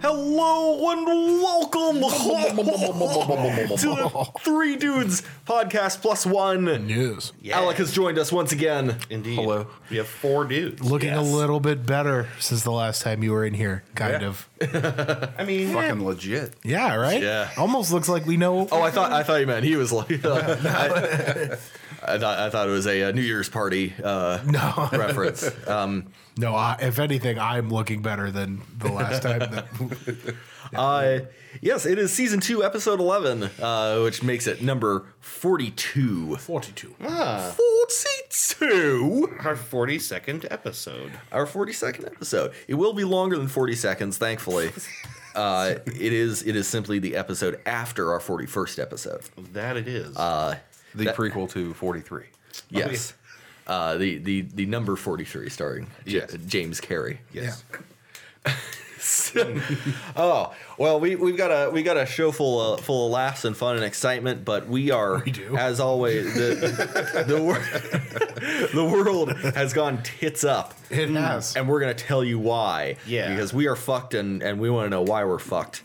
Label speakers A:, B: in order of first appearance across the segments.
A: Hello and welcome to the Three Dudes Podcast Plus One.
B: News.
A: Alec has joined us once again.
C: Indeed.
B: Hello.
C: We have four dudes.
B: Looking
A: Yes.
B: a little bit better since the last time you were in here, kind
A: Yeah.
B: of.
C: I mean,
D: fucking legit.
B: Yeah, right?
A: Yeah.
B: Almost looks like we know.
A: Oh, I thought I thought you meant he was like. I, I thought I thought it was a, uh New Year's party uh,
B: No.
A: reference. Um,
B: No, I, if anything, I'm looking better than the last time. That,
A: uh, yes, it is season two, episode eleven, uh, which makes it number forty-two. Ah.
B: 42.
A: Forty-two.
C: our 42nd episode.
A: our 42nd episode. It will be longer than 40 seconds, thankfully. Uh, it is it is simply the episode after our 41st episode.
C: That it is.
A: Uh,
D: The prequel to 43.
A: yes. Uh, the, the the number 43 starring J-
C: Yes.
A: James Carey.
C: yes.
A: Oh, well we we've got a we got a show full of full of laughs and fun and excitement, but we are
B: We do.
A: as always the the, wor- the world has gone tits up.
B: It has.
A: And we're gonna tell you why.
C: Yeah.
A: Because we are fucked and, and we wanna know why we're fucked.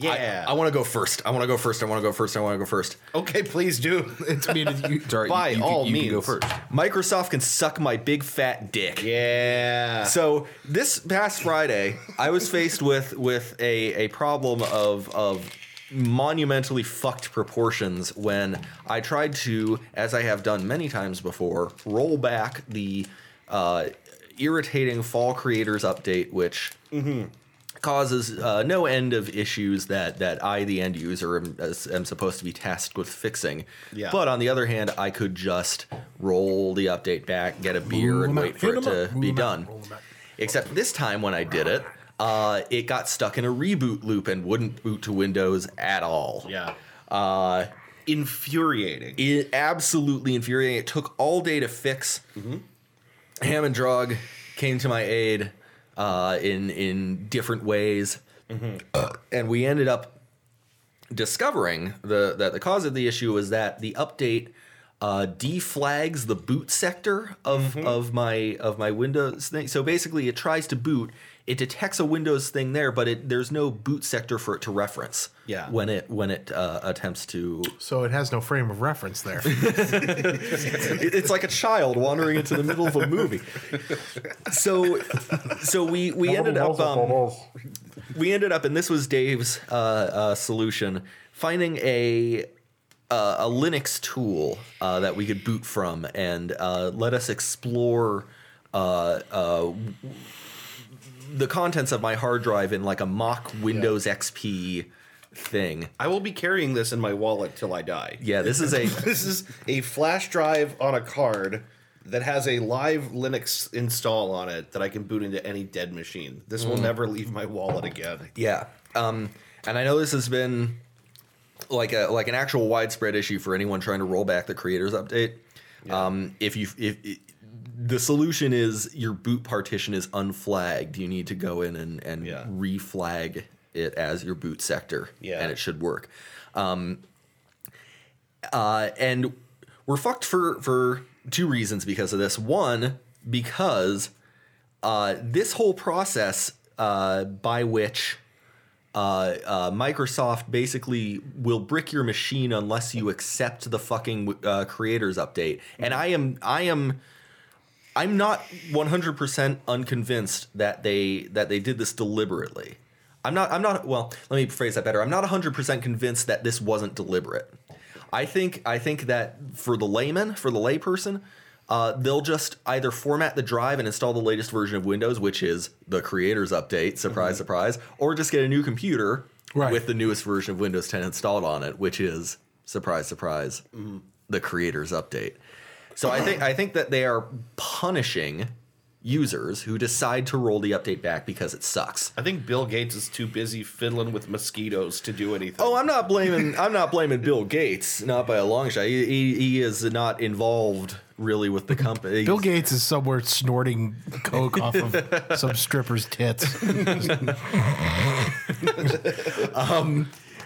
C: Yeah.
A: I, I wanna go first. I wanna go first. I wanna go first. I wanna go first.
C: okay, please do.
B: It's me and you.
D: Sorry,
C: By all
D: can go
C: means.
D: first.
A: Microsoft can suck my big fat dick.
C: Yeah.
A: So this past Friday, I was faced with with a, a problem of of monumentally fucked proportions when I tried to, as I have done many times before, roll back the uh, irritating Fall Creators update, which
C: Mm-hmm.
A: causes uh, no end of issues that that I, the end user, am, as- am supposed to be tasked with fixing.
C: Yeah.
A: But on the other hand, I could just roll the update back, get a beer, and
B: Roll 'em
A: wait
B: out,
A: for it
B: hit 'em
A: to
B: up, roll
A: be
B: 'em out,
A: done.
B: roll 'em out.
A: Except this time when I did it, uh, it got stuck in a reboot loop and wouldn't boot to Windows at all.
C: yeah.
A: Uh,
C: Infuriating.
A: it absolutely infuriating. It took all day to fix. Ham and Drog came to my aid uh, in in different ways, and we ended up discovering the that the cause of the issue was that the update uh, deflags the boot sector of of my of my Windows thing. So basically, it tries to boot. It detects a Windows thing there, but it, there's no boot sector for it to reference.
C: Yeah.
A: when it when it uh, attempts to
B: So it has no frame of reference there.
A: it- it's like a child wandering into the middle of a movie. So, so we we ended up um, we ended up, and this was Dave's uh, uh, solution: finding a uh, a Linux tool uh, that we could boot from and uh, let us explore. Uh, uh, the contents of my hard drive in like a mock Windows XP thing.
C: I will be carrying this in my wallet till I die.
A: Yeah, this is a
C: This is a flash drive on a card that has a live Linux install on it that I can boot into any dead machine. This
A: Hmm.
C: will never leave my wallet again.
A: Yeah. Um, and I know this has been like a like an actual widespread issue for anyone trying to roll back the creators update. Um, if you if, if the solution is your boot partition is unflagged, you need to go in and and
C: Yeah.
A: reflag it as your boot sector,
C: Yeah.
A: and it should work. Um, uh, and we're fucked for for two reasons because of this. One, because uh, this whole process uh, by which uh, uh, Microsoft basically will brick your machine unless you accept the fucking uh, creators update. And I am I am I'm not 100% unconvinced that they that they did this deliberately. I'm not I'm not well, let me phrase that better. I'm not 100% convinced that this wasn't deliberate. I think I think that for the layman, for the layperson, uh, they'll just either format the drive and install the latest version of Windows, which is the creators update, surprise surprise, or just get a new computer
B: Right.
A: with the newest version of Windows 10 installed on it, which is surprise surprise, the creators update. So I think I think that they are punishing users who decide to roll the update back because it sucks.
C: I think Bill Gates is too busy fiddling with mosquitoes to do anything.
A: Oh, I'm not blaming I'm not blaming Bill Gates, not by a long shot. He, he, he is not involved really with the company.
B: Bill Gates is somewhere snorting coke off of some stripper's tits.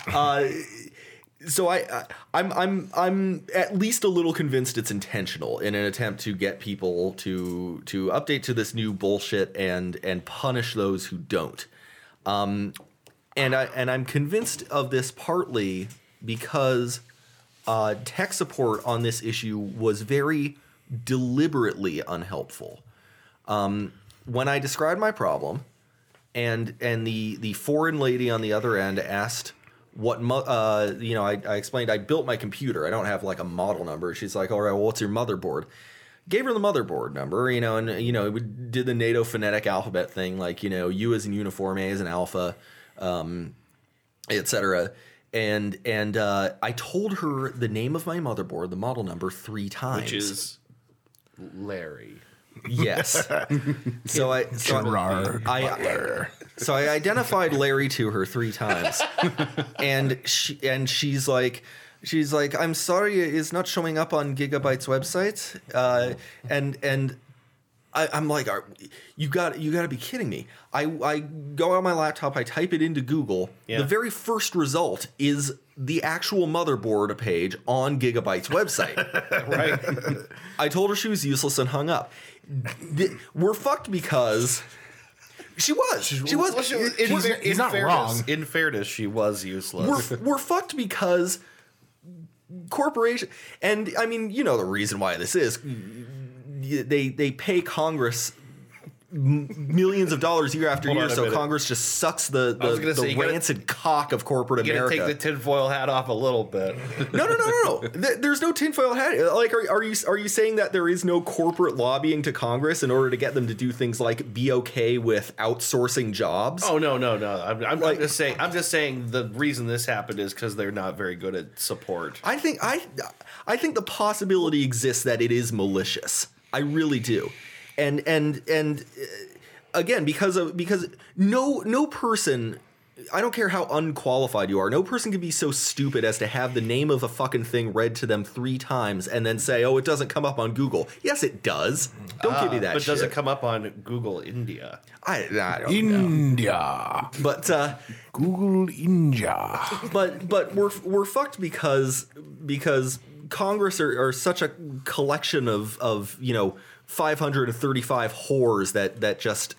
A: Uh, so I, I I'm I'm I'm at least a little convinced it's intentional in an attempt to get people to to update to this new bullshit and and punish those who don't. Um and I and I'm convinced of this partly because uh, tech support on this issue was very deliberately unhelpful. Um, when I described my problem, and and the the foreign lady on the other end asked what mo- uh, you know I, I explained I built my computer I don't have like a model number she's like all right well what's your motherboard gave her the motherboard number you know and you know we did the NATO phonetic alphabet thing like you know U is in uniform A is in alpha etc. And and uh, I told her the name of my motherboard, the model number, three times.
C: which is Larry.
A: yes. so I so I,
B: Gerard
A: I so I identified Larry to her three times, and she and she's like. She's like, I'm sorry, it's not showing up on Gigabyte's website, uh, and and I, I'm like, are, you got you got to be kidding me. I, I go on my laptop, I type it into Google.
C: Yeah.
A: The very first result is the actual motherboard page on Gigabyte's website.
C: Right.
A: I told her she was useless and hung up. Th- We're fucked because she was. She was.
C: Well, she- in
B: She's-
C: fair-
B: he's
C: in
B: not
C: fairness-
B: wrong.
C: In fairness, she was useless.
A: We're, we're fucked because corporation and I mean you know the reason why this is they they pay Congress m- millions of dollars year after
C: Hold
A: year
C: on a
A: so
C: minute.
A: Congress just sucks the
C: was
A: the,
C: gonna say,
A: the
C: you gotta-
A: rancid cock of corporate
C: You gotta
A: America.
C: take the tinfoil hat off a little bit.
A: no, no, no, no, no. Th- There's no tinfoil hat. Like, are, are you are you saying that there is no corporate lobbying to Congress in order to get them to do things like be okay with outsourcing jobs?
C: Oh no, no, no! I'm, I'm,
A: Like-
C: I'm just saying. I'm just saying the reason this happened is because they're not very good at support.
A: I think I I think the possibility exists that it is malicious. I really do. And and and uh, again because of because no no person I don't care how unqualified you are. No person can be so stupid as to have the name of a fucking thing read to them 3 times and then say, "Oh, it doesn't come up on Google." Yes, it does. Don't give me that
C: Ah, But
A: shit.
C: does it come up on Google India?
A: I, I don't know.
B: India.
A: But uh
B: Google India.
A: but but we're we're fucked because because Congress are, are such a collection of of you know 535 whores that that just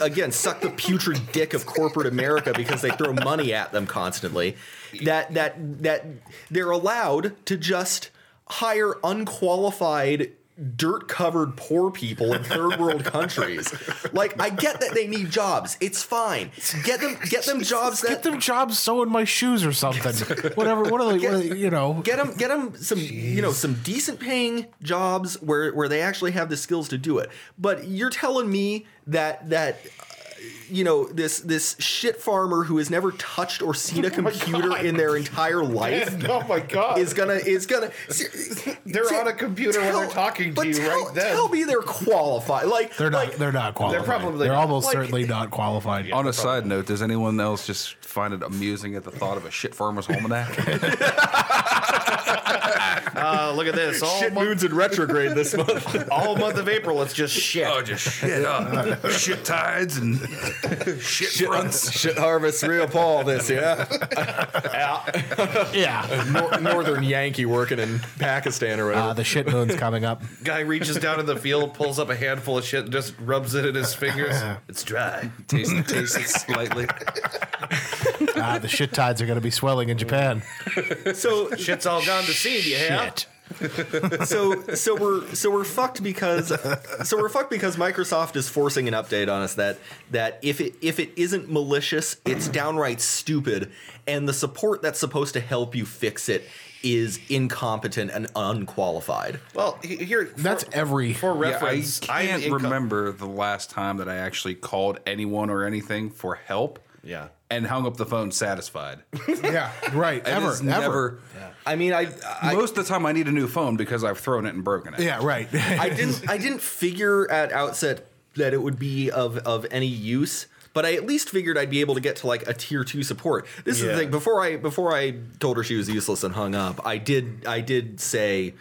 A: again suck the putrid dick of corporate America because they throw money at them constantly. That that that they're allowed to just hire unqualified dirt covered poor people in third world countries. Like I get that they need jobs. It's fine. Get them get them jobs that
B: Get them jobs sewing my shoes or something. Whatever. What are they? what are they- you know.
A: get them get them some you know some decent paying jobs where where they actually have the skills to do it but you're telling me that that uh, you know this this shit farmer who has never touched or seen a computer in their entire life
C: oh my god!
A: is gonna is gonna
C: They're on a computer when they're talking to
A: but
C: you
A: tell,
C: right then.
A: tell me they're qualified like
B: They're not.
A: like,
B: they're not qualified. They're
C: probably not.
B: almost
A: Like-
B: certainly not qualified.
D: On a side note, does anyone else just find it amusing at the thought of a shit farmer's almanac?
C: uh, look at this. All
A: shit
C: month,
A: moons in retrograde this month
C: all month of April, it's just shit.
D: just shit up. shit tides and shit, fronts.
A: shit harvest real paul this yeah
B: Oh, yeah.
A: Nor- northern yankee working in pakistan or whatever
B: Uh, the shit moon's coming up.
C: Guy reaches down in the field, pulls up a handful of shit, and just rubs it in his fingers. it's dry.
D: Taste, taste it slightly.
B: Uh, the shit tides are going to be swelling in Japan.
A: so
C: Shit's all gone to seed. You have.
B: Shit.
A: so so we're so we're fucked because so we're fucked because Microsoft is forcing an update on us that that if it if it isn't malicious, it's downright stupid, and the support that's supposed to help you fix it is incompetent and unqualified.
C: Well, he- here for-
B: That's every.
C: for
D: Yeah, I
C: reference. I'm
D: can't
C: inco-
D: remember the last time that I actually called anyone or anything for help.
C: Yeah.
D: And hung up the phone satisfied.
B: yeah. Right.
D: It
B: Ever.
D: is
B: Ever.
D: never-
A: I mean, I I,
D: Most of the time, I need a new phone because I've thrown it and broken it.
B: Yeah. Right.
A: I didn't I didn't figure at outset that it would be of of any use. But I at least figured I'd be able to get to like a tier two support. This is
C: Yeah.
A: the thing. Before I before I told her she was useless and hung up, I did I did say,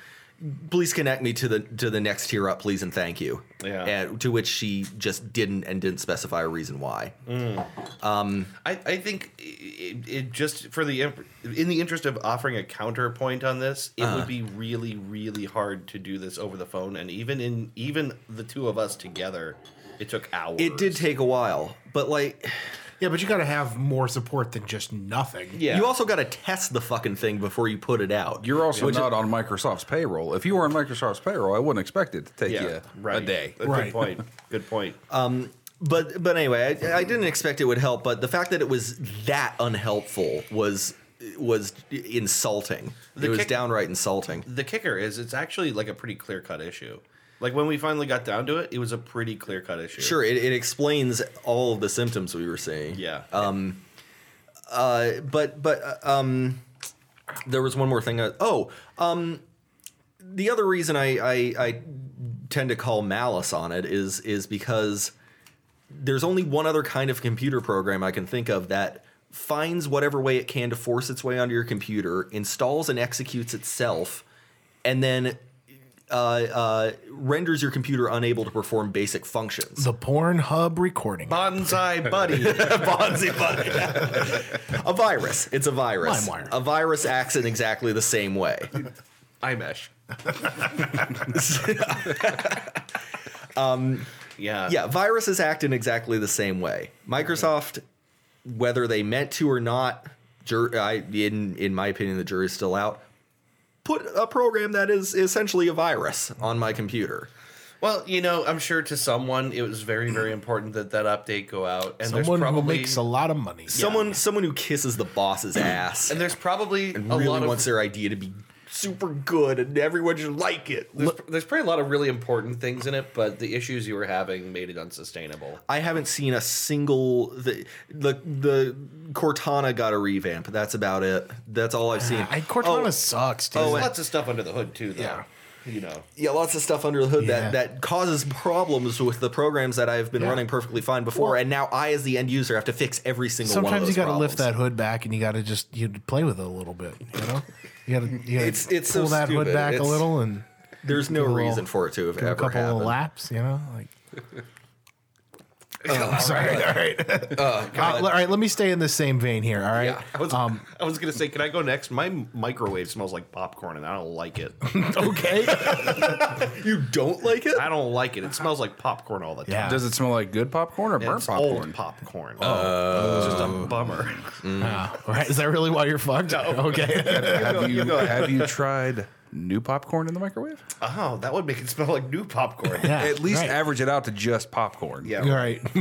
A: please connect me to the to the next tier up, please and thank you.
C: Yeah.
A: And to which she just didn't and didn't specify a reason why.
C: Mm. I, I think it, it just for the imp- in the interest of offering a counterpoint on this, it would be really really hard to do this over the phone, and even in even the two of us together, it took hours.
A: It did take a while, but like
B: Yeah, but you got to have more support than just nothing.
C: Yeah.
A: You also got to test the fucking thing before you put it out.
D: You're also not on Microsoft's payroll. If you were on Microsoft's payroll, I wouldn't expect it to take
C: yeah,
D: you
C: right.
D: a day.
C: Good
B: Right.
C: point. Good point.
A: but but anyway, I, I didn't expect it would help, but the fact that it was that unhelpful was was insulting.
C: The
A: it was
C: kick-
A: downright insulting.
C: the kicker is it's actually like a pretty clear cut issue. Like when we finally got down to it, it was a pretty clear cut issue.
A: Sure, it, it explains all of the symptoms we were seeing.
C: Yeah.
A: Uh, but but uh, um, there was one more thing. I, oh, um, the other reason I, I I tend to call malice on it is is because there's only one other kind of computer program I can think of that finds whatever way it can to force its way onto your computer, installs and executes itself, and then. Uh, uh, renders your computer unable to perform basic functions.
B: The Pornhub recording.
C: Bonsai buddy.
A: Bonzi Bunny. a virus. It's a virus.
B: LimeWire.
A: A virus acts in exactly the same way.
C: iMesh. um, yeah.
A: Yeah, viruses act in exactly the same way. Microsoft, whether they meant to or not, jur- I, in in my opinion, the jury's still out. Put a program that is essentially a virus on my computer.
C: Well, you know, I'm sure to someone it was very, very important that that update go out. And
B: Someone
C: there's probably
B: who makes a lot of money.
A: Someone someone who kisses the boss's ass
C: and there's probably a
A: really
C: lot of
A: wants their idea to be super good and everyone should like it.
C: there's, there's probably a lot of really important things in it, but the issues you were having made it unsustainable.
A: I haven't seen a single the the, the Cortana got a revamp. That's about it. That's all I've seen.
B: I, Cortana
A: Oh.
B: sucks, dude.
C: There's lots of stuff under the hood too, though.
B: Oh, Yeah.
C: You know.
A: yeah, lots of stuff under the hood that
B: Yeah.
A: that causes problems with the programs that I've been
B: Yeah.
A: running perfectly fine before, and now I, as the end user, have to fix every single one.
B: Sometimes you got
A: got
B: to lift that hood back, and you got to just you play with it a little bit. You know, you got to you gotta
A: It's- it's so
B: pull that
A: stupid.
B: hood back a
A: It's-
B: little and
A: There's no
B: Do a little-
A: reason for it to have
B: do a
A: ever
B: couple of
A: happened.
B: laps. You know, like. Oh, sorry. All right. Uh, all right. Let me stay in the same vein here. All right.
C: Yeah, I was,
B: Um,
C: I was gonna say, can I go next? My microwave smells like popcorn, and I don't like it.
B: okay.
A: you don't like it?
C: I don't like it. It smells like popcorn all the time.
B: yeah.
D: Does it smell like good popcorn or
C: And
D: burnt
C: it's
D: popcorn?
C: old popcorn. Oh, it's just a bummer.
B: Uh, all right. Is that really why you're fucked? Okay.
D: have you have you tried new popcorn in the microwave?
C: oh, that would make it smell like new popcorn.
B: Yeah,
D: At least
B: Ah, right.
D: average it out to just popcorn.
C: Yeah.
B: All right.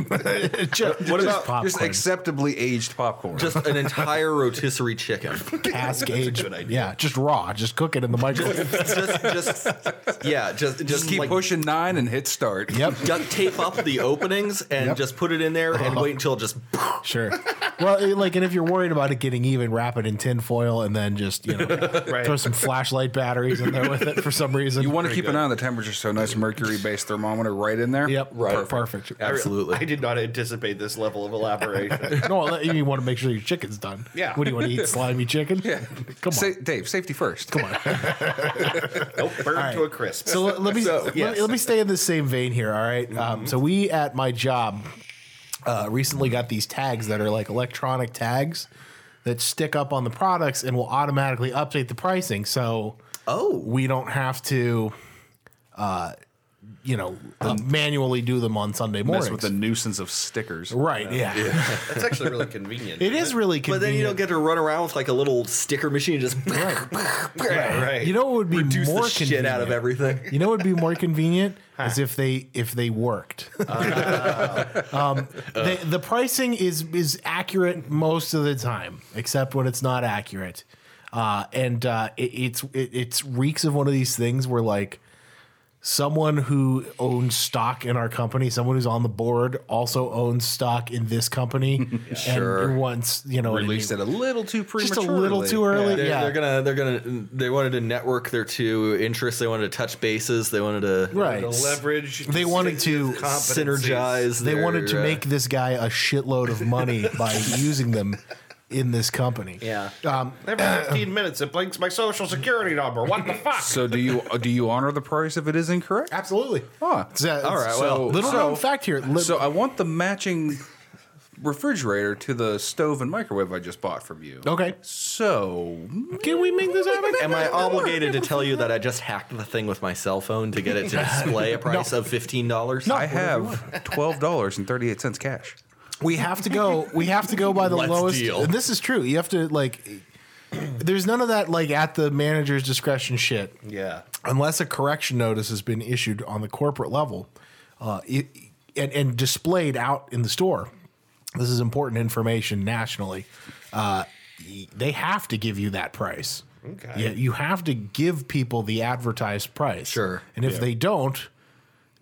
B: just,
D: What
B: just
D: about just
B: popcorn.
D: acceptably aged popcorn?
A: Just an entire rotisserie chicken.
B: cask age?
C: good idea.
B: Yeah, just raw. Just cook it in the microwave.
A: just, just, yeah, just, just,
D: Just keep
A: like,
D: pushing nine and hit start.
B: yep.
A: Duct tape up the openings and
B: Yep. Uh-huh.
A: just put it in there and wait until it just
B: Sure. Well, it- like, and if you're worried about it getting even, wrap it in tin foil and then just you know
C: Right.
B: throw some flashlight batteries in there with it for some reason.
D: You want to keep
C: good.
D: an eye on the temperature, so nice mercury-based thermometer right in there.
B: Yep.
A: Right.
B: Perfect.
C: I re-
A: absolutely.
C: I did not anticipate this level of elaboration.
B: No, you want to make sure your chicken's done.
C: Yeah.
B: What do you want to eat? Slimy chicken?
D: Yeah.
B: Come on.
D: Sa- Dave, safety first. Come on.
C: nope, burned
B: All right.
C: to a crisp.
B: So let, let me
A: So,
B: let,
A: yes.
B: let me stay in the same vein here. All right? Um, so we at my job uh, recently got these tags that are like electronic tags that stick up on the products and will automatically update the pricing. So
A: Oh,
B: we don't have to, uh, you know, manually do them on Sunday mornings.
D: Mess with the nuisance of stickers.
B: right? Yeah.
C: That's actually really convenient.
B: It is really
A: But
B: convenient.
A: then you don't get to run around with like a little sticker machine and just
C: right.
B: You know what would be
A: reduce
B: more
A: the shit out of
B: convenient?
A: everything.
B: You know, what would be more convenient is if they if they worked. um, they, the pricing is is accurate most of the time, except when it's not accurate, uh, and uh, it, it's it, it's reeks of one of these things where like someone who owns stock in our company, someone who's on the board, also owns stock in this company, and
A: Sure.
B: wants you know what I
D: Released
B: mean?
D: it a little too
B: just
D: prematurely.
B: a little too early.
A: They're,
B: Yeah,
A: they're gonna they're gonna they wanted to network their two interests. They wanted to touch bases. They wanted to
B: right.
C: The leverage.
B: They wanted to
C: competencies.
A: synergize.
B: They
A: their,
B: wanted to
A: uh,
B: make this guy a shitload of money by using them in this company.
C: Yeah.
B: Um,
C: Every 15 minutes, it blinks my social security number. What the fuck?
D: So do you uh, do you honor the price if it is incorrect?
B: absolutely.
D: Huh.
B: all
A: right,
B: right.
A: well,
B: Well, little known fact here. Li-
D: So I want the matching refrigerator to the stove and microwave I just bought from you.
B: okay.
D: So
B: Can we make this happen?
A: Am I obligated to tell you that I just hacked the thing with my cell phone to get it to display a price of fifteen dollars?
D: I have twelve dollars and thirty eight cents cash.
B: we have to go we have to go by the
A: Let's
B: lowest
A: deal.
B: and this is true you have to like there's none of that like at the manager's discretion shit
C: Yeah.
B: unless a correction notice has been issued on the corporate level uh, it, and, and displayed out in the store this is important information nationally uh, y- they have to give you that price
C: Okay.
B: yeah, you have to give people the advertised price
A: Sure.
B: and if they don't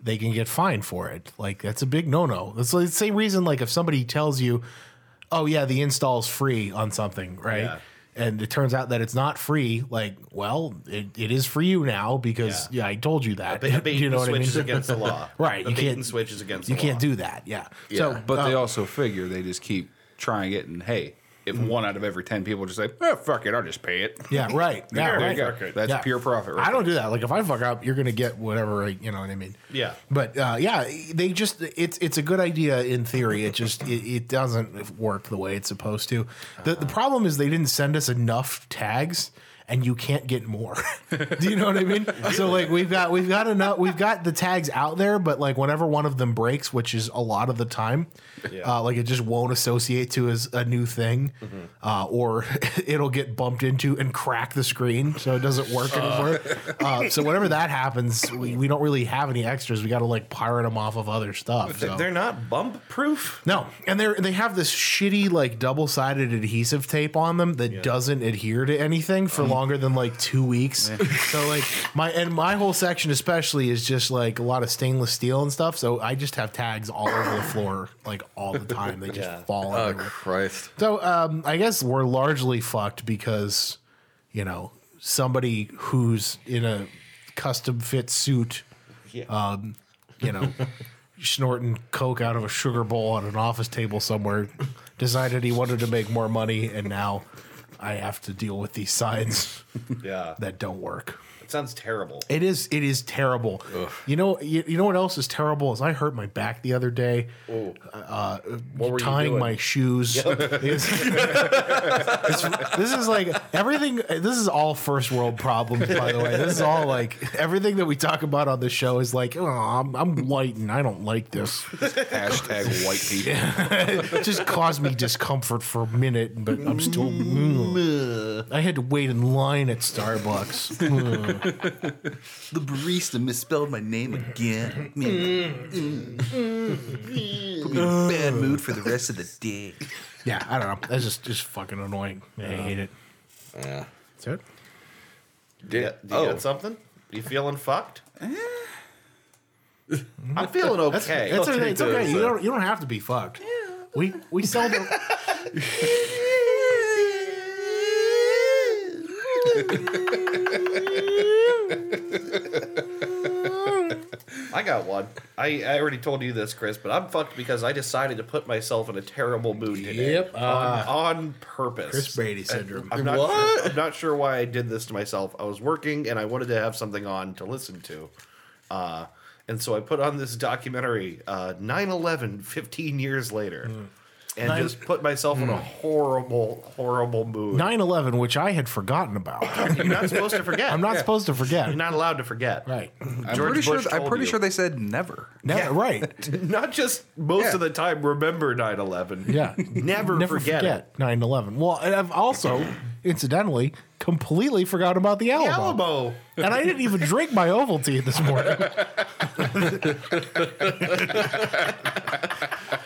B: they can get fined for it like that's a big no-no that's like the same reason like if somebody tells you oh yeah the install's free on something right
C: Yeah.
B: and it turns out that it's not free like well it, it is for you now because yeah, i told you that
C: Ba- bait
B: you know
C: and
B: what i
C: switch
B: mean
C: is against the law.
B: Right,
C: The
B: you
C: bait
B: can't-
C: and switch is against
B: you
C: the
B: can't
C: law.
B: do that yeah, uh,
A: Yeah.
D: But they also figure they just keep trying it, and hey, if
B: Mm-hmm.
D: one out of every ten people just say, "Oh fuck it, I'll just pay it,"
B: yeah right yeah
D: there you
B: right
D: go.
C: fuck it.
D: That's
B: Yeah.
D: pure profit.
B: I don't do that. Like if I fuck up, you're gonna get whatever. I- You know what I mean?
C: Yeah.
B: But uh, yeah, they just it's it's a good idea in theory. It just it, it doesn't work the way it's supposed to. The the problem is they didn't send us enough tags. And you can't get more. Do you know what I mean? So like we've got we've got enough we've got the tags out there, but like whenever one of them breaks, which is a lot of the time,
C: Yeah.
B: uh, like it just won't associate to as a new thing, uh, or it'll get bumped into and crack the screen, so it doesn't work anymore. Uh, so whenever that happens, we, we don't really have any extras. We got to like pirate them off of other stuff. so.
C: They're not bump proof.
B: No, and they are they have this shitty like double sided adhesive tape on them that doesn't adhere to anything for longer than like two weeks. so like my and my whole section especially is just like a lot of stainless steel and stuff. So I just have tags all over the floor like all the time. They just
C: Yeah.
B: fall.
A: Oh
B: everywhere.
A: Christ!
B: So um, I guess we're largely fucked because, you know, somebody who's in a custom fit suit,
C: Yeah.
B: um, you know, snorting coke out of a sugar bowl on an office table somewhere, decided he wanted to make more money, and now I have to deal with these signs
C: Yeah.
B: that don't work.
C: It sounds terrible.
B: It is. It is terrible. You know. You, you know what else is terrible is I hurt my back the other day. Uh,
C: were you
B: tying
C: doing?
B: my shoes. It's- it's- this is like everything. This is all first world problems, by the way. This is all like everything that we talk about on the show is like, oh, I'm, I'm white and I don't like this.
D: Hashtag white people.
B: It just caused me discomfort for a minute, but I'm still. Mm. I had to wait in line at Starbucks.
E: The barista misspelled my name again. Man. Mm. Put me in a bad mood for the rest of the day.
B: Yeah, I don't know. That's just just fucking annoying. I hate it. Yeah.
C: Do you, do you
A: Oh.
C: got something? You feeling fucked? I'm feeling okay.
B: Eh. That's okay. It's
A: take
B: okay.
A: those,
B: You
A: uh,
B: don't you don't have to be fucked. We we seldom
C: I got one. I, I already told you this, Chris, but I'm fucked because I decided to put myself in a terrible mood today.
B: Yep. uh,
C: on, on purpose.
B: Chris Brady syndrome.
C: I'm not,
A: What?
C: Sure, I'm not sure why I did this to myself. I was working and I wanted to have something on to listen to. Uh, and so I put on this documentary, uh, 9-11, 15 years later. And
B: Hmm. Nine- Hmm.
C: just put myself in a horrible, horrible mood.
B: 9-11, which I had forgotten about.
C: You're not supposed to forget.
B: I'm not supposed to forget.
C: You're not allowed to forget.
B: right.
D: I'm
C: George
D: pretty
C: Bush
D: sure. I'm
C: told
D: pretty
C: you.
D: sure they said never.
B: Now, Right.
C: Not just most
D: Yeah.
C: of the time remember 9-11.
B: Yeah.
C: Never, forget, it.
B: 9-11. Well, and I've also, incidentally, completely forgot about the Alamo.
C: Alamo.
B: And I didn't even drink my Ovaltine this morning.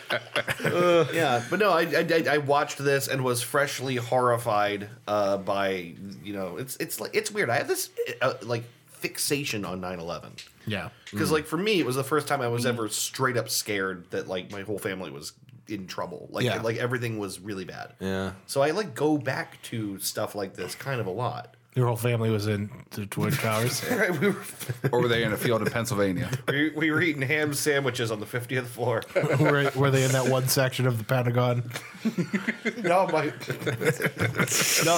C: yeah, but no, I, I I- I watched this and was freshly horrified uh, by you know it's it's like it's weird. I have this uh, like fixation on 9-11.
B: Yeah.
C: because like for me, it was the first time I
B: Hmm.
C: was ever straight up scared that like my whole family was in trouble. Like
B: Yeah.
C: like everything was really bad.
A: Yeah.
C: So I like go back to stuff like this kind of a lot.
B: Your whole family was in the Twin Towers.
C: we were
D: Or were they in a field in Pennsylvania?
C: we, we were eating ham sandwiches on the fiftieth floor.
B: were, were they in that one section of the Pentagon?
C: no, my no,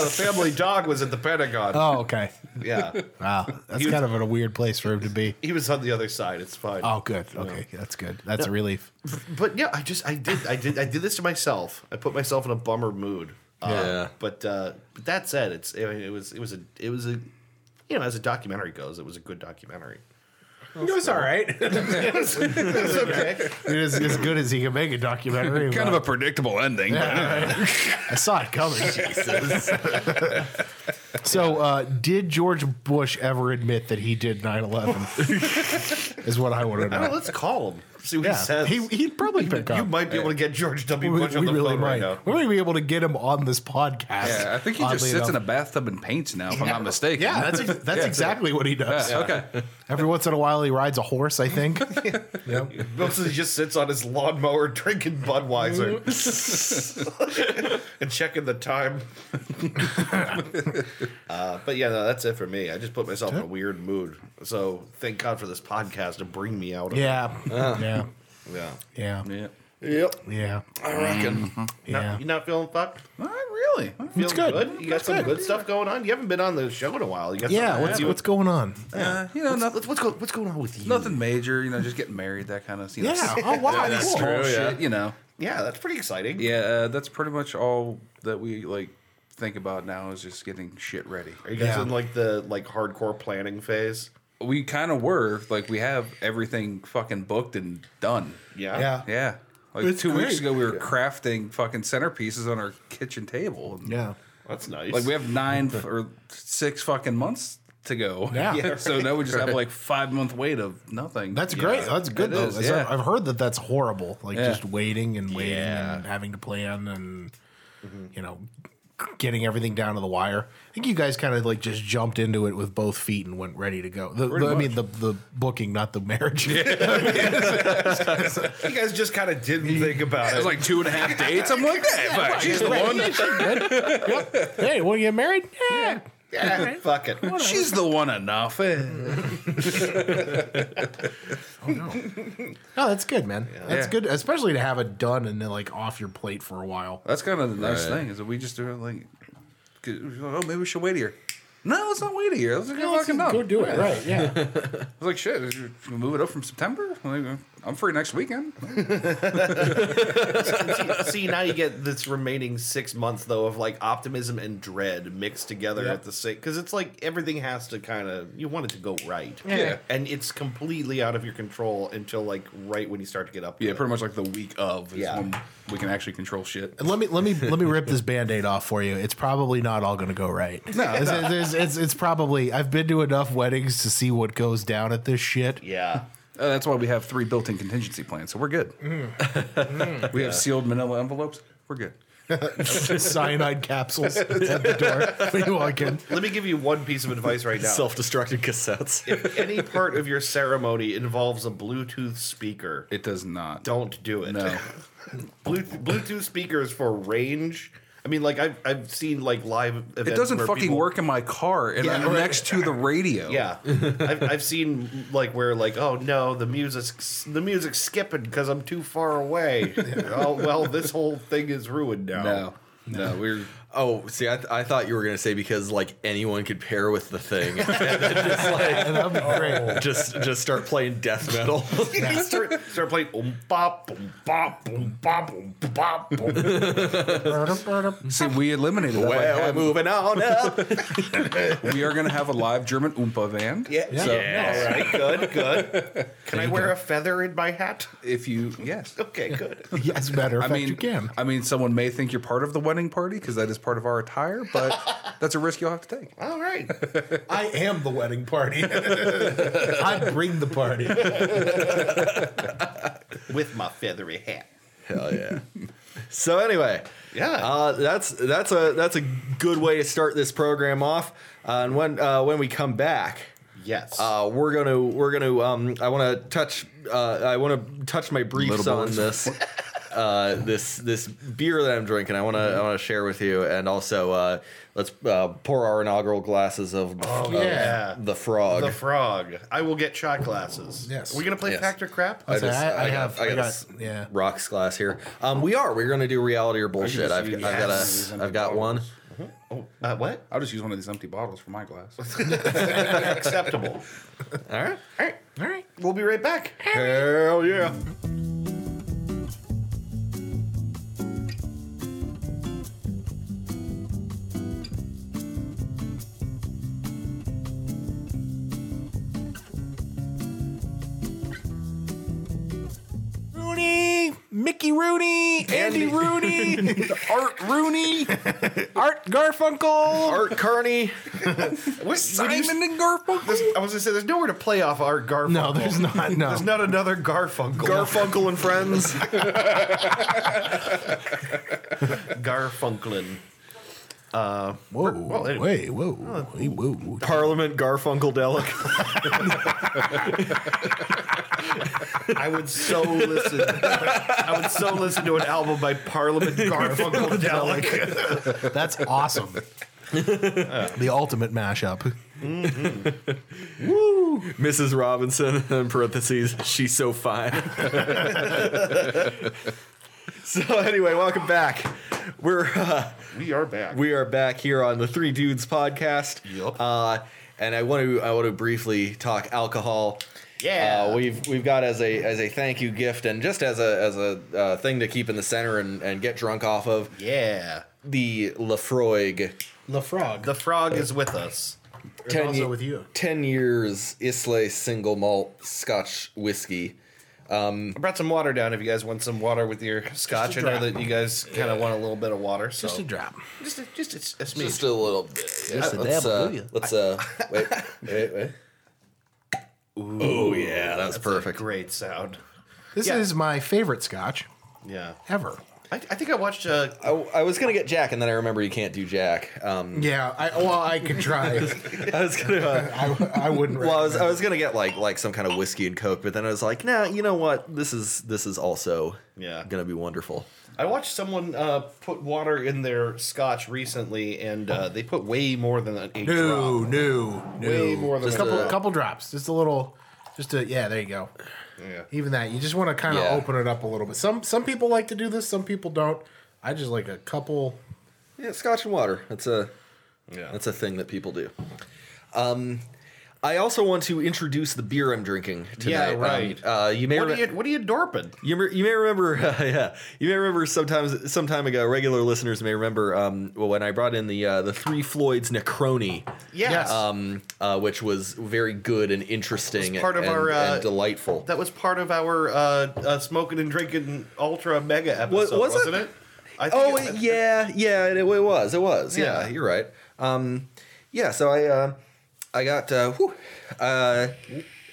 C: the family dog was at the Pentagon.
B: Oh, okay.
C: Yeah.
B: Wow, that's
C: was-
B: kind of a weird place for him to be.
C: He was on the other side. It's fine.
B: Oh, good. Okay, that's good. That's a relief.
C: But yeah, I just I did I did I did this to myself. I put myself in a bummer mood. Uh,
A: Yeah.
C: But uh, but that said, it's I mean, it was it was a it was a you know as a documentary goes, it was a good documentary.
F: It was all right.
B: It is as good as he can make a documentary.
D: Kind of a
B: about-
D: predictable ending. but-
B: I saw it coming. so, uh, did George Bush ever admit that he did 9 11? is what I want to know.
C: Well, let's call him. See what he
B: yeah.
C: says.
B: he, he'd probably pick
C: you
B: up.
C: might be able to get George W.
B: we,
C: Bush on
B: we
C: the
B: really
C: phone right
B: might.
C: now.
B: we might be able to get him on this podcast.
D: Yeah, I think he just
B: oddly
D: sits in a
B: enough.
D: bathtub and paints now, if I'm not mistaken.
B: Yeah, that's ex- that's exactly what he does.
D: Yeah, Okay.
B: Every once in a while, he rides a horse. I think. yep.
C: Mostly just sits on his lawnmower drinking Budweiser and checking the time. uh, but yeah, no, that's it for me. I just put myself in a weird mood. So thank God for this podcast to bring me out. Of
B: Yeah. yeah.
C: It. Yeah.
B: Yeah.
D: Yeah.
C: Yep.
B: Yeah.
C: I reckon.
B: Mm-hmm. Yeah.
C: You not feeling fucked?
D: All right, really? All right.
C: Feeling
B: good.
C: You got some good, stuff going on. You haven't been on the show in a while. You got
B: Yeah.
C: something
B: What's
C: to
B: what's
C: do.
B: going on?
D: Uh, you know, nothing,
C: What's, what's, go, what's going on with you?
D: nothing major. You know, just getting married, that kind of. You know,
B: Yeah. Oh wow.
D: that's
B: cool.
D: small shit. You know.
C: Yeah, that's pretty exciting.
D: Yeah, uh, that's pretty much all that we like think about now is just getting shit ready.
C: Are you guys
B: Yeah.
C: in like the like hardcore planning phase?
D: We kind of were like we have everything fucking booked and done.
C: Yeah.
B: Yeah.
D: Yeah. Like
B: It's
D: two weeks
B: great.
D: ago, we were crafting fucking centerpieces on our kitchen table. And,
B: Yeah.
C: That's nice.
D: Like we have nine f- or six fucking months to go.
B: Yeah. Yeah,
D: So now we just have like five month wait of nothing.
B: That's great. That's good
D: It
B: though.
D: is,
B: I've-
D: yeah.
B: I've heard that that's horrible. Like
D: Yeah.
B: just waiting and waiting
D: Yeah. Mm-hmm.
B: and having to plan and you know getting everything down to the wire. I think you guys kind of like just jumped into it with both feet and went ready to go. The, the- I mean the the booking, not the marriage.
C: you guys just kind of didn't think about
D: It was like two and a half dates. I'm like, hey, fuck, she's the one.
B: hey, want to get married? Yeah.
C: yeah, fuck it.
D: She's the one enough. eh.
B: No, Oh, that's good, man. That's
D: Yeah.
B: good, especially to have it done and then like off your plate for a while.
D: That's kind of the nice thing is that we just do it like, 'cause we're like, oh, maybe we should wait here. No, let's not wait here. Let's go fucking
B: Go
D: dumb.
B: do it. Right. Yeah.
D: I was like, shit, if you can move it up from September. I'm like, I'm free next weekend.
C: See, now you get this remaining six months though of like optimism and dread mixed together at the same because it's like everything has to kind of you want it to go right,
D: Yeah.
C: and it's completely out of your control until like right when you start to get up. to
D: Yeah,
C: it.
D: pretty much like the week of is
C: Yeah.
D: when we can actually control shit. Uh,
B: Let me let me let me rip this band-aid off for you. It's probably not all going to go right. No, it's, it's, it's, it's probably I've been to enough weddings to see what goes down at this shit.
C: Yeah,
D: Uh, that's why we have three built-in contingency plans, so we're good. we have sealed manila envelopes. We're good.
B: Cyanide capsules at the door when you walk in.
C: let me give you one piece of advice right now.
A: Self-destructed cassettes.
C: if any part of your ceremony involves a Bluetooth speaker,
D: It does not.
C: don't do it.
D: No.
C: Bluetooth, Bluetooth speakers for range. I mean, like I've I've seen like live. Events
D: It doesn't
C: where
D: fucking
C: people-
D: work in my car, and
C: Yeah,
D: I'm
C: right.
D: next to the radio.
C: Yeah, I've, I've seen like where like oh no the music's the music's skipping because I'm too far away. oh well, this whole thing is ruined now.
D: No. No, we're
A: Oh, see, I, th- I thought you were gonna say because like anyone could pair with the thing, and then just like
B: That'd be great.
A: just just start playing death metal.
C: start, start playing um bop um bop um bop um bop. Boom.
D: see we eliminated that. by
A: well, we're
D: having-
A: moving on up.
D: we are going to have a live German oompa band.
C: Yeah, yeah.
B: So-
C: All right, good, good. Can I wear a feather in my hat?
D: If you yes.
C: Okay, good.
B: Yes, matter of
D: I
B: fact,
D: mean,
B: you can.
D: I mean, someone may think you're part of the wedding party because that is part of our attire, but that's a risk you'll have to take.
C: All right.
B: I am the wedding party. I bring the party.
C: With my feathery hat.
A: Hell yeah. So anyway,
C: Yeah.
A: uh, that's that's a that's a good way to start this program off. Uh, and when uh, when we come back,
C: Yes.
A: uh, we're gonna we're gonna um, I want to touch uh, I want to touch my briefs
D: Little
A: on
D: boys.
A: this uh, this this beer that I'm drinking. I want to
C: Mm-hmm.
A: I want to share with you, and also uh, let's uh, pour our inaugural glasses of, of
C: Oh, yeah.
A: the frog.
C: the frog. I will get shot glasses.
B: Yes.
C: Are we gonna play
A: Yes.
C: Factor Crap?
A: I,
B: So
A: just-
B: I- I
A: got-
B: have- I
A: got
B: got-
A: s-
B: yeah.
A: rocks glass here. Um, we are. We're gonna do reality or bullshit. I've,
D: use-
A: I've got
D: Yes.
A: a I've got one.
C: Uh, what?
D: I'll just use one of these empty bottles for my glass.
C: Acceptable.
A: All right.
C: All right.
B: All right.
C: We'll be right back.
A: Hell yeah.
B: Mickey Rooney, Andy Rooney,
A: Art Rooney,
B: Art Garfunkel.
A: Art Carney.
C: What's Simon?
D: and Garfunkel.
C: There's, I was gonna say there's nowhere to play off Art Garfunkel.
B: No, there's not. No,
C: There's not another Garfunkel.
A: Garfunkel and Friends.
C: Garfunkelin.
B: whoa,
C: well,
B: wait,
C: anyway.
B: whoa, hey, whoa, whoa.
A: Parliament Garfunkel Delic.
C: I would so listen. I would so listen to an album by Parliament Garfunkel Delic.
B: That's awesome. the ultimate mashup.
A: Mrs. Robinson in parentheses, she's so fine. so anyway, welcome back. We're uh,
C: We are back.
A: we are back here on the Three Dudes podcast.
C: Yup.
A: Uh, and I want to I want to briefly talk alcohol.
C: Yeah.
A: Uh, we've we've got as a as a thank you gift and just as a as a uh, thing to keep in the center and, and get drunk off of
C: yeah.
A: the Lafroig
B: The frog.
C: The frog is with us.
A: ten
B: also
A: ye-
B: with you.
A: ten years Islay single malt Scotch whiskey.
C: I brought some water down if you guys want some water with your scotch. I know that you guys kind of want a little bit of water. So
B: just a drop.
C: Just a, just a, a smidge.
A: Just a little bit. Yeah,
E: Just a
A: let's,
E: dabble,
A: uh,
E: will ya?
A: let's uh, wait, wait, wait. oh yeah, that was perfect.
C: Great sound.
B: This
C: Yeah.
B: is my favorite scotch
C: Yeah.
B: ever.
C: I, I think I watched. Uh,
A: I, I was gonna get Jack, and then I remember you can't do Jack. Um,
B: Yeah, I, well, I could try.
A: I was gonna. uh,
B: I, I wouldn't.
A: well, I was, I was gonna get like like some kind of whiskey and coke, but then I was like, nah, you know what? This is this is also
C: Yeah.
A: gonna be wonderful.
C: I watched someone uh, put water in their scotch recently, and uh, they put way more than a
B: no, no,
C: drop.
B: no.
C: Way more than
A: Just
C: a
B: couple,
A: Uh,
C: drop.
B: couple drops, just a little, just a yeah. There you go.
C: Yeah.
B: Even that, you just want to kind of
A: Yeah.
B: open it up a little bit. Some some people like to do this, some people don't. I just like a couple.
A: Yeah, scotch and water. That's a
C: Yeah.
A: that's a thing that people do. Um, I also want to introduce the beer I'm drinking
C: Yeah,
A: tonight. Um,
C: right.
A: uh, you may
C: what, are
A: re-
C: you, what are you dorping?
A: You, mer- you may remember, yeah, you may remember sometimes some time ago. Regular listeners may remember um, well, when I brought in the uh, the Three Floyds Necroni,
C: Yes.
A: um, uh, which was very good and interesting,
C: It's part of
A: and,
C: our, uh,
A: and delightful.
C: That was part of our uh, uh, smoking and drinking ultra mega episode,
A: was it?
C: wasn't it? I
A: oh
C: it-
A: it- yeah, yeah, it, it was, it was, yeah.
C: Yeah.
A: you're right. Um, yeah, so I uh, I got uh, whew, uh,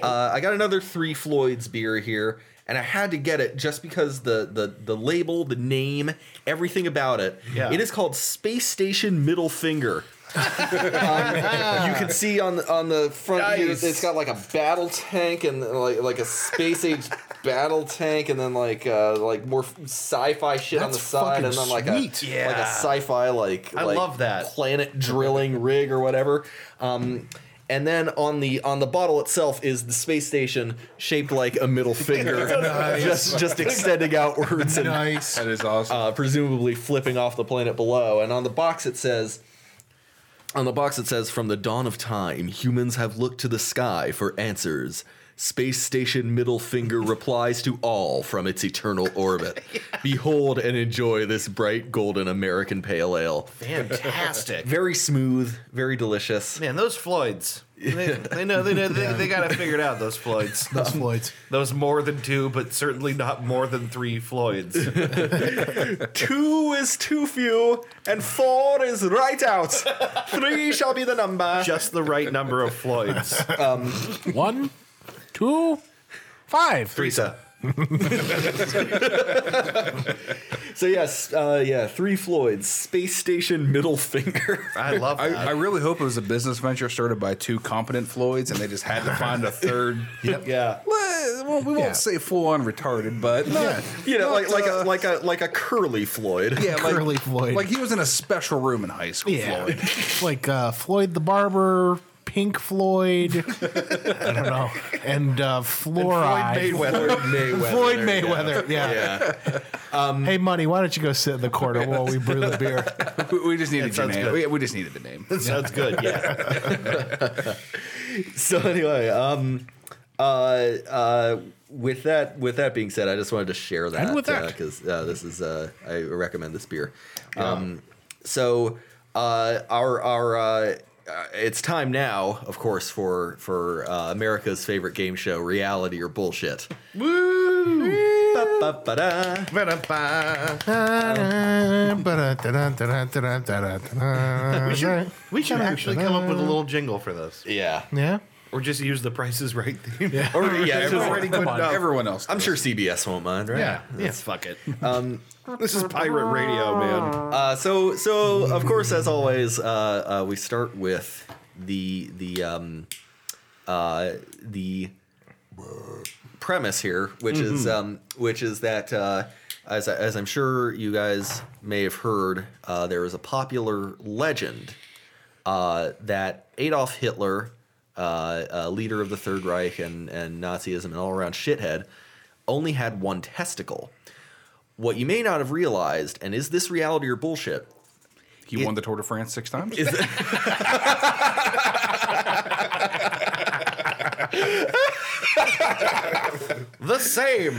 A: uh, I got another Three Floyds beer here, and I had to get it just because the the the label, the name, everything about it.
C: Yeah.
A: it is called Space Station Middle Finger. um, you can see on the, on the front here,
C: Nice.
A: it's got like a battle tank and like like a space age battle tank and then like uh, like more sci-fi shit on the
B: That's
A: side
B: fucking
A: and then like
B: sweet.
A: a like a
C: Yeah.
A: sci-fi like
C: I
A: like
C: love that.
A: planet drilling rig or whatever. Um, and then on the on the bottle itself is the space station shaped like a middle finger, just just extending outwards and
B: Nice.
D: That is awesome.
A: uh, presumably flipping off the planet below. And on the box it says, on the box it says, from the dawn of time, humans have looked to the sky for answers. Space station middle finger replies to all from its eternal orbit. Behold and enjoy this bright golden American pale ale.
C: fantastic.
A: Very smooth, very delicious.
C: Man, those Floyds. They, they know they know they, they got it figured out. Those Floyds.
B: Those Floyds.
C: Those more than two, but certainly not more than three Floyds.
A: Two is too few, and four is right out. Three shall be the number.
C: Just the right number of Floyds.
B: One, two, five.
C: Teresa.
A: So yes, uh, yeah, three Floyds, space station middle finger.
C: I love
D: I,
C: that.
D: I really hope it was a business venture started by two competent Floyds, and they just had to find a third.
A: yeah,
D: Well, we won't
B: Yeah.
D: say full on retarded, but not-
A: you know, like
D: not,
A: like
D: uh,
A: a, like a like a curly Floyd.
D: yeah, like,
B: Curly Floyd.
D: Like he was in a special room in high school.
B: Yeah.
D: Floyd.
B: like uh, Floyd the Barber, Pink Floyd. I don't know. And uh, Fluoride.
A: Floyd Mayweather.
B: Floyd
A: There you go.
B: Mayweather. Yeah.
A: Yeah.
B: Hey, money, why don't you go sit in the corner while we brew the beer?
D: We, we just needed
C: That
D: your
C: sounds
D: name.
C: good.
D: We, we just needed the name.
C: Sounds good. Yeah.
A: So anyway, um, uh, uh, with that with that being said, I just wanted to share that
B: with that.
A: because uh, this is uh, I recommend this beer. Um, so uh, our our uh, uh, it's time now, of course, for for uh, America's favorite game show, reality or bullshit. Ba-ba-ba-da.
C: Ba-da-ba.
B: We
C: We should, we should actually come up with a little jingle for this,
A: Yeah.
B: Yeah.
C: or just use the prices right theme.
A: Or, yeah,
D: Everyone-
A: everyone-
D: come on, everyone else.
A: I'm
D: does.
A: sure CBS won't mind, right?
D: Yeah.
A: Let's fuck it.
C: This is pirate radio, man.
A: Uh, so, so of course, as always, uh, uh, we start with the the um, uh, the premise here, which is um, which is that uh, as I- as I'm sure you guys may have heard, uh, there is a popular legend uh, that Adolf Hitler, uh, uh, leader of the Third Reich and and Nazism and all around shithead, only had one testicle. What you may not have realized, and is this reality or bullshit?
D: He won the Tour de France six times.
A: Is that,
C: The same.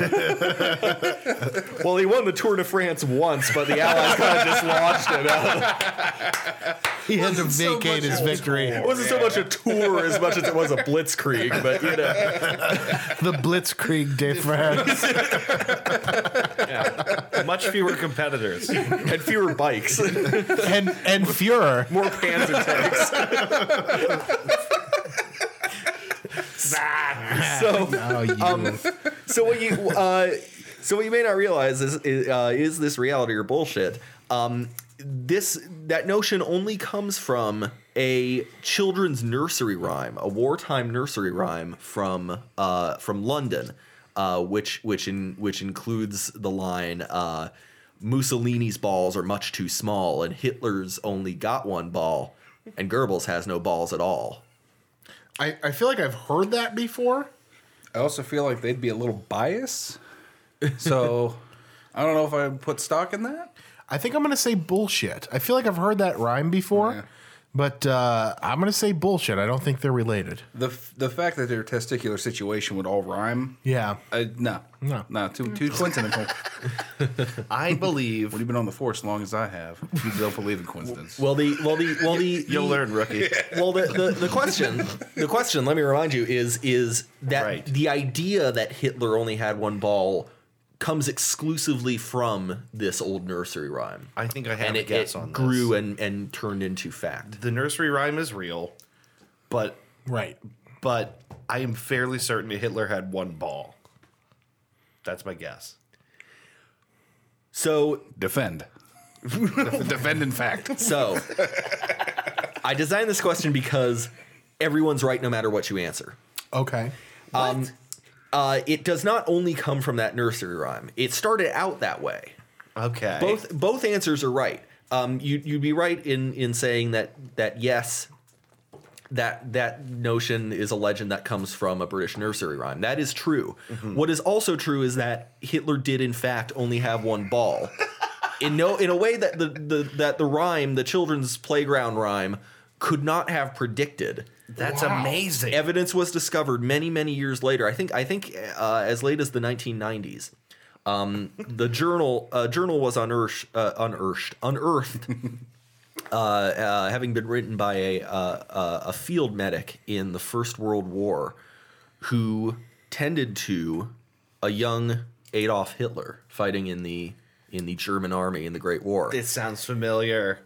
A: well, he won the Tour de France once, but the Allies kind of just launched him out.
B: He had to
D: so
B: vacate
D: much
B: his
D: old
B: victory.
A: It wasn't so much a tour as much as it was a blitzkrieg, but you know.
B: The Blitzkrieg de France.
C: Much fewer competitors.
A: And fewer bikes,
B: and and Fuhrer.
A: more panzer tanks. so, um, so what you uh, so what you may not realize is is, uh, is this reality or bullshit? Um, this that notion only comes from a children's nursery rhyme, a wartime nursery rhyme from uh, from London, uh, which which in which includes the line. Uh, Mussolini's balls are much too small, and Hitler's only got one ball, and Goebbels has no balls at all.
B: I, I feel like I've heard that before.
D: I also feel like they'd be a little biased. So I don't know if I would put stock in that.
B: I think I'm going to say bullshit. I feel like I've heard that rhyme before,
D: Yeah.
B: but uh, I'm going to say bullshit. I don't think they're related.
D: The f- the fact that their testicular situation would all rhyme.
B: Yeah.
D: Uh, no,
B: No.
D: no, too too coincidental.
C: I believe
D: Well, you've been on the force as long as I have. You don't believe in coincidence.
A: Well, the well the well the
C: you'll
A: the-
C: learn, rookie.
A: well the, the, the question the question let me remind you is is that
C: Right.
A: the idea that hitler only had one ball comes exclusively from this old nursery rhyme
C: I think I have
A: and
C: a
A: it,
C: guess
A: it
C: on this.
A: grew and and turned into fact
C: The nursery rhyme is real, but
B: Right.
C: but I am fairly certain Hitler had one ball. That's my guess.
A: so
D: Defend. Defend in fact.
A: so i designed this question because everyone's right no matter what you answer
B: Okay.
A: Um, uh, it does not only come from that nursery rhyme it started out that way
C: Okay.
A: both both answers are right. Um, you you'd be right in in saying that that yes, that that notion is a legend that comes from a British nursery rhyme. That is true. What is also true is that Hitler did in fact only have one ball. in no in a way that the, the that the rhyme, the children's playground rhyme, could not have predicted.
C: That's amazing.
A: Evidence was discovered many, many years later. I think I think uh, as late as the 1990s. Um, the journal uh, journal was unearthed uh, unearthed unearthed, uh, uh, having been written by a uh, uh, a field medic in the First World War, who tended to a young Adolf Hitler fighting in the in the German army in the Great War
C: It sounds familiar.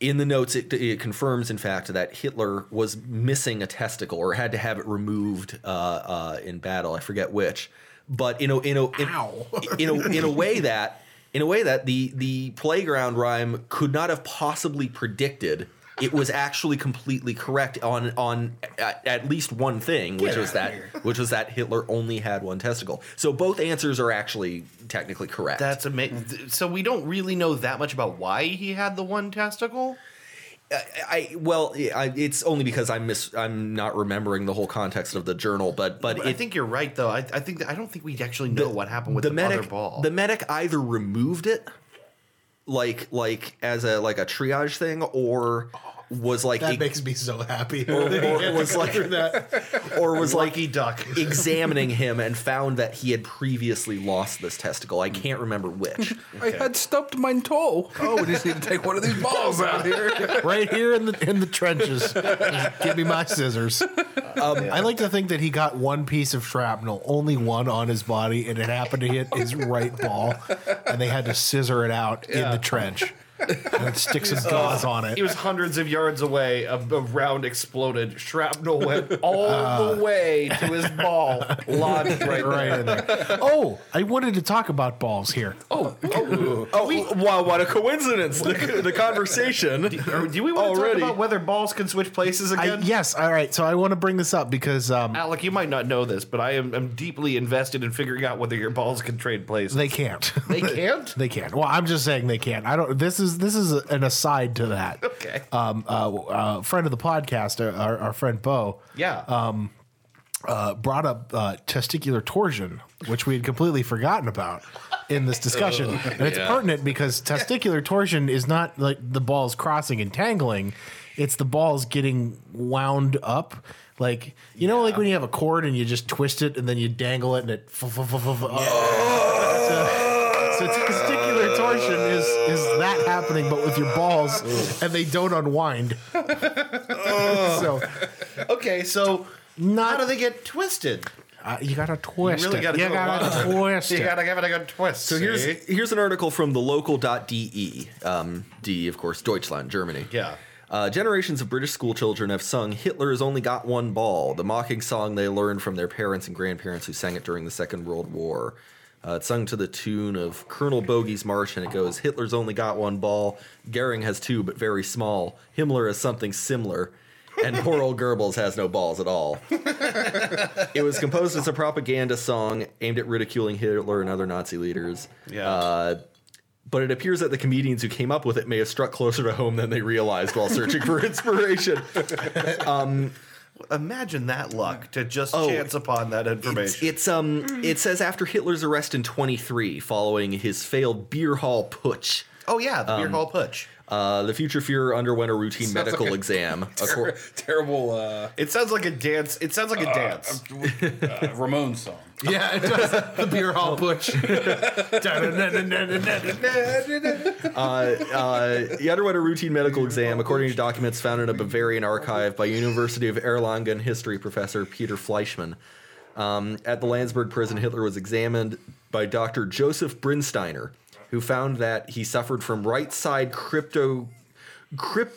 A: in the notes, it, it confirms, in fact, that Hitler was missing a testicle or had to have it removed uh, uh, in battle. I forget which, but in a in a in, in a in a way that in a way that the the playground rhyme could not have possibly predicted. It was actually completely correct on on at, at least one thing, which was that which was that Hitler only had one testicle. So both answers are actually technically correct.
C: That's amazing. So we don't really know that much about why he had the one testicle.
A: I well, I, it's only because I'm mis- I'm not remembering the whole context of the journal, but but,
C: But
A: it,
C: I think you're right, though. I, I think that, I don't think we actually know what happened with the, other
A: medic
C: ball.
A: the medic either removed it, like like as a like a triage thing, or was like
B: That
A: e-
B: makes me so happy.
A: or it was like- or was like
C: Lucky duck.
A: examining him and found that he had previously lost this testicle. I can't remember which.
D: I had stubbed my toe. Oh, we just need to take one of these balls out here.
B: right here in the in the trenches. Just give me my scissors. Um, I like to think that he got one piece of shrapnel, only one on his body, and it happened to hit his right ball, and they had to scissor it out in the trench and stick some gauze on
C: Oh. He
B: it.
C: was hundreds of yards away. A, a round exploded. Shrapnel went all the way to his ball, lodged right there.
B: Right in there. Oh, I wanted to talk about balls here.
A: Oh, wow! What a coincidence! The, the conversation.
C: Or Do we want to
A: Already.
C: talk about whether balls can switch places
B: I,
C: again?
B: yes, all right. So I want to bring this up because um,
C: Alec, you might not know this, but I am I'm deeply invested in figuring out whether your balls can trade places.
B: they can't.
C: They can't?
B: They can't. Well, I'm just saying they can't. I don't. This is this is an aside to that.
C: Okay.
B: Um. Uh. uh friend of the podcast, uh, our, our friend Bo,
C: yeah.
B: uh, brought up uh, testicular torsion, which we had completely forgotten about in this discussion,
C: Oh,
B: and it's pertinent because testicular torsion is not like the balls crossing and tangling; it's the balls getting wound up. Like you know, like when you have a cord and you just twist it and then you dangle it and it. fu- fu- fu- fu- fu-
C: Oh!
B: So testicular torsion is is that happening, but with your balls, and they don't unwind. so
C: okay, so
B: not-
C: Oh. how do they get twisted?
B: uh, you gotta twist.
C: really
B: it.
C: gotta
B: you
C: do a lot.
B: gotta twist.
C: You
B: it.
C: gotta give it a good twist.
A: So here's here's an article from the local.de. Um, D, of course, Deutschland, Germany.
C: Yeah.
A: Uh, generations of British schoolchildren have sung "Hitler has only got one ball," the mocking song they learned from their parents and grandparents who sang it during the Second World War. Uh, it's sung to the tune of Colonel Bogey's March, and it goes, "Hitler's only got one ball. Goering has two, but very small. Himmler has something similar." And poor old Goebbels has no balls at all. It was composed as a propaganda song aimed at ridiculing Hitler and other Nazi leaders.
C: Yeah.
A: Uh, but it appears that the comedians who came up with it may have struck closer to home than they realized while searching for inspiration.
C: Imagine that luck to just chance upon that
A: It's,
C: information.
A: it's, um it says after Hitler's arrest in 23 following his failed beer hall putsch,
C: oh yeah, the beer hall putsch.
A: uh, the future Fuhrer underwent a routine medical
D: like a
A: exam. Accor-
D: Terrible uh,
C: It sounds like a dance. It sounds like a dance.
D: uh, Ramon song.
B: Yeah, it does. The beer hall butch.
A: uh, he underwent a routine medical exam, according to documents found in a Bavarian archive by University of Erlangen history professor Peter Fleischmann. Um, at the Landsberg prison, Hitler was examined by Dr. Joseph Brinsteiner, who found that he suffered from right side crypto. Crypt.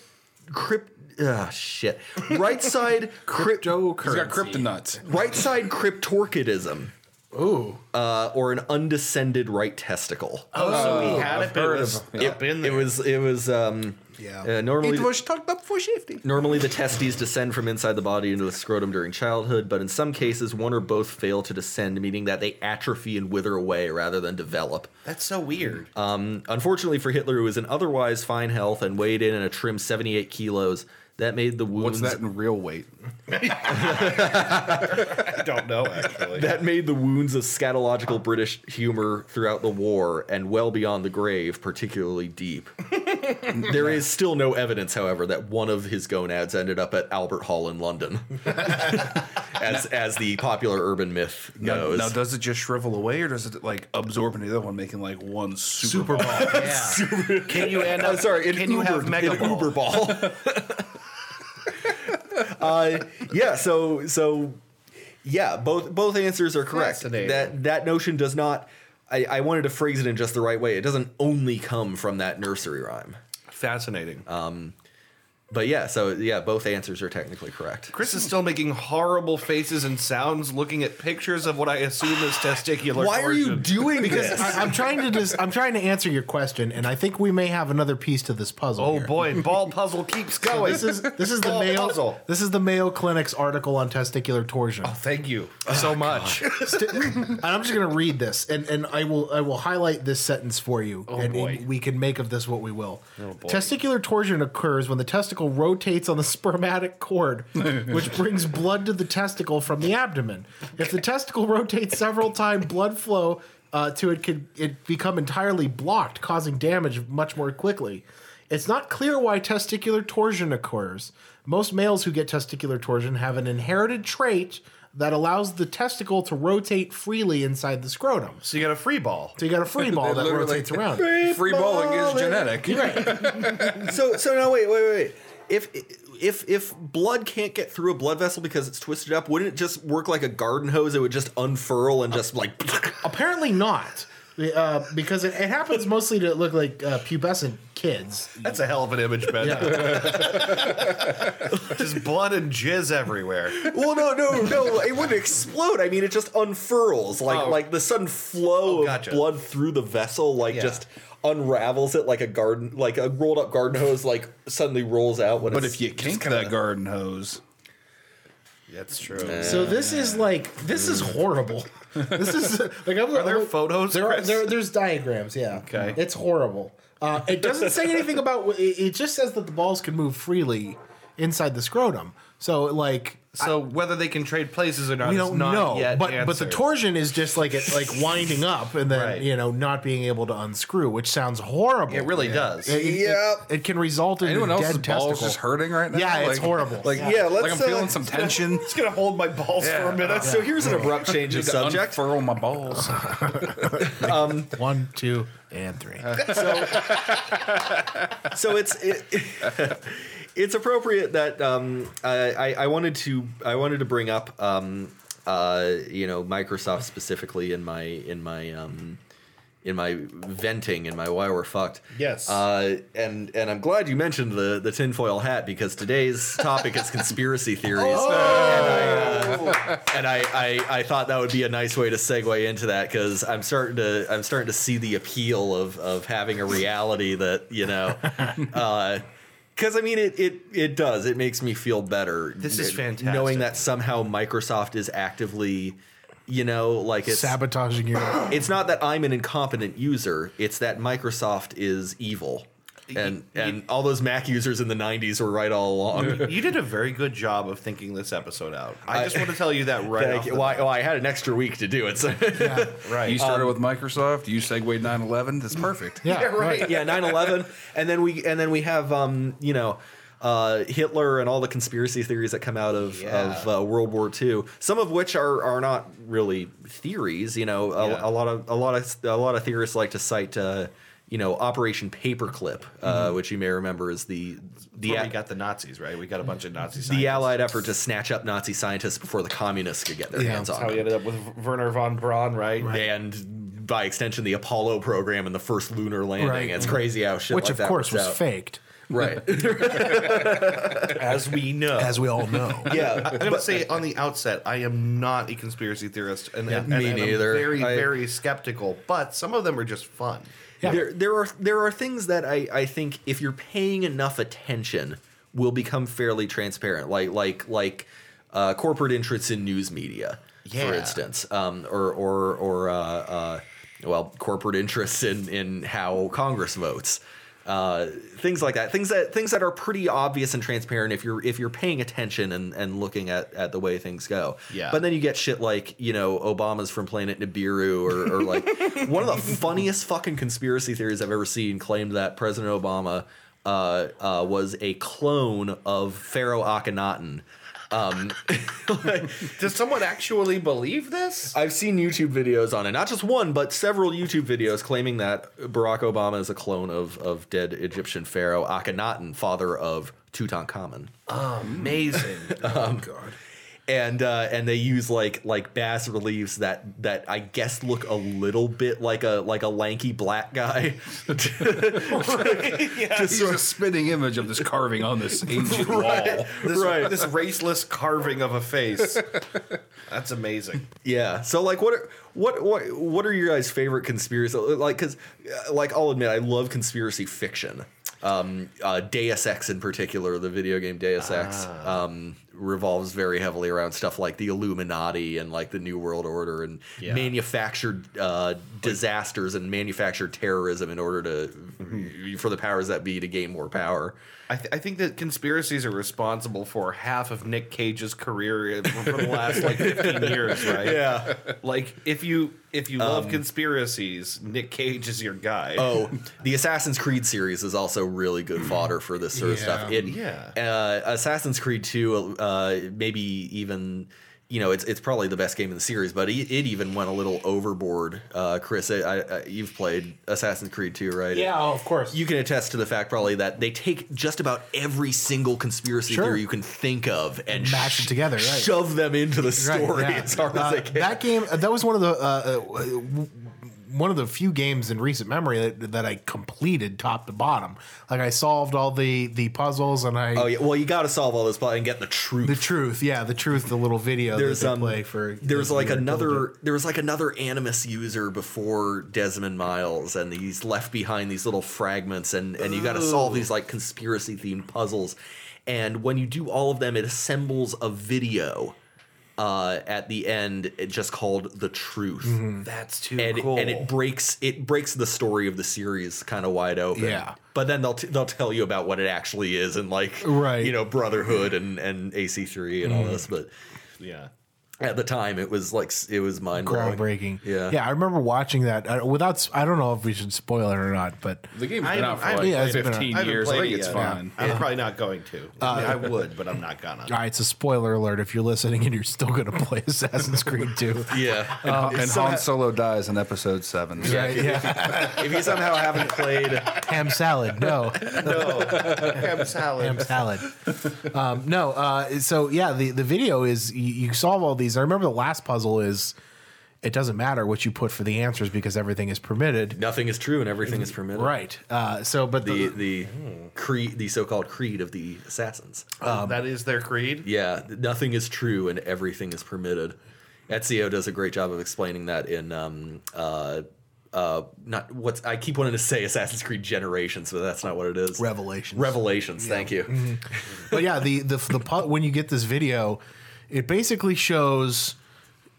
A: Crypt. Ah, shit. Right side crypt-
D: He's got kryptonites.
A: Right side cryptorchidism. Ooh. Uh, or an undescended right testicle.
C: Oh, so we had it, but it was
A: It, it was it was um
B: Yeah.
A: uh, normally
D: tucked up for safety.
A: normally the testes descend from inside the body into the scrotum during childhood, but in some cases one or both fail to descend, meaning that they atrophy and wither away rather than develop.
C: That's so weird.
A: Unfortunately for Hitler, who was in otherwise fine health and weighed in at a trim 78 kilos, that made the wounds
D: What's that in real weight?
C: I don't know actually.
A: that made the wounds of scatological British humor throughout the war and well beyond the grave particularly deep. there is still no evidence, however, that one of his gonads ended up at Albert Hall in London, as as the popular urban myth
D: Now,
A: goes.
D: now, does it just shrivel away, or does it like absorb into the other one, making like one super, ball?
C: yeah. can you end up?
A: I'm sorry, an
C: can
A: Uber,
C: you have mega
A: an
C: ball?
A: Uber ball. uh, yeah, so so yeah, both both answers are correct.
C: Fascinating.
A: That that notion does not. I, I wanted to phrase it in just the right way. It doesn't only come from that nursery rhyme.
C: Fascinating.
A: But yeah, so yeah, both answers are technically correct.
C: Chris is still making horrible faces and sounds, looking at pictures of what I assume is testicular.
A: Why are you
C: torsion.
A: doing this?
B: I, am trying to just, I'm trying to answer your question, and I think we may have another piece to this puzzle.
C: Oh
B: here.
C: boy, ball puzzle keeps going.
B: This is this is the
C: Ball
B: Mayo
C: puzzle. Oh,
B: this is the Mayo Clinic's article on testicular torsion,
C: Thank you Oh, so much.
B: Sti- and I'm just gonna read this, and, and I will I will highlight this sentence for you, and,
C: Oh, boy. Oh,
B: and we can make of this what we will.
C: boy.
B: testicular torsion occurs when the testicle rotates on the spermatic cord, which brings blood to the testicle from the abdomen. If the testicle rotates several times, blood flow uh, to it could it become entirely blocked, causing damage much more quickly. It's not clear why testicular torsion occurs. Most males who get testicular torsion have an inherited trait that allows the testicle to rotate freely inside the scrotum.
C: So you got a free ball.
B: So you got a free ball that
D: literally-
B: rotates around.
D: Free balling is genetic.
A: so so no wait wait wait. wait. If if if blood can't get through a blood vessel because it's twisted up, wouldn't it just work like a garden hose? It would just unfurl and just like
B: Apparently not, uh, because it, it happens mostly to look like uh, pubescent kids.
C: That's a hell of an image, Ben. Just blood and jizz everywhere.
A: well no no no it wouldn't explode. I mean it just unfurls like
C: Oh.
A: like the sudden flow
C: Oh, gotcha.
A: of blood through the vessel like
C: Yeah.
A: just unravels it like a garden like a rolled up garden hose like suddenly rolls out when
D: But
A: it's,
D: if you kink that garden hose,
C: That's true.
B: So this is like this is horrible. This is like I'm, are
C: there photos,
B: There, are,
C: Chris?
B: there there's diagrams. Yeah.
C: Okay.
B: It's horrible. Uh, it doesn't say anything about. wh- It, it just says that the balls can move freely inside the scrotum. So like.
C: So whether they can trade places or not,
B: We
C: is
B: don't
C: not
B: know,
C: yet
B: but but the
C: answered.
B: torsion is just like it like winding up and then
C: Right.
B: you know not being able to unscrew, which sounds horrible.
C: it really does.
B: It- it-
A: Yep.
B: It, can result in
D: anyone
B: a
D: else's
B: dead testicle.
D: balls just hurting right now.
B: Yeah,
D: Like-
B: it's horrible.
D: Like
A: Yeah, let's,
D: like I'm
A: uh,
D: feeling some tension.
C: It's gonna hold my balls for a minute.
A: so here's an abrupt change of subject.
D: Unfurl my balls.
B: one, two, and three.
C: Uh,
A: so it's it, it's appropriate that um, I, I I wanted to I wanted to bring up um, uh, you know Microsoft specifically in my in my um, in my venting in my why we're fucked
C: Yes.
A: uh, and and I'm glad you mentioned the the tinfoil hat because today's topic is conspiracy theories and I, I, I thought that would be a nice way to segue into that because I'm starting to I'm starting to see the appeal of of having a reality that you know, because Uh, I mean it it it does it makes me feel better.
C: This is
A: kn-
C: fantastic.
A: knowing that somehow Microsoft is actively, you know, like it's
B: Sabotaging your
A: it's not that I'm an incompetent user; it's that Microsoft is evil. And and all those Mac users in the '90s were right all along.
C: You did a very good job of thinking this episode out. I just want to tell you that right
A: Like,
C: off the
A: well, I, well, I had an extra week to do it. So.
C: bat. Right.
D: You started with Microsoft. You segued 9/11. That's perfect.
B: yeah,
A: right. yeah, 9/11, and then we and then we have um, you know, uh, Hitler and all the conspiracy theories that come out of
C: Yeah.
A: of uh, World War II. Some of which are are not really theories. You know, a,
C: Yeah.
A: a lot of a lot of a lot of theorists like to cite. Uh, you know, Operation Paperclip, uh, which you may remember is the the,
C: Before
A: a-
C: we got the Nazis right. We got a bunch of Nazis.
A: the Allied effort to snatch up Nazi scientists before the communists could get their hands on
C: How we
A: them,
C: ended up with Werner von Braun, Oh, right?
A: and by extension, the Apollo program and the first lunar landing.
B: Right.
A: It's crazy how shit
B: which
A: like
B: of
A: that
B: course
A: works
B: was
A: out.
B: faked,
A: right?
C: As we know.
B: as we all know.
A: yeah,
C: I'm gonna say on the outset, I am not a conspiracy theorist, and, and-
A: Me
C: and
A: neither.
C: I'm very,
A: I-
C: very skeptical. But some of them are just fun.
B: Yeah.
A: There, there are there are things that I, I think if you're paying enough attention will become fairly transparent, like like like uh, corporate interests in news media, for
C: Yeah.
A: instance, um, or or or uh, uh, well, corporate interests in in how Congress votes, uh, things like that, things that things that are pretty obvious and transparent if you're if you're paying attention and and looking at at the way things go.
C: Yeah.
A: But then you get shit like, you know, Obama's from planet Nibiru or, or like one of the funniest fucking conspiracy theories I've ever seen claimed that President Obama uh, uh, was a clone of Pharaoh Akhenaten. Um,
C: Does someone actually believe this?
A: I've seen YouTube videos on it, not just one, but several YouTube videos claiming that Barack Obama is a clone of, of dead Egyptian pharaoh Akhenaten, father of Tutankhamun. Um,
C: Amazing.
A: and uh, and they use like like bass reliefs that that I guess look a little bit like a like a lanky black guy.
D: He's a spinning image of this carving on this ancient wall.
C: this,
A: Right.
C: this raceless carving of a face. That's amazing.
A: yeah. So like what are, what what what are your guys' favorite conspiracy like cuz like I'll admit I love conspiracy fiction. Um uh Deus Ex in particular, the video game Deus Ex. Um revolves very heavily around stuff like the Illuminati and like the New World Order and
C: Yeah.
A: manufactured uh, disasters and manufactured terrorism in order to for the powers that be to gain more power.
C: I, th- I think that conspiracies are responsible for half of Nick Cage's career for the last like 15 years, right? Yeah. Like if you if you love conspiracies, Nick Cage is your guy.
A: Um, Oh, the Assassin's Creed series is also really good
B: Mm-hmm.
A: fodder for this sort of stuff. It,
C: Yeah.
A: uh, Assassin's Creed Two, uh, maybe even you know it's it's probably the best game in the series, but it, it even went a little overboard. Uh, Chris, I, I, you've played Assassin's Creed Two, right?
B: of course.
A: You can attest to the fact probably that they take just about every single conspiracy
B: Sure.
A: theory you can think of and
B: Mash it together, right.
A: shove them into the
B: Right,
A: story
B: yeah.
A: as hard as
B: Uh,
A: they can.
B: That game, uh, that was one of the uh, uh, w- one of the few games in recent memory that, that I completed top to bottom. Like I solved all the the puzzles and I
A: oh yeah, well you got to solve all this plot and get the truth.
B: the truth. Yeah, the truth. The little video
A: there's
B: that they
A: um,
B: play for.
A: there's
B: if
A: like
B: you were diligent.
A: another there was like another animus user before Desmond Miles and he's left behind these little fragments and and you got to solve these like conspiracy themed puzzles and when you do all of them it assembles a video uh, at the end it just called the truth
B: Mm-hmm.
C: That's too
A: and
C: cool.
A: and it breaks it breaks the story of the series kind of wide open.
B: Yeah.
A: But then they'll t- they'll tell you about what it actually is and like
B: Right. Mm-hmm.
A: you know Brotherhood and and AC3 and all this but
C: yeah.
A: at the time it was like s- it was mind blowing.
B: groundbreaking.
A: Yeah.
B: yeah. I remember watching that uh, without. s- I don't know if we should spoil it or not, but
D: The game's
C: I
D: been
C: haven't-
D: out for
C: I
D: like
C: haven't-
B: yeah, it's been out.
D: 15
C: I haven't
D: years. I
C: played
D: think
C: it
D: it's
C: yet.
D: fine.
C: I'm probably not going to.
A: Uh,
C: I, mean, I would, but I'm not gonna.
B: all right, it's a spoiler alert. If you're listening and you're still going to play Assassin's Creed 2.
A: Yeah.
B: Uh,
D: and Han Solo dies in episode seven.
B: Yeah, yeah.
A: if you somehow haven't played
B: ham salad. No,
C: Ham salad.
B: ham salad. Um, no, uh, so yeah, the, the video is you, you solve all these. I remember the last puzzle is it doesn't matter what you put for the answers because everything is permitted.
A: nothing is true and everything is permitted.
B: Right. Uh, so, but
A: The
B: the,
A: the creed the so-called creed of the assassins.
C: that is their creed.
A: Yeah, nothing is true and everything is permitted. Ezio does a great job of explaining that in um uh uh not what's I keep wanting to say Assassin's Creed Generations, but that's not what it is.
B: Revelations. Mm-hmm.
A: Revelations, thank you.
B: but yeah, the the the pu- when you get this video, it basically shows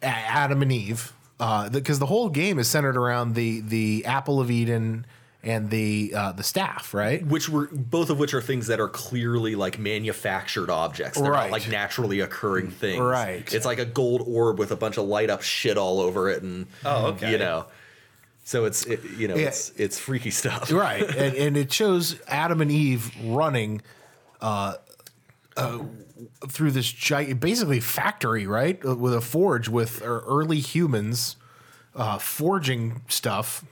B: A- Adam and Eve because the, 'cause the whole game is centered around the the apple of Eden and the uh, the staff, right?
A: Which were both of which are things that are clearly like manufactured objects. They're
B: Right.
A: not like naturally occurring things.
B: Right.
A: It's like a gold orb with a bunch of light up shit all over it and
C: Oh, okay.
A: you know. So it's it, you know,
B: Yeah.
A: it's it's freaky stuff.
B: Right, and, and it shows Adam and Eve running uh, uh, through this giant, basically factory, right, Uh, with a forge with uh, early humans uh, forging stuff.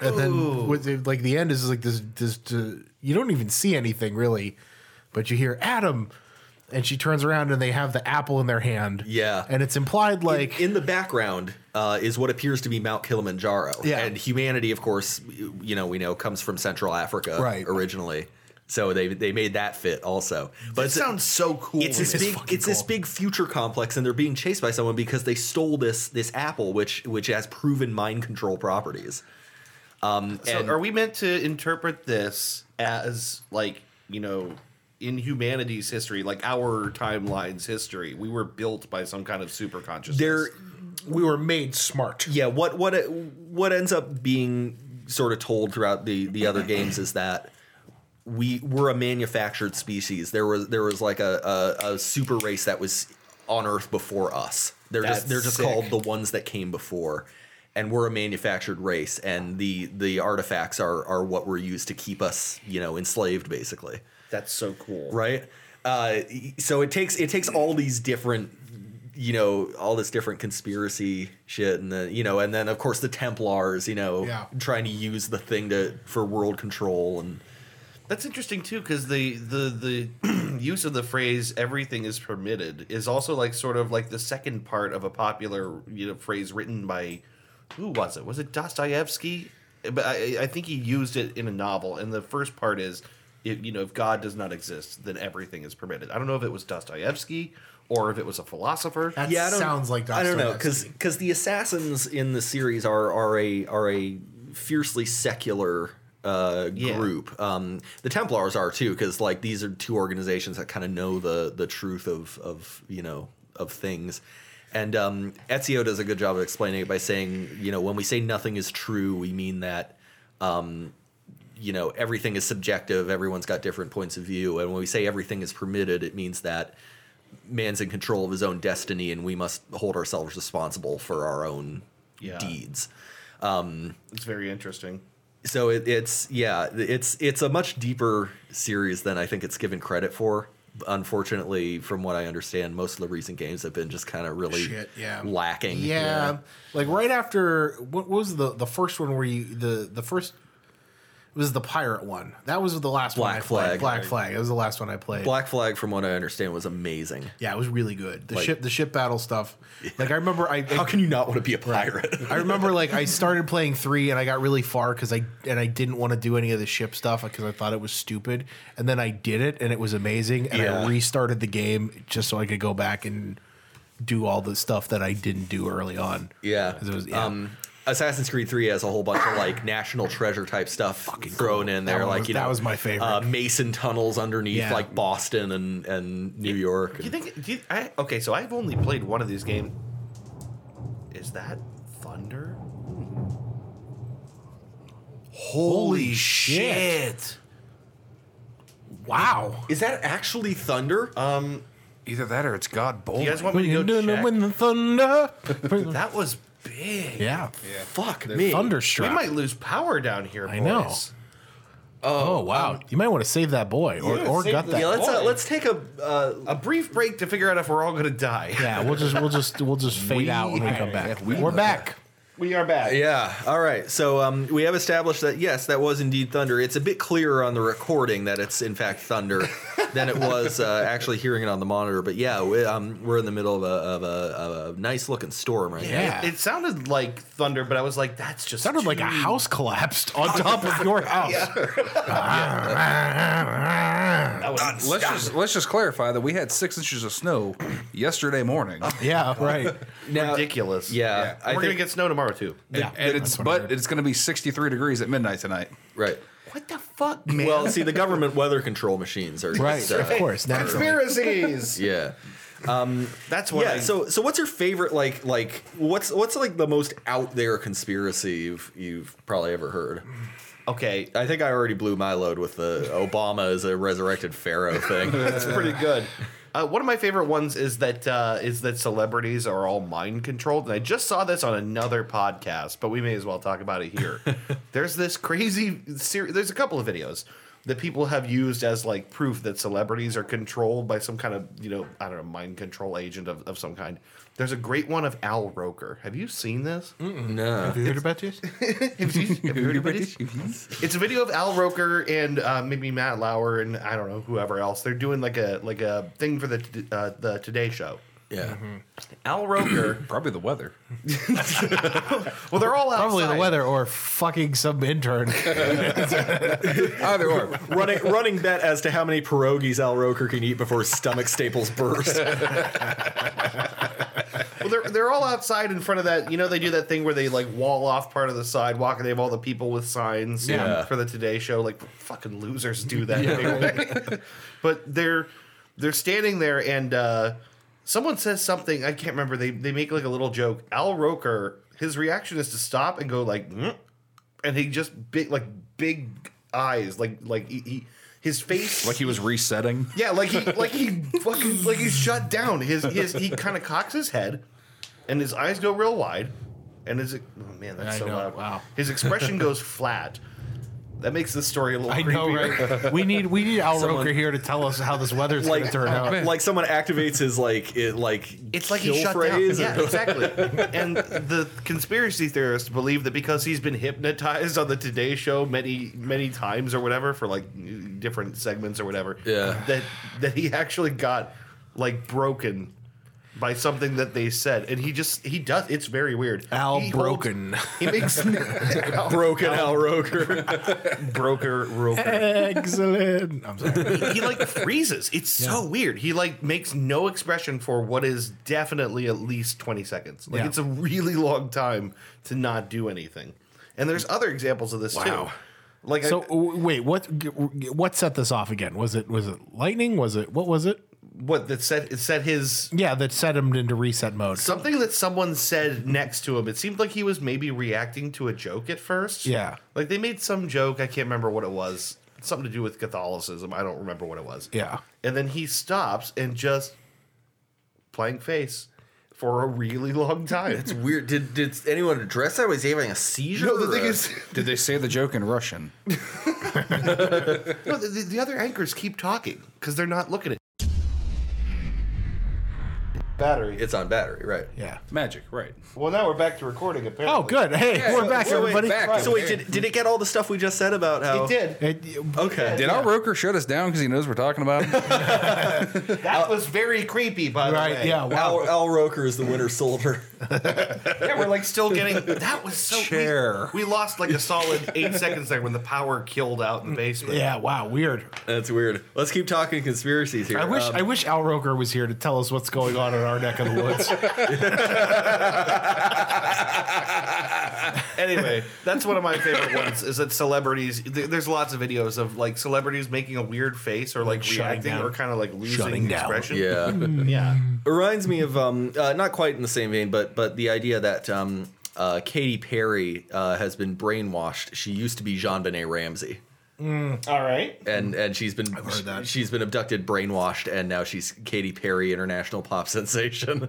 B: And then, with the, like the end is like this. This uh, you don't even see anything really, but you hear Adam, and she turns around and they have the apple in their hand.
A: Yeah.
B: and it's implied like
A: in the background uh, is what appears to be Mount Kilimanjaro.
B: Yeah.
A: And humanity, of course, you know, we know comes from Central Africa
B: Right.
A: originally. So they they made that fit also. But
C: That
A: it's a-
C: sounds so cool.
A: it's this
B: It's
A: big
B: fucking
A: it's this
B: cool.
A: big future complex and they're being chased by someone because they stole this this apple which which has proven mind control properties. Um
C: So
A: and-
C: are we meant to interpret this as like, you know, in humanity's history, like our timeline's history, we were built by some kind of super consciousness.
A: there
B: we were made smart.
A: yeah what what it, what ends up being sort of told throughout the the other games is that we were a manufactured species there was there was like a a, a super race that was on earth before us they're
C: That's
A: just they're just
C: sick.
A: called the ones that came before and we're a manufactured race and the the artifacts are are what were used to keep us you know enslaved basically
C: that's so cool.
A: right? Uh, so it takes it takes all these different, you know, all this different conspiracy shit, and the you know, and then of course the Templars, you know,
B: Yeah.
A: trying to use the thing to for world control, and
C: That's interesting too, because the the the use of the phrase "everything is permitted" is also like sort of like the second part of a popular you know phrase written by who was it? Was it Dostoevsky? But I, I think he used it in a novel, and the first part is, if, you know, if God does not exist, then everything is permitted. I don't know if it was Dostoevsky or if it was a philosopher.
B: That
A: yeah, I don't,
B: sounds like
A: I don't know because
B: Dostoevsky.
A: because the assassins in the series are are a are a fiercely secular. uh,
C: Yeah.
A: group. Um, the Templars are too, because like these are two organizations that kind of know the the truth of of you know of things. And um, Ezio does a good job of explaining it by saying, you know, when we say nothing is true, we mean that you know everything is subjective everyone's got different points of view and when we say everything is permitted it means that man's in control of his own destiny and we must hold ourselves responsible for our own
C: Yeah.
A: deeds
C: It's very interesting.
A: so it, it's yeah it's it's a much deeper series than i think it's given credit for unfortunately from what i understand most of the recent games have been just kind of really
B: Shit, yeah.
A: lacking
B: Yeah. Like right after what was the the first one where you the the first it was the pirate one. That was the last one
A: Black
B: I played.
A: Flag.
B: Black Flag. That was the last one I played.
A: black flag from what i understand was amazing
B: yeah, it was really good. The
A: Like-
B: ship the ship battle stuff. Like I remember I
A: how can you not want to be a pirate
B: I remember like I started playing three and I got really far because I and I didn't want to do any of the ship stuff because I thought it was stupid. And then I did it and it was amazing. And
A: Yeah.
B: I restarted the game just so I could go back and do all the stuff that I didn't do early on.
A: Yeah.
B: 'Cause it was- yeah.
A: Um, Assassin's Creed 3 has a whole bunch of like national treasure type stuff thrown in there.
B: That one
A: like,
B: was-
A: you
B: that
A: know,
B: was my favorite.
A: Uh, Mason tunnels underneath
B: Yeah.
A: like Boston and, and New York.
C: Do you think? Do you, I, okay, so I've only played one of these games. Is that thunder? Hmm.
B: Holy shit. Wow.
A: Is that actually thunder?
C: Um,
D: Either that or it's God
C: do
D: bowling.
C: you guys want me to go check?
B: When the thunder.
C: that was big.
B: yeah.
A: Fuck me.
B: Thunderstruck.
C: We might lose power down here.
B: I
C: boys.
B: know. oh, wow. you might want to save that boy or,
C: Yeah,
B: or
C: save
B: gut
C: the-
B: that.
A: Yeah,
B: Yeah,
A: let's uh, let's take a uh,
C: A brief break to figure out if we're all gonna die.
B: we'll just we'll just we'll just fade out when we come back.
E: yeah, we-
B: We're back.
C: We are back.
A: Yeah. All right. So um, we have established that yes, that was indeed thunder. It's a bit clearer on the recording that it's in fact thunder than it was uh, actually hearing it on the monitor. But yeah, we, um, we're in the middle of a, of a, of a nice looking storm right now.
B: Yeah.
C: It, it sounded like thunder, but I was like, that's just
B: Sounded like
C: too-
B: a house collapsed on top of your house.
C: That was-
D: Let's just let's just clarify that we had six inches of snow yesterday morning,
B: Yeah, right.
A: Now-
C: ridiculous.
A: Yeah,
D: Yeah.
A: I think
C: we're gonna get snow tomorrow too.
B: Yeah.
D: and it's but it's going to be sixty three degrees at midnight tonight.
A: right.
C: What the fuck, man?
A: Well, see, the government weather control machines are
B: Right,
A: uh,
B: of course. Naturally.
C: conspiracies.
A: Yeah,
C: That's what.
A: yeah.
C: I,
A: So, so what's your favorite like like what's what's like the most out there conspiracy you've you've probably ever heard?
C: okay,
A: I think I already blew my load with the Obama is a resurrected pharaoh thing.
C: that's pretty good. Uh, one of my favorite ones is that uh, is that celebrities are all mind controlled, and I just saw this on another podcast, but we may as well talk about it here. there's this crazy series. There's a couple of videos that people have used as like proof that celebrities are controlled by some kind of you know I don't know mind control agent of, of some kind. There's a great one of Al Roker. Have you seen this?
A: no,
B: Have you heard about this?
C: Have you- have you heard about this? It's a video of Al Roker and uh, maybe Matt Lauer and I don't know whoever else. They're doing like a like a thing for the uh, the Today Show.
A: yeah.
C: Al Roker.
D: Probably the weather.
C: well, they're all outside.
B: Probably the weather or fucking some intern.
D: Either or,
A: running running bet as to how many pierogies Al Roker can eat before his stomach staples burst.
C: Well, they're they're all outside in front of that. You know, they do that thing where they like wall off part of the sidewalk and they have all the people with signs
A: Yeah.
C: for the Today Show. Like fucking losers do that. anyway. but they're they're standing there and uh, someone says something. I can't remember. They they make like a little joke. Al Roker, his reaction is to stop and go like, "Mm," and he just big like big eyes like like he. he his face
D: like he was resetting.
C: yeah, like he like he fucking like he's shut down. His his he kind of cocks his head, and his eyes go real wide, and his oh man that's
B: I
C: so
B: know,
C: loud.
B: wow.
C: His expression goes flat. That makes this story a little.
B: I know,
C: creepier.
B: right? We need we need Al
A: Someone-
B: Roker here to tell us how this weather's
A: Like, oh,
B: gonna turn out.
A: like someone activates his like it like
C: It's like he
A: kill
C: shut
A: phrase
C: down.
A: and-
C: Yeah, exactly. and the conspiracy theorists believe that because he's been hypnotized on the Today Show many many times or whatever for like different segments or whatever,
A: Yeah.
C: that that he actually got like broken by something that they said, and he just he does. It's very weird.
B: Al
C: He holds-
B: Broken.
C: He makes Al
A: broken Al Roker.
C: Broker Roker.
B: Excellent. I'm sorry.
C: he like freezes. It's so weird. He like makes no expression for what is definitely at least 20 seconds. Like
B: Yeah.
C: it's a really long time to not do anything. And there's other examples of this too. Like
B: So
C: I,
B: w- wait, what what set this off again? Was it was it lightning? Was it what was it?
C: what that set it set his
B: Yeah, that set him into reset mode.
C: something that someone said next to him. It seemed like he was maybe reacting to a joke at first.
B: Yeah.
C: Like they made some joke, I can't remember what it was. Something to do with Catholicism. I don't remember what it was.
B: Yeah.
C: And then he stops and just playing face for a really long time.
A: It's weird. Did did anyone address that? Was he having a seizure?
E: No, the
A: or
E: thing
A: a-
E: is,
D: Did they say the joke in Russian?
C: No, the, the- the other anchors keep talking because they're not looking at battery.
A: it's on battery, right?
B: Yeah.
D: Magic, right?
C: Well, now we're back to recording. Apparently,
B: Oh, good. Hey, we're
D: so-
B: back,
D: we're way
B: everybody.
D: back.
A: So wait, did, did it get all the stuff we just said about how?
B: Oh.
C: It did.
B: It-
A: Okay.
D: Did our Roker shut us down because he knows we're talking about him?
C: That was very creepy, by the
B: uh, right.
C: way.
B: Yeah. Wow.
A: Al, Al Roker is the Winter Soldier.
C: yeah, we're like still getting. That was so. we-
D: Chair.
C: We, lost like a solid eight seconds there when the power killed out in the basement.
B: Yeah. Wow. Weird.
A: That's weird. Let's keep talking conspiracies here.
B: I wish
A: Um,
B: I wish Al Roker was here to tell us what's going on in our neck of the woods.
C: Anyway, that's one of my favorite ones. Is that celebrities? th- There's lots of videos of like celebrities making a weird face or like,
B: shutting
C: reacting
B: down.
C: or kind of like losing
B: Shutting down.
C: expression.
A: yeah.
B: Hmm.
C: Yeah.
A: It reminds me of um, uh, not quite in the same vein, but but the idea that um, uh, Katy Perry uh, has been brainwashed. She used to be Jean Benet Ramsey,
C: All right.
A: and and she's been
B: heard that.
A: she's been abducted, brainwashed, and now she's Katy Perry, international pop sensation.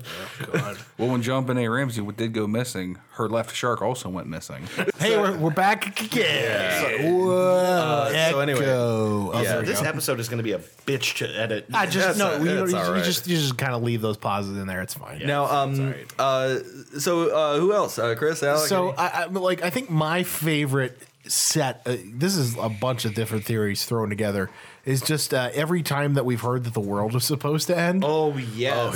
B: God.
D: well, when John Benet Ramsey did go missing, her left shark also went missing.
B: Hey, we're, we're back again. Whoa.
A: so anyway,
B: echo. Oh,
A: yeah.
B: there we
C: This
B: go. Ah.
C: episode is going to be a bitch to edit.
B: I just
A: That's
B: no.
A: a-
B: you, know,
A: that's
B: you-
A: all
B: you
A: right.
B: just you just kind of leave those pauses in there. It's fine.
A: Now, um, uh, so uh, who else? Uh, Chris, Alex.
B: So I, I like I think my favorite set. Uh, this is a bunch of different theories thrown together. Is just uh, every time that we've heard that the world is supposed to end.
C: Oh yes.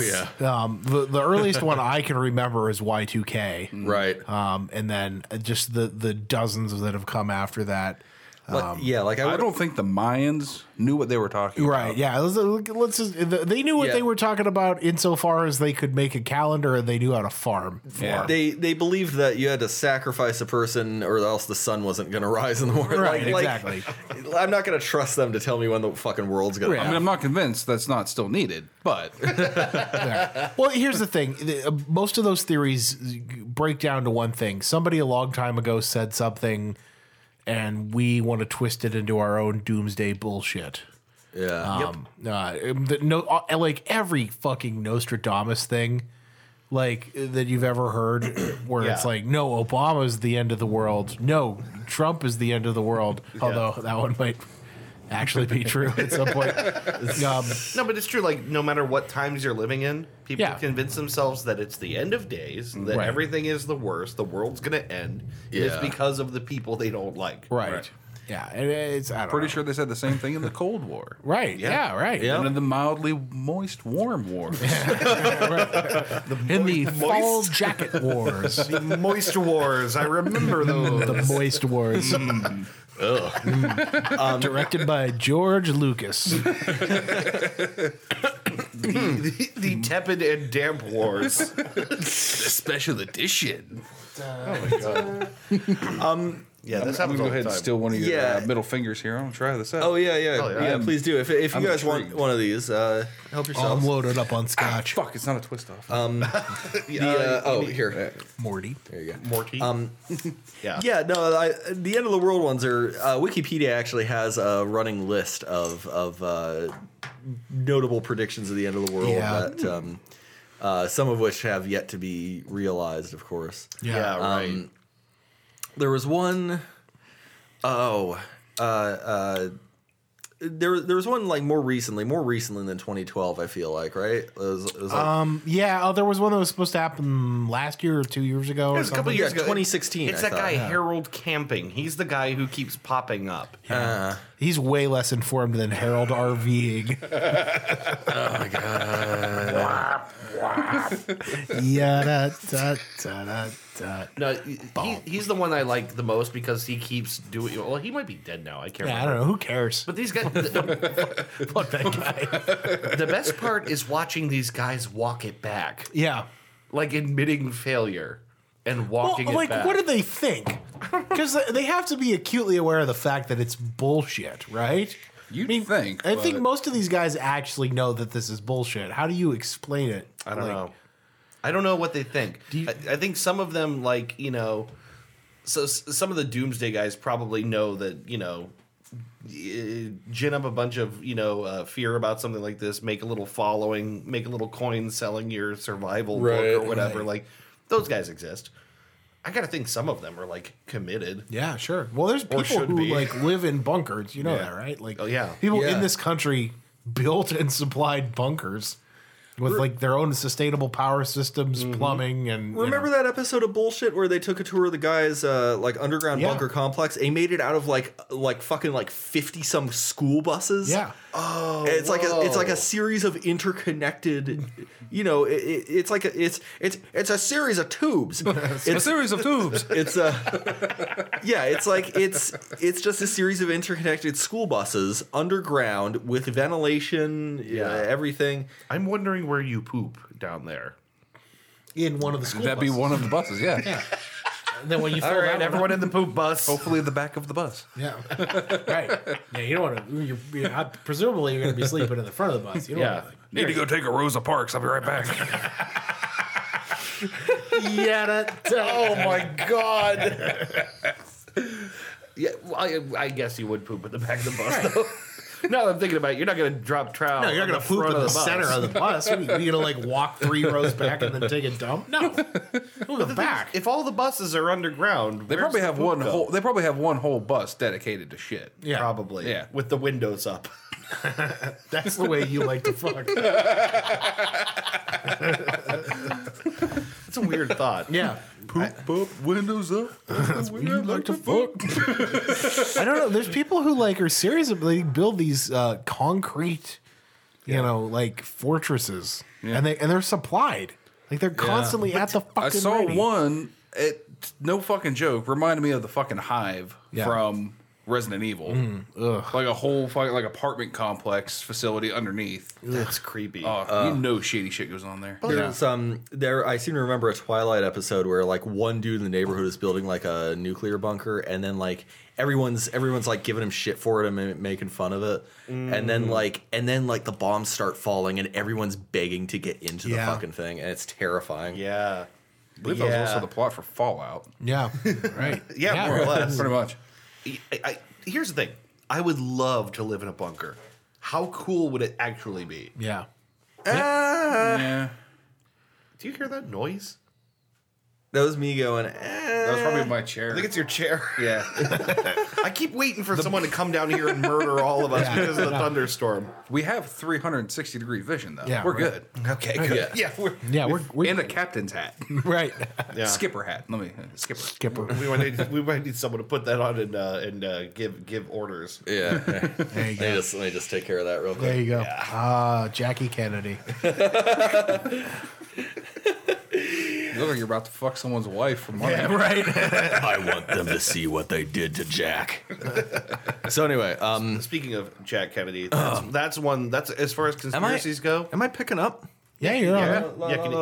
A: oh yeah,
B: Um, the, the earliest one I can remember is Y2K.
A: right.
B: Um, and then uh, just the the dozens that have come after that.
A: But,
B: Um,
A: yeah, like I,
D: I
A: would
D: don't think the Mayans knew what they were talking
B: Right.
D: about.
B: Yeah. Let's, let's just, they knew what
A: Yeah.
B: they were talking about insofar as they could make a calendar and they knew how to farm.
D: Yeah.
A: They they believed that you had to sacrifice a person, or else the sun wasn't going to rise in the morning.
B: Right,
A: Like- like,
B: exactly.
A: I'm not going to trust them to tell me when the fucking world's going to.
D: I
B: Yeah.
D: mean, I'm not convinced that's not still needed, but
B: Well, here's the thing. The- uh, Most of those theories break down to one thing. Somebody a long time ago said something, and we want to twist it into our own doomsday bullshit.
A: Yeah.
B: Um, uh, the, no, uh, like every fucking Nostradamus thing, like that you've ever heard, where it's
C: Yeah.
B: like, no, Obama's the end of the world. No, Trump is the end of the world. Although that one might actually be true at some point. Um,
C: No, but it's true. Like no matter what times you're living in, people
B: Yeah. Mm,
C: convince themselves that it's the end of days, that
B: Right.
C: everything is the worst, the world's going to end. and It's
A: Yeah.
C: because of the people they don't like.
B: right. Yeah, and it's I don't
D: pretty
B: know.
D: sure they said the same thing in the Cold War.
B: Right. Yeah. right.
A: Yeah.
D: And in the mildly moist warm wars.
B: In the fall jacket wars,
C: The moist wars. I remember those.
B: the moist wars. Mm. Directed by George Lucas.
C: the, the tepid and damp wars.
D: the special edition.
C: Oh Um, Yeah,
D: I'm
C: this happens
D: gonna go
C: all
D: ahead
C: the
D: and
C: time.
D: steal one of your
A: Yeah.
D: uh, middle fingers here. I'm gonna try this out.
A: Oh yeah, yeah,
C: Oh,
A: yeah.
C: yeah.
A: Please do. If, if you
D: I'm
A: guys want
D: intrigued.
A: one of these, uh, help
B: I'm
A: yourselves.
B: loaded up on scotch.
D: Fuck! It's not a twist off.
A: the, uh, oh, here.
B: Morty.
C: Morty. Um, yeah.
A: Yeah, no, I, the end of the world ones are. Uh, Wikipedia actually has a running list of of uh, notable predictions of the end of the world
B: Yeah.
A: that um, uh, some of which have yet to be realized, of course.
C: Yeah, right.
A: There was one oh uh, uh, there there was one like more recently, more recently than 2012. I feel like right. It was, it was like,
B: Um, yeah. Oh, there was one that was supposed to happen last year or two years ago. Or
C: was a couple
B: something.
A: yeah,
C: years ago.
A: 2016.
C: it's
A: I
C: that
A: thought.
C: guy Harold Camping. He's the guy who keeps popping up.
A: uh,
B: He's way less informed than Harold RVing. oh my god. yeah. Da, da, da, da.
C: No, he, he's the one I like the most because he keeps doing. Well, he might be dead now. I can't.
B: Yeah, I
C: remember.
B: don't know. Who cares?
C: But these guys, the,
B: Fuck that guy.
C: the best part is watching these guys walk it back,
B: yeah.
C: like admitting failure and
B: Well,
C: walking it
B: like,
C: back.
B: what do they think? Because they have to be acutely aware of the fact that it's bullshit, right?
D: You'd think,
B: I think
D: but-
B: most of these guys actually know that this is bullshit. How do you explain it?
C: I don't
B: Like,
C: know. I don't know what they think. I, I think some of them, like you know, so s- some of the Doomsday guys probably know that you know, eh, gin up a bunch of you know uh, fear about something like this, make a little following, make a little coin selling your survival
A: Right,
C: book or whatever. Like those guys exist. I gotta think some of them are like committed.
B: Yeah, sure. Well, there's people
A: should
B: who
A: be.
B: like live in bunkers. You know that, right? Like,
C: Oh, yeah.
B: people
A: Yeah.
B: in this country built and supplied bunkers with like their own sustainable power systems, plumbing, and you
A: Remember
B: know.
A: that episode of bullshit where they took a tour of the guy's uh, like underground
B: Yeah.
A: bunker complex? They made it out of like like fucking like fifty some school buses.
B: Yeah.
A: Oh, it's like a it's like a series of interconnected. You know, it, it, it's like a, it's it's it's a series of tubes.
D: a
A: it's
D: series of tubes.
A: it's a yeah. It's like it's it's just a series of interconnected school buses underground with ventilation. Yeah, everything.
C: I'm wondering where you poop down there.
B: in one of the school.
D: That'd be one of the buses, yeah.
B: And then when you fill that one up-
C: in the poop bus.
E: Hopefully, the back of the bus.
B: yeah, right. Yeah, you don't want to. You're, you're not- presumably, you're going to be sleeping in the front of the bus. You don't
C: Yeah.
B: wanna-
D: Need to go take a Rosa Parks. I'll be right back.
B: yeah. that-
C: Oh my god. yeah, well, I, I guess you would poop at the back of the bus though. now that I'm thinking about it, you're not going to drop trowel.
B: No, you're not going
C: on
B: to poop in
C: front
B: "Oh, the,
C: bus.
B: center of the bus. What Are you going to like walk three rows back and then take a dump? No, go to the back.
C: If all the buses are underground,
D: They probably have one whole. They probably have one whole bus dedicated to shit.
B: Yeah,
C: probably
D: Yeah.
C: with the windows up.
B: that's the way you like to fuck.
C: That's a weird thought.
B: Yeah,
E: Poop up, windows up. That's what you like to fuck.
B: I don't know. There's people who like are serious. about- They build these uh, concrete, you know, like fortresses, and they and they're supplied. Like they're constantly at the fucking.
D: I saw
B: ready.
D: one. It no fucking joke. Reminded me of the fucking hive
B: Yeah.
D: from Resident Evil. Like a whole fucking like apartment complex facility underneath.
A: Mm,
C: That's creepy.
D: Oh, you know, shady shit goes on there.
A: There's um there I seem to remember a Twilight episode where like one dude in the neighborhood is building like a nuclear bunker and then like everyone's everyone's like giving him shit for it and ma- making fun of it. And then like and then like the bombs start falling and everyone's begging to get into the
B: Yeah.
A: fucking thing and it's terrifying.
C: yeah.
D: I believe that was
C: Yeah.
D: also the plot for Fallout,
B: Yeah,
D: right?
C: yeah,
B: Yeah.
C: more or less.
D: Pretty much.
C: I, I, here's the thing: I would love to live in a bunker. How cool would it actually be?
B: yeah.
D: yeah.
C: Do you hear that noise?
A: That was me going, eh.
D: That was probably my chair.
C: I think it's your chair.
D: yeah.
C: I keep waiting for someone to come down here and murder all of us because of the thunderstorm.
D: We have 360 degree vision though.
B: Yeah,
D: we're
B: right.
D: good.
C: Okay, good. Yeah. we're,
B: Yeah, we're, we're
D: And a captain's hat,
B: right.
C: yeah.
D: skipper hat. Let me uh, skipper.
B: Skipper,
C: We might, need, we might need someone to put that on and uh, and uh, give give orders.
A: Yeah. let,
B: there you
A: me
B: go.
A: just, let me just take care of that real
B: There
A: quick.
B: you go. Ah, Jackie Kennedy.
D: You look like you're about to fuck someone's wife for money.
B: right.
A: I want them to see what they did to Jack. so anyway, um
C: Speaking of Jack Kennedy, that's, that's one. That's as far as conspiracies go.
A: am I picking up?
B: Yeah, you're all
C: Yeah,
B: right.
C: yeah, can,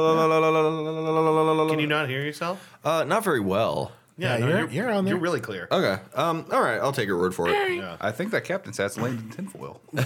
C: you, can you not hear yourself?
A: Uh not very well.
B: Yeah, you're- you're on there. Uh.
C: You're really clear.
A: Okay. Um. All right. I'll take your word for it.
D: I think that captain's hat's landed in tinfoil.
C: No,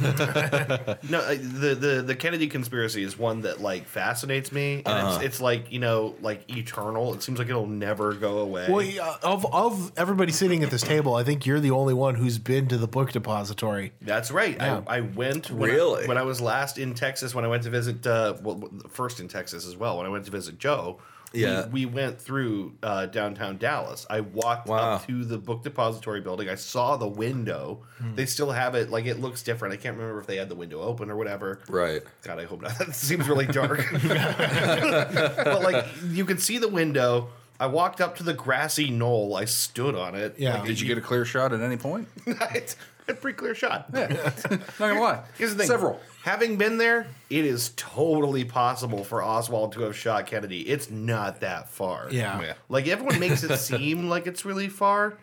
C: I- the, the the Kennedy conspiracy is one that like fascinates me, and
B: Uh-huh.
C: it's, it's like you know like eternal. It seems like it'll never go away.
B: Well, yeah, of of everybody sitting at this table, I think you're the only one who's been to the book depository.
C: That's right.
B: Yeah.
C: I, I went when
A: Really?
C: I, when I was last in Texas. When I went to visit, uh, well, w- first in Texas as well. When I went to visit Joe,
A: Yeah.
C: we, we went through uh, downtown Dallas. I walked
A: Wow.
C: up to the book depository building. I saw the window.
B: Hmm.
C: They still have it. Like it looks different. I can't remember if they had the window open or whatever.
A: Right.
C: God, I hope not. That seems really dark. but like you can see the window. I walked up to the grassy knoll. I stood on it.
B: Yeah.
C: Like,
D: Did you get a clear shot at any point?
C: it's a pretty clear shot.
D: Not gonna lie.
C: Here's the thing.
D: Several.
C: Having been there, it is totally possible for Oswald to have shot Kennedy. It's not that far.
B: Yeah. Yeah.
C: Like everyone makes it seem like it's really far.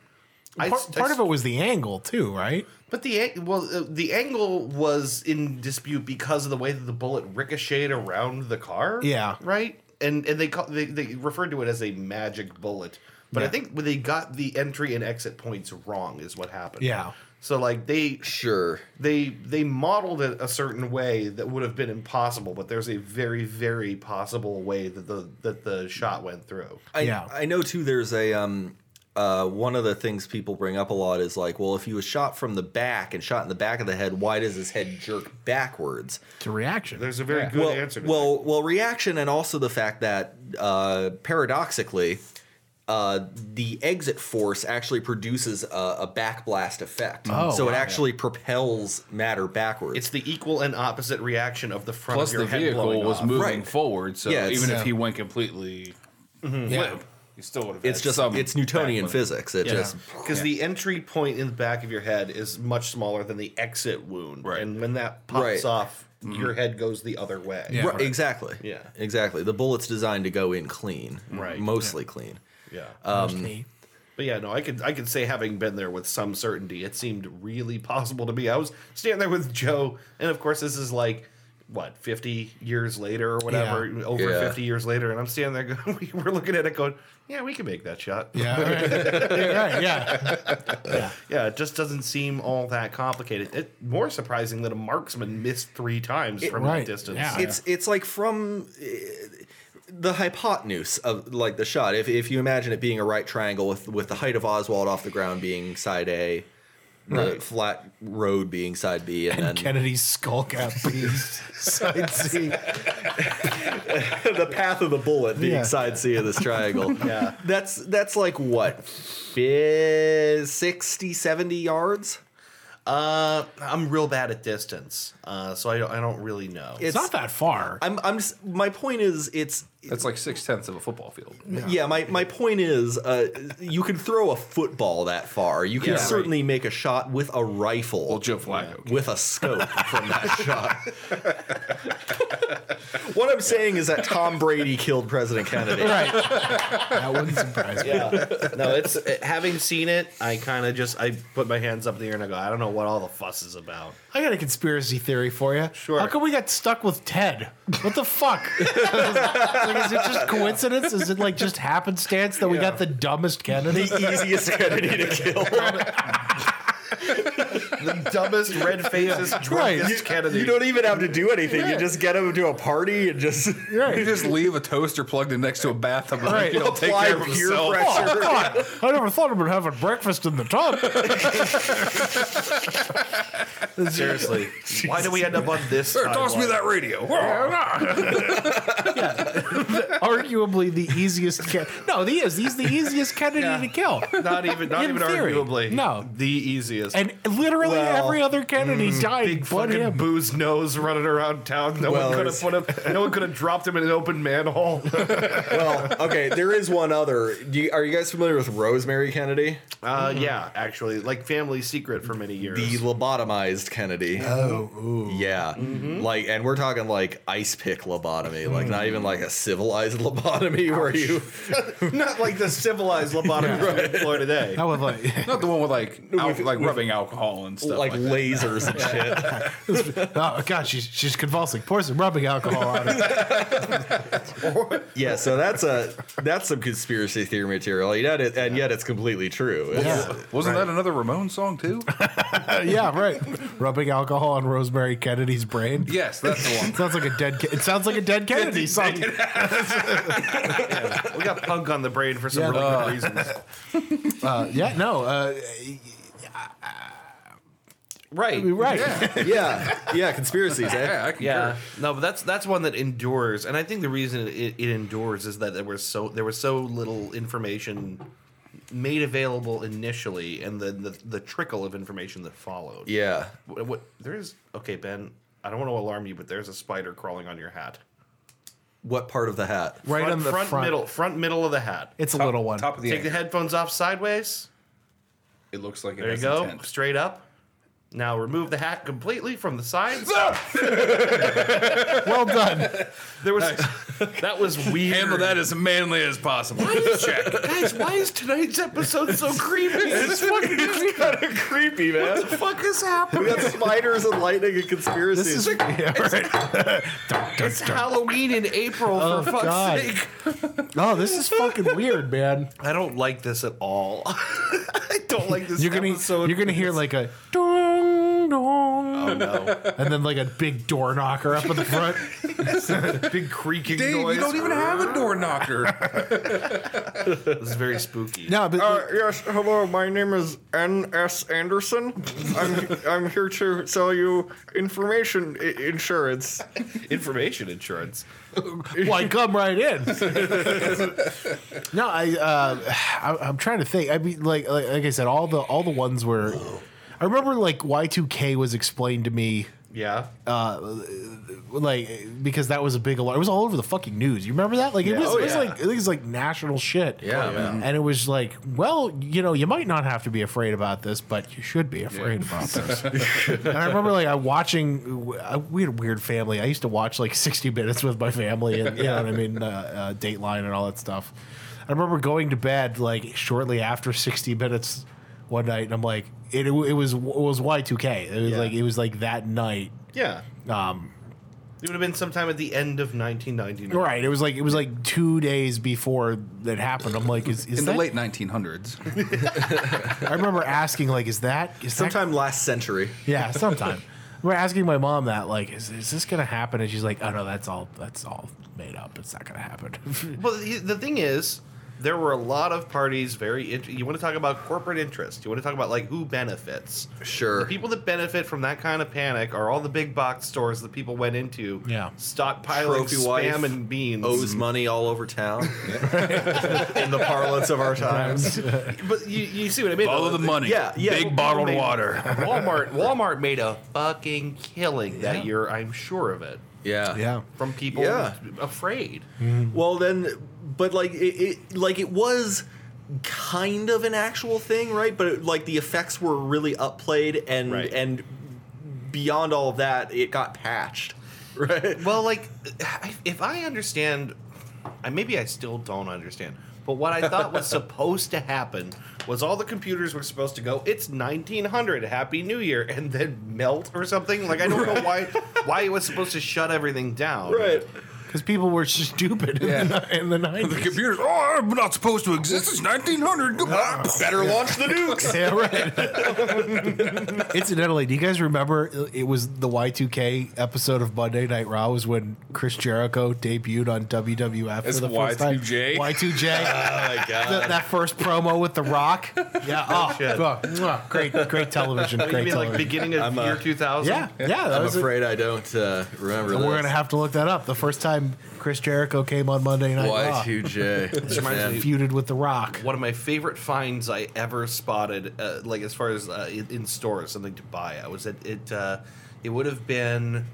C: I,
B: Part, part of it was the angle too, right?
C: but the ang- well, uh, the angle was in dispute because of the way that the bullet ricocheted around the car.
B: Yeah.
C: right. And and they call, they they referred to it as a magic bullet But I think when they got the entry and exit points wrong is what happened.
B: Yeah.
C: So like they
A: Sure.
C: they they modeled it a certain way that would have been impossible, but there's a very very possible way that the that the shot went through.
A: I,
B: Yeah.
A: I know too. There's a um, uh, one of the things people bring up a lot is like, well, if he was shot from the back and shot in the back of the head, why does his head jerk backwards?
B: It's a reaction.
C: There's a very good
A: well,
C: answer. To
A: well, well, reaction, and also the fact that uh, paradoxically, uh, the exit force actually produces a, a backblast effect.
B: Oh,
A: so it
B: wow.
A: actually propels matter backwards.
C: that. it's the equal and opposite reaction of the front
D: Plus,
C: of your
D: the
C: head
D: vehicle
C: blowing
D: was
C: off.
D: moving
A: Right.
D: forward, so
A: Yeah, it's-
D: even
B: Yeah.
D: if he went completely
B: Yeah.
D: limp, he still would have.
A: it's just
D: some
A: it's Newtonian
D: backbone.
A: physics. It just
C: because the entry point in the back of your head is much smaller than the exit wound,
D: Right.
C: and when that pops
A: Right.
C: off, your head goes the other way.
B: Yeah.
A: Right, exactly.
C: Yeah.
A: exactly. The bullet's designed to go in clean,
C: Right.
A: Mostly clean.
C: Yeah.
B: Okay.
C: But yeah, no, I could I could say having been there with some certainty, it seemed really possible to me. I was standing there with Joe, and of course this is like what, fifty years later or whatever,
B: Yeah.
C: over
A: Yeah.
C: fifty years later, and I'm standing there going we were looking at it going, Yeah, we can make that shot.
B: Yeah. Right. yeah. Right. Yeah.
C: Yeah, it just doesn't seem all that complicated. It more surprising that a marksman missed three times from
B: right,
C: that distance.
B: yeah.
A: It's it's like from uh, the hypotenuse of like the shot. If if you imagine it being a right triangle with with the height of Oswald off the ground being side A, the flat road being side B, and,
B: And
A: then
B: Kennedy's skull cap piece. Side C.
A: the path of the bullet being
B: Yeah.
A: side C of this triangle.
C: Yeah.
A: that's that's like what. fi- 60 70 yards
C: Uh, I'm real bad at distance, uh, so I don't, I don't really know.
B: It's not that far.
A: i'm i'm s- my point is it's
D: That's like six tenths of a football field.
A: Yeah, my, my point is, uh, you can throw a football that far. You can
D: Yeah, right.
A: certainly make a shot with a rifle.
D: Well, Joe Flacco.
A: With a scope from that shot. what I'm saying is that Tom Brady killed President Kennedy.
B: right. That wouldn't surprise me.
C: no, it's it- having seen it, I kind of just I put my hands up in the air and I go, I don't know what all the fuss is about.
B: I got a conspiracy theory for you.
C: Sure.
B: How come we got stuck with Ted? What the fuck? like, is it just coincidence? Is it like just happenstance that we got the dumbest Kennedy?
A: The easiest Kennedy to kill.
C: The dumbest red faces, drunkest
B: You-
C: Kennedy.
A: You don't even have to do anything. You just get him to a party and just
D: You
B: right.
D: just leave a toaster plugged in next to a bathtub. and
B: Right.
D: He'll take
A: apply
D: care of
A: peer
D: himself. Oh,
A: pressure.
B: God, I never thought about having breakfast in the tub.
C: seriously. Why do we end up on this?
D: Sir, toss me
C: timeline?
D: that radio.
B: Arguably the easiest. Ken- no, he is. He's the easiest Kennedy to kill.
C: Not even, not
B: In
C: even
B: theory.
C: arguably.
B: No.
C: the easiest.
B: And literally
A: Well,
B: every other Kennedy died
C: mm, Big
B: but
C: fucking
B: him.
C: booze nose running around town. No
A: Well,
C: one could have
A: it's-
C: put him. No one could have dropped him in an open manhole.
A: Well, okay. There is one other. Do you, are you guys familiar with Rosemary Kennedy,
C: Uh, yeah, actually, like family secret for many years.
A: the lobotomized Kennedy?
B: Oh, ooh.
A: Yeah. Like, and we're talking like ice pick lobotomy, like not even like a civilized lobotomy where you.
C: Not like the civilized lobotomy we employ today.
B: I would like.
D: Not the one with like al- like rubbing alcohol and stuff
A: Like
D: like, that.
A: lasers and shit.
B: Oh God, she's she's convulsing. Pour some rubbing alcohol on her.
A: Yeah, so that's a that's some conspiracy theory material, yet it, and yet it's completely true. It's-
B: Yeah.
D: Wasn't that another Ramon song too?
B: yeah, right. Rubbing alcohol on Rosemary Kennedy's brain.
D: yes, that's the one.
B: Sounds like a dead. Ke- It sounds like a dead Kennedy song.
C: We got punk on the brain for some
B: Yeah.
C: really good reasons.
B: Uh, yeah, no, uh,
C: Right.
B: right.
A: yeah, yeah, conspiracies.
D: Yeah,
A: Eh?
D: I can
C: Yeah. No, but that's that's one that endures, and I think the reason it, it endures is that there was so there was so little information made available initially, and then the the trickle of information that followed.
A: Yeah,
C: What, what there is? Okay, Ben. I don't want to alarm you, but there's a spider crawling on your hat.
A: what part of the hat?
B: Right
C: front,
B: on the front.
C: middle, front middle of the hat.
B: It's a little one.
D: Top of the
C: Take the
D: anchor.
C: headphones off sideways.
D: It looks like it
C: There you
D: has
C: go.
D: intent.
C: Straight up. Now remove the hat completely from the sides.
B: Well done.
C: There was That was weird.
D: Handle that as manly as possible. Check.
C: Guys, why is tonight's episode so creepy? It's fucking kind of creepy, man. What the fuck is happening?
A: We got spiders and lightning and conspiracies.
B: This is yeah, right.
C: It's Halloween in April,
B: Oh,
C: for fuck's
B: God.
C: sake.
B: Oh, this is fucking weird, man.
C: I don't like this at all. I don't like this
B: You're gonna
C: episode.
B: you're gonna hear like a dong dong, and then like a big door knocker up at the front.
C: big creaking
D: Dave,
C: noise.
D: you don't even have a door knocker.
C: It was very spooky.
B: No, but
F: Uh, yes, hello. My name is N.S. Anderson. I'm I'm here to sell you information I- insurance.
C: Information insurance.
B: why come right in? no, I, uh, I I'm trying to think. I mean, like, like like I said, all the all the ones were. I remember like Y2K was explained to me
C: Yeah.
B: like because that was a big alarm. It was all over the fucking news. You remember that? Like it was,
C: Oh,
B: it was
C: yeah.
B: like it was like national shit.
A: Yeah, Oh, yeah. man.
B: And it was like, well, you know, you might not have to be afraid about this, but you should be afraid about this. and I remember like I watching. I, we had a weird family. I used to watch like sixty minutes with my family, and you know what I mean, uh, uh, Dateline and all that stuff. I remember going to bed like shortly after sixty minutes one night, and I'm like, it, it was it was Y2K. It was
C: Yeah.
B: like it was like that night.
C: Yeah.
B: Um,
C: It would have been sometime at the end of 1999.
B: Right. It was like it was like two days before that happened. I'm like, is, is
D: In
B: that?
D: the late 1900s.
B: I remember asking like, is that is that-
A: Sometime last century.
B: yeah, sometime. We're asking my mom that like, is, is this gonna happen? And she's like, oh no, that's all that's all made up. It's not gonna happen.
C: Well, the the thing is, there were a lot of parties very. int- You want to talk about corporate interest. You want to talk about like who benefits.
A: Sure.
C: The people that benefit from that kind of panic are all the big box stores that people went into.
B: Yeah.
C: Stockpiling
A: Trophy
C: spam
A: wife
C: and beans.
A: Owes money all over town. In the parlance of our times.
C: But you, you see what I mean?
D: Follow the money.
A: Yeah, yeah.
D: Big bottled water.
C: Walmart. Walmart made a fucking killing that year. I'm sure of it.
A: Yeah.
B: yeah.
C: From people
A: Yeah.
C: afraid.
A: Well, then, but like it, it, like it was kind of an actual thing, right? But it, like the effects were really upplayed, and
C: Right.
A: and beyond all of that, it got patched, right?
C: Well, like, I- if I understand, I maybe I still don't understand. But what I thought was supposed to happen was all the computers were supposed to go. It's 1900, Happy New Year, and then melt or something. Like I don't know why why it was supposed to shut everything down.
B: Because people were stupid in, the, in the 90s.
D: Computers. Oh, I'm not supposed to exist. It's 1900. Goodbye.
A: Ah, Better launch the nukes.
B: Yeah, right. Incidentally, do you guys remember uh, it was the Y2K episode of Monday Night Raw was when Chris Jericho debuted on WWF
D: As
B: for the first time?
D: Y2J? Uh,
B: Y2J.
A: Oh my god.
C: Uh,
B: That- that first promo with The Rock. Yeah. Oh, oh, mwah. great, great television.
C: You
B: Great
C: mean like
B: television.
C: beginning of year 2000?
B: uh, yeah, yeah. That
A: I'm
B: was it.
A: afraid I don't uh, remember.
B: And
A: this.
B: We're gonna have to look that up. The first time Chris Jericho came on Monday Night Raw,
A: Y2J. This
C: reminds me-
B: feuded with The Rock.
C: One of my favorite finds I ever spotted, uh, like as far as uh, in, in stores, something to buy. I was at it. Uh, it would have been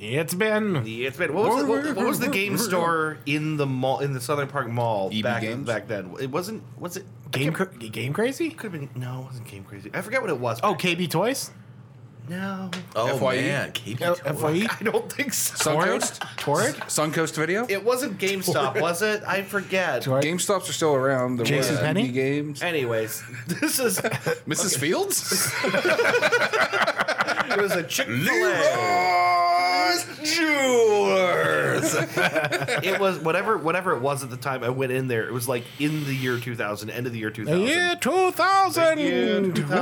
B: It's been
C: Yeah, it's been. What was, the, what, what was the game store in the mall in the Southern Park Mall
D: EB
C: back
D: Games?
C: back then? It wasn't. Was it I
B: game
C: can't-
B: cra- game crazy.
C: Could have been. No, it wasn't Game Crazy. I forget what it was.
B: Oh, KB Toys,
C: no,
A: oh
D: FYE.
A: man, E. keep
B: Uh, FYE,
C: I don't think so.
D: Suncoast?
B: Torrid.
D: Suncoast Video?
C: It wasn't GameStop, was it? I forget.
B: Sorry.
D: GameStops are still around. There were
B: Jason Penny?
D: indie games.
C: Anyways, this is it
D: Mrs. Fields?
C: was a Chick Fil A.
D: Jewelers.
C: It was whatever whatever it was at the time. I went in there. It was like in the year 2000, end of the year 2000.
B: year 2000.
C: year 2000.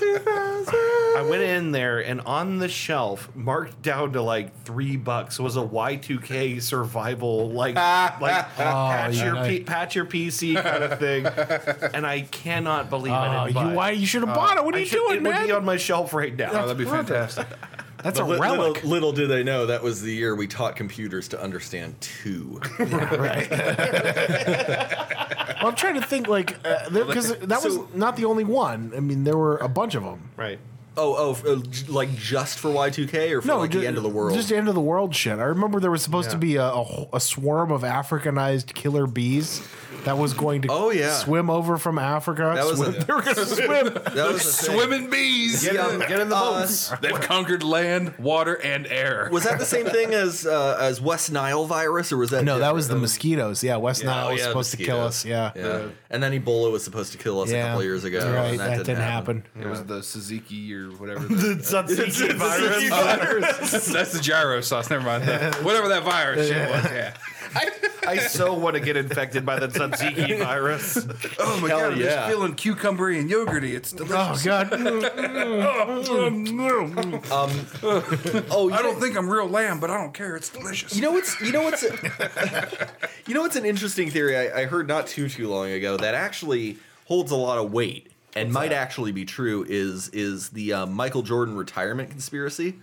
B: Whoa.
C: I went in there and on the shelf, marked down to like three bucks, was a Y2K survival like like patch
B: Oh, yeah.
C: your P- patch your PC kind of thing. and I cannot believe I
B: Oh,
C: didn't
B: you,
C: buy. it. Uh,
B: why you should have bought it? What are
C: I
B: you
C: should-
B: doing,
C: it Would
B: man?
C: be on my shelf right now.
D: Oh, that'd be fantastic.
B: That's a
A: Li-
B: relic.
A: Little, little do they know that was the year we taught computers to understand two.
B: Well, I'm uh, trying to think, like, because that was not the only one. I mean, there were a bunch of them.
C: Right.
A: Oh, oh, f- uh, j- like just for Y2K or for like
B: ju-
A: the end of the world?
B: Just end of the world shit. I remember there was supposed to
F: Yeah.
B: be a, a, wh- a swarm of Africanized killer bees that was going to
A: Oh, yeah.
B: swim over from Africa.
A: That was
B: swim,
A: a-
B: they were going to swim.
A: that was the thing.
D: Swimming bees.
A: Yeah,
C: Get in the
A: uh,
C: boats.
D: They've conquered land, water, and air.
A: was that the same thing as uh, as West Nile virus, or was that
B: No, that
A: different?
B: was the mosquitoes. Yeah, West Nile
A: Oh,
B: was
A: yeah,
B: supposed to kill
A: mosquitoes.
B: us. Yeah.
A: Yeah. and then Ebola was supposed to kill us a
B: Yeah.
A: couple of years ago.
B: You're right.
A: and
B: That, didn't, happen.
D: It was the Suzuki or whatever.
C: Tzatziki virus.
D: That's the gyro sauce. Never mind. that. Whatever that virus shit was. Yeah.
C: I so want to get infected by the tzatziki virus.
D: Oh my
A: God, I'm just yeah.
D: feeling cucumbery and yogurty. It's
B: Oh, God.
D: Mm.
A: Oh, you know,
D: think I'm real lamb, but I don't care. It's delicious.
A: you know what's you know what's you know what's an interesting theory I, I heard not too too long ago that actually holds a lot of weight and might actually be true is is the uh, Michael Jordan retirement conspiracy.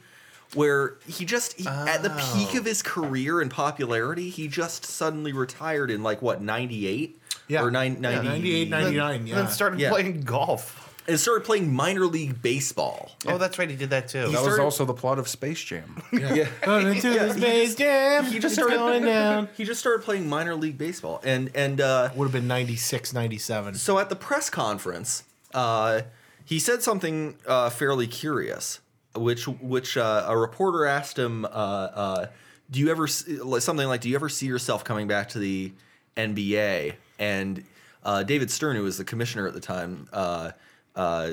A: Where he just he, at the peak of his career and popularity, he just suddenly retired in like what ninety eight
B: Yeah.
A: or nine, 90,
B: 98, 99. Yeah.
C: And then started
A: Yeah.
C: playing golf.
A: and started playing minor league baseball.
C: Oh, that's right. He did that too.
D: that was
A: started-
D: also the plot of Space Jam.
A: Yeah.
B: Going into the space jam.
A: He just
B: it's
A: started
B: going down.
A: He just started playing minor league baseball, and and uh,
B: Would have been 96, 97.
A: so at the press conference, uh, he said something uh, fairly curious, which which uh, a reporter asked him, uh, uh, "Do you ever s- like something like Do you ever see yourself coming back to the NBA?" And uh, David Stern, who was the commissioner at the time, uh, uh,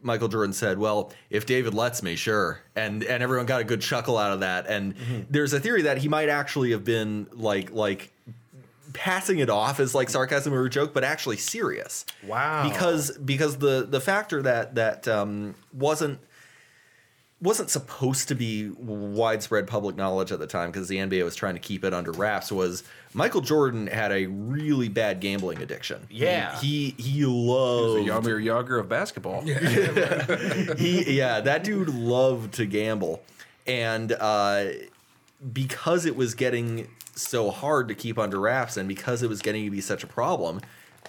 A: Michael Jordan said, "Well, if David lets me, sure." And and everyone got a good chuckle out of that. And there's a theory that he might actually have been like like passing it off as like sarcasm or a joke, but actually serious.
C: Wow.
A: Because because the the factor that that um, wasn't wasn't supposed to be widespread public knowledge at the time because the NBA was trying to keep it under wraps was Michael Jordan had a really bad gambling addiction.
C: Yeah.
A: He he
D: The
A: loved
D: Yamir Yager of basketball.
A: he yeah that dude loved to gamble and uh because it was getting so hard to keep under wraps and because it was getting to be such a problem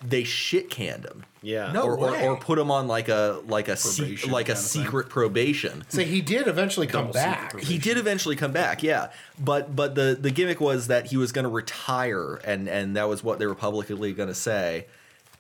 A: they shit canned him
C: yeah.
B: No.
A: or, or,
B: way.
A: or put him on like a like a se-
D: Probation
A: like a
D: kind of thing.
A: secret probation
B: So he did eventually come back.
A: he did eventually come back, yeah. But but the the gimmick was that he was going to retire, and and that was what they were publicly going to say.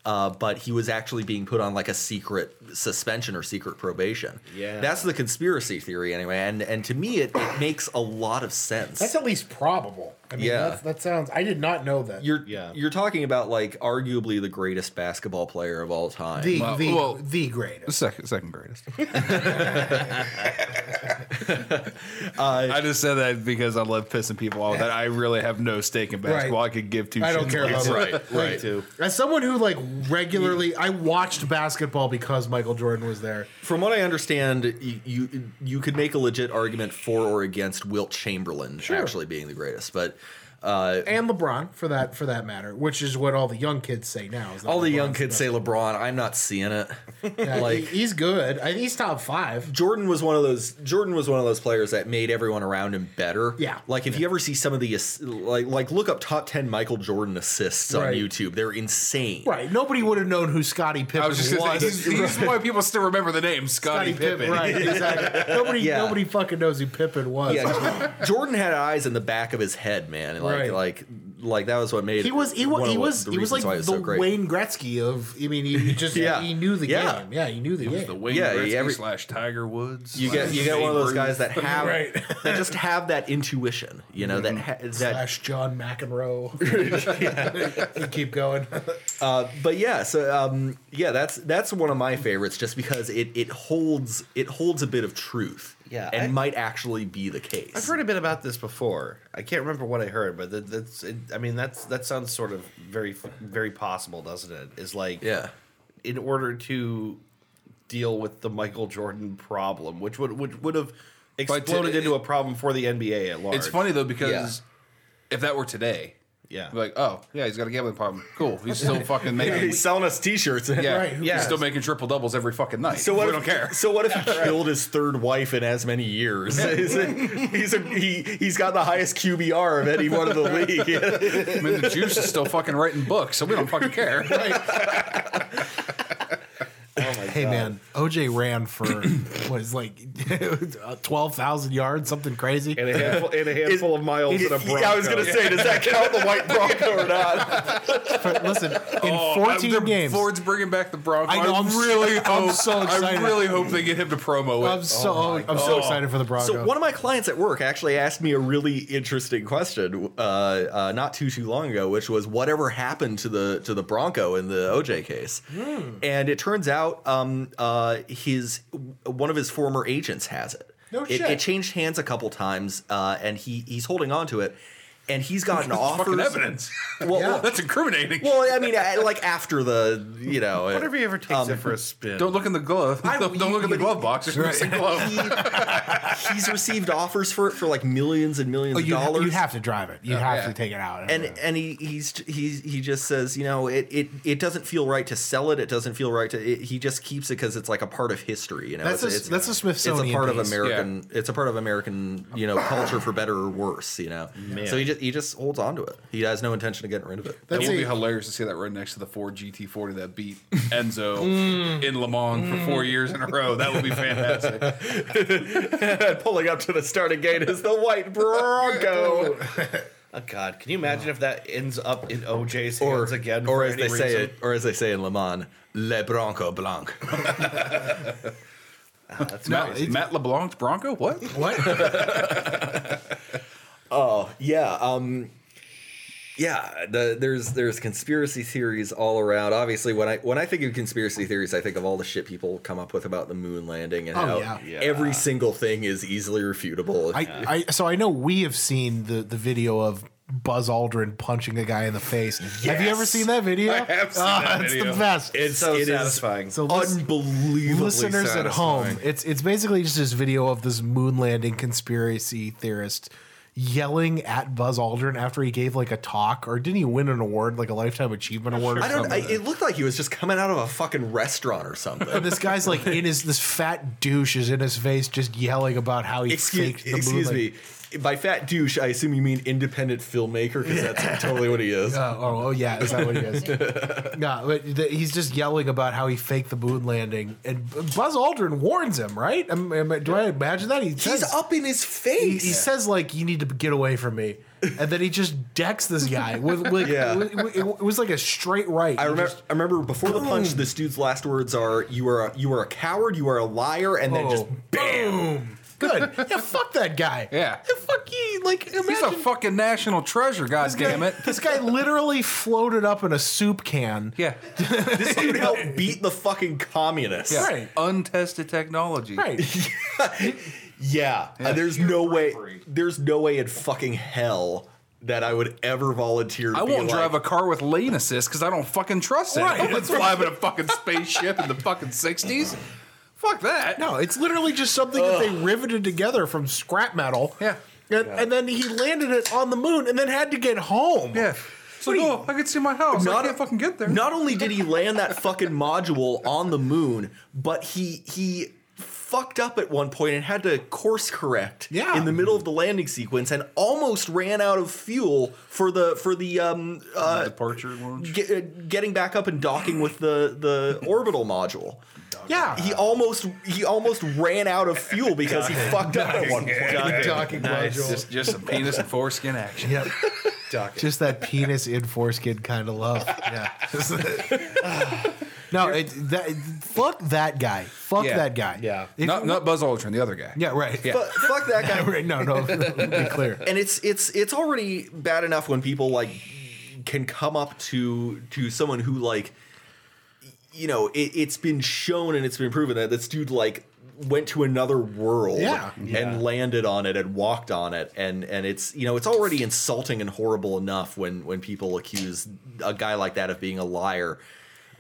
A: Uh, but he was actually being put on like a secret suspension or secret probation.
C: Yeah.
A: that's the conspiracy theory anyway, and and to me it, it makes a lot of sense.
G: That's at least probable. I mean,
A: Yeah.
G: that's, that sounds. I did not know that.
A: you're
C: Yeah.
A: you're talking about like arguably the greatest basketball player of all time.
G: the
D: Well,
G: the
D: well-
G: the greatest.
D: Second, second greatest. I just said that because I love pissing people off. That I really have no stake in basketball.
G: Right.
D: I could give two.
G: I don't
D: shits
G: care
D: less.
G: about right.
C: Right. Too.
G: As someone who like regularly, I watched basketball because Michael Jordan was there.
A: From what I understand, you, you you could make a legit argument for or against Wilt Chamberlain actually being the greatest, but. Uh,
G: and LeBron for that for that matter, which is what all the young kids say now. Is that
A: All the young
G: LeBron's
A: kids say LeBron. I'm not seeing it.
G: the- Yeah, he-
A: like-
G: he's good. I, he's top five.
A: Jordan was one of those. Jordan was one of those players that made everyone around him better.
G: Yeah.
A: Like if you ever see some of the ass- like like look up top ten Michael Jordan assists on
G: Right.
A: YouTube. They're insane.
B: Right. Nobody would have known who Scottie Pippen
D: I was
B: was.
D: just gonna say, he's, he's why people still remember the name
G: Scottie
D: Scotty Pippen.
G: Pippen, right? Exactly. Nobody,
A: Yeah.
G: nobody fucking knows who Pippen was.
A: Yeah. Jordan had eyes in the back of his head, man. Like
G: Right.
A: like like that was what made
B: He was he
A: one
B: was
A: of
B: he
A: what-
B: was,
A: the
B: he was
A: reasons
B: like
A: why
B: the
A: it was so great.
B: Wayne Gretzky of I mean he just
A: Yeah.
B: he knew the
A: Yeah.
B: game. Yeah, he knew the game.
D: The Wayne
A: Yeah,
D: Gretzky
A: every-
D: slash Tiger Woods.
A: You get you get one of those guys that have
G: Right.
A: that just have that intuition, you know that ha- that
G: Slash John McEnroe. You keep going.
A: but yeah, so um, yeah, that's that's one of my favorites, just because it it holds it holds a bit of truth,
C: Yeah,
A: and
C: I-
A: might actually be the case.
C: I've heard a bit about this before. I can't remember what I heard, but that, that's. It, I mean, that's that sounds sort of very, very possible, doesn't it? Is like,
A: yeah,
C: in order to deal with the Michael Jordan problem, which would which would have exploded
D: it-
C: into a problem for the NBA at large.
D: It's funny though because if that were today,
C: yeah.
D: I'd be like, oh yeah, he's got a gambling problem. Cool, he's still fucking making.
A: selling us T-shirts.
D: Yeah,
G: Right, who
D: he's
C: cares?
D: still making triple doubles every fucking night.
A: So what
D: we
A: if,
D: don't care.
A: So what if he killed his third wife in as many years? Is it- he's a, he he's got the highest QBR of anyone in the league.
D: I mean, the Juice is still fucking writing books, so we don't fucking care.
C: oh my
B: hey man, OJ ran for what is like twelve thousand yards, something crazy.
C: and a handful, and a handful of miles in a Bronco.
F: Yeah, I was gonna say, does that count the white Bronco or not?
B: But listen, in
A: Oh,
B: fourteen
D: They're-
B: games,
D: Ford's bringing back the Bronco.
B: I know, I'm s- I'm so excited.
D: I really hope they get him to promo it.
B: I'm so I'm so excited for the Bronco.
A: Oh So one of my clients at work actually asked me a really interesting question uh, uh, not too too long ago, which was whatever happened to the to the Bronco in the OJ case,
B: Hmm.
A: and it turns out um, uh, his one of his former agents has it.
B: No
A: it,
B: shit.
A: it changed hands a couple times, uh, and he he's holding on to it, and he's gotten offers.
D: Fucking evidence.
A: Well, well,
D: That's incriminating.
A: well, I mean, I- like after the you know,
C: Whatever he ever takes
A: Um,
C: it for a spin.
D: don't look in the glove.
A: I-
D: don't don't
A: you-
D: look in the
A: you-
D: glove box. There's missing glove.
A: he- he's received offers for it for like millions and millions
B: Oh,
A: of
B: you,
A: dollars.
B: you have to drive it. You have
D: yeah.
B: to take it out.
A: and and he he's he he just says you know it it it doesn't feel right to sell it it doesn't feel right to it, he just keeps it because it's like a part of history you know
B: That's
A: it's,
B: a-
A: it's,
B: that's a
A: it's
B: Smithsonian
A: a part of
B: piece.
A: American it's a part of American you know culture for better or worse you know so he just he just holds on to it he has no intention of getting rid of it
D: That
G: That's
D: would be
G: a-
D: hilarious to see that right next to the Ford GT40 that beat Enzo
B: Mm.
D: in Le Mans for four years in a row. That would be fantastic.
A: pulling up to the starting gate is the white Bronco
C: Oh, God, can you imagine if that ends up in OJ's hands
A: or
C: again?
A: or
C: for
A: as
C: any
A: they say
C: reason?
A: it or as they say in Le Mans Le Bronco Blanc
D: Matt, Matt LeBlanc's Bronco? What?
B: Oh, what?
A: yeah um yeah the, there's there's conspiracy theories all around obviously when i when i think of conspiracy theories i think of all the shit people come up with about the moon landing and
B: Oh,
A: how
B: yeah.
C: Yeah.
A: every single thing is easily refutable
B: I, I so I know we have seen the the video of Buzz Aldrin punching a guy in the face. Have you ever
A: Yes.
B: seen that video? I
D: have seen that
B: it's
D: video.
B: oh, the best.
A: it's
C: so
A: it is
C: satisfying.
B: so listen-
A: unbelievably
B: listeners at home,
A: satisfying.
B: it's it's basically just this video of this moon landing conspiracy theorist yelling at Buzz Aldrin after he gave like a talk or didn't he win an award like a lifetime achievement award? Or
A: i don't I,
B: something?
A: it looked like he was just coming out of a fucking restaurant or something
B: this guy's like in his this fat douche is in his face just yelling about how he
A: excuse,
B: faked the
A: excuse
B: moon
A: me by fat douche i assume you mean independent filmmaker because that's totally what he is
B: Uh, oh, oh yeah, is that what he is? no, but the, he's just yelling about how he faked the moon landing, and Buzz Aldrin warns him, right? Am- am- do I imagine that he
A: he's
B: says,
A: up in his
B: He,
A: face
B: he says like, "You need to get away from me," and then he just decks this guy with like,
A: Yeah.
B: it, it- it was like a straight right.
A: I
B: He
A: remember.
B: just-
A: I remember before the punch, this dude's last words are, "You are a, you are a coward. You are a liar," and then just
B: oh, boom. Good. Yeah, fuck that guy.
D: Yeah.
B: fuck you. Like, imagine
D: He's a fucking national treasure, God damn it.
B: this guy literally floated up in a soup can.
D: Yeah.
A: this dude helped beat the fucking communists.
D: yeah.
B: Right.
D: Untested technology.
B: Right.
A: Yeah, uh, there's no way. There's no way in fucking hell that I would ever volunteer. To
D: I
A: be
D: won't
A: like,
D: drive a car with lane assist because I don't fucking trust it. I was driving a fucking spaceship in the fucking 60s. Fuck that.
B: No, it's literally just something that they riveted together from scrap metal.
D: Yeah.
B: And, and then he landed it on the moon and then had to get home.
D: Yeah. So no, I could see my house.
A: Not-
D: I can't fucking get there.
A: Not only did he land that fucking module on the moon, but he he fucked up at one point and had to course correct
B: Yeah.
A: in the middle of the landing sequence and almost ran out of fuel for the for the um uh,
D: Departure launch.
A: ge- uh, getting back up and docking with the the orbital module.
B: Yeah.
A: He almost he almost ran out of fuel because he fucked up at one point.
G: Docking module.
D: Just, just some penis and foreskin action.
B: Yep. Just that penis in foreskin kind of love. Yeah. no, it, that, fuck that guy. Fuck
D: Yeah.
B: that guy.
G: Yeah.
B: If-
D: Not, not Buzz Aldrin, the other guy.
B: yeah, right.
D: Yeah.
A: But fuck that guy.
B: Right, no, no, be clear.
A: and it's it's it's already bad enough when people like can come up to to someone who like you know it, it's been shown and it's been proven that this dude like went to another world
B: Yeah.
A: and landed on it and walked on it and and it's you know it's already insulting and horrible enough when when people accuse a guy like that of being a liar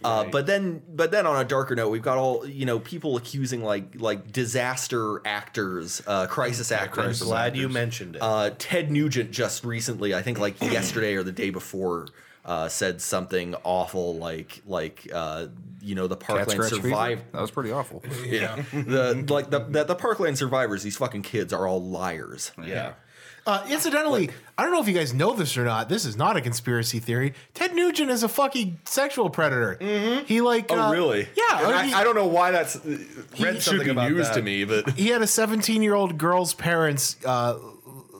A: uh, but then but then on a darker note we've got all you know people accusing like like disaster actors uh, crisis
C: I'm
A: actors
C: glad you mentioned it.
A: uh, Ted Nugent just recently, I think like yesterday or the day before, uh, said something awful like like uh, you know the
D: Cat
A: Parkland
D: scratch fever?
A: survivor.
D: That was pretty awful.
A: Yeah, the like the, the the Parkland survivors. These fucking kids are all liars.
C: yeah.
B: Uh, incidentally, I don't know if you guys know this or not. This is not a conspiracy theory. Ted Nugent is a fucking sexual predator. He like
A: Oh,
B: uh,
A: really?
B: Yeah,
A: And
B: he,
A: I, I don't know why that's uh,
B: should
A: read something
C: be
A: about
C: news
A: news
C: to
A: to me, but
B: he had a 17 year old girl's parents uh,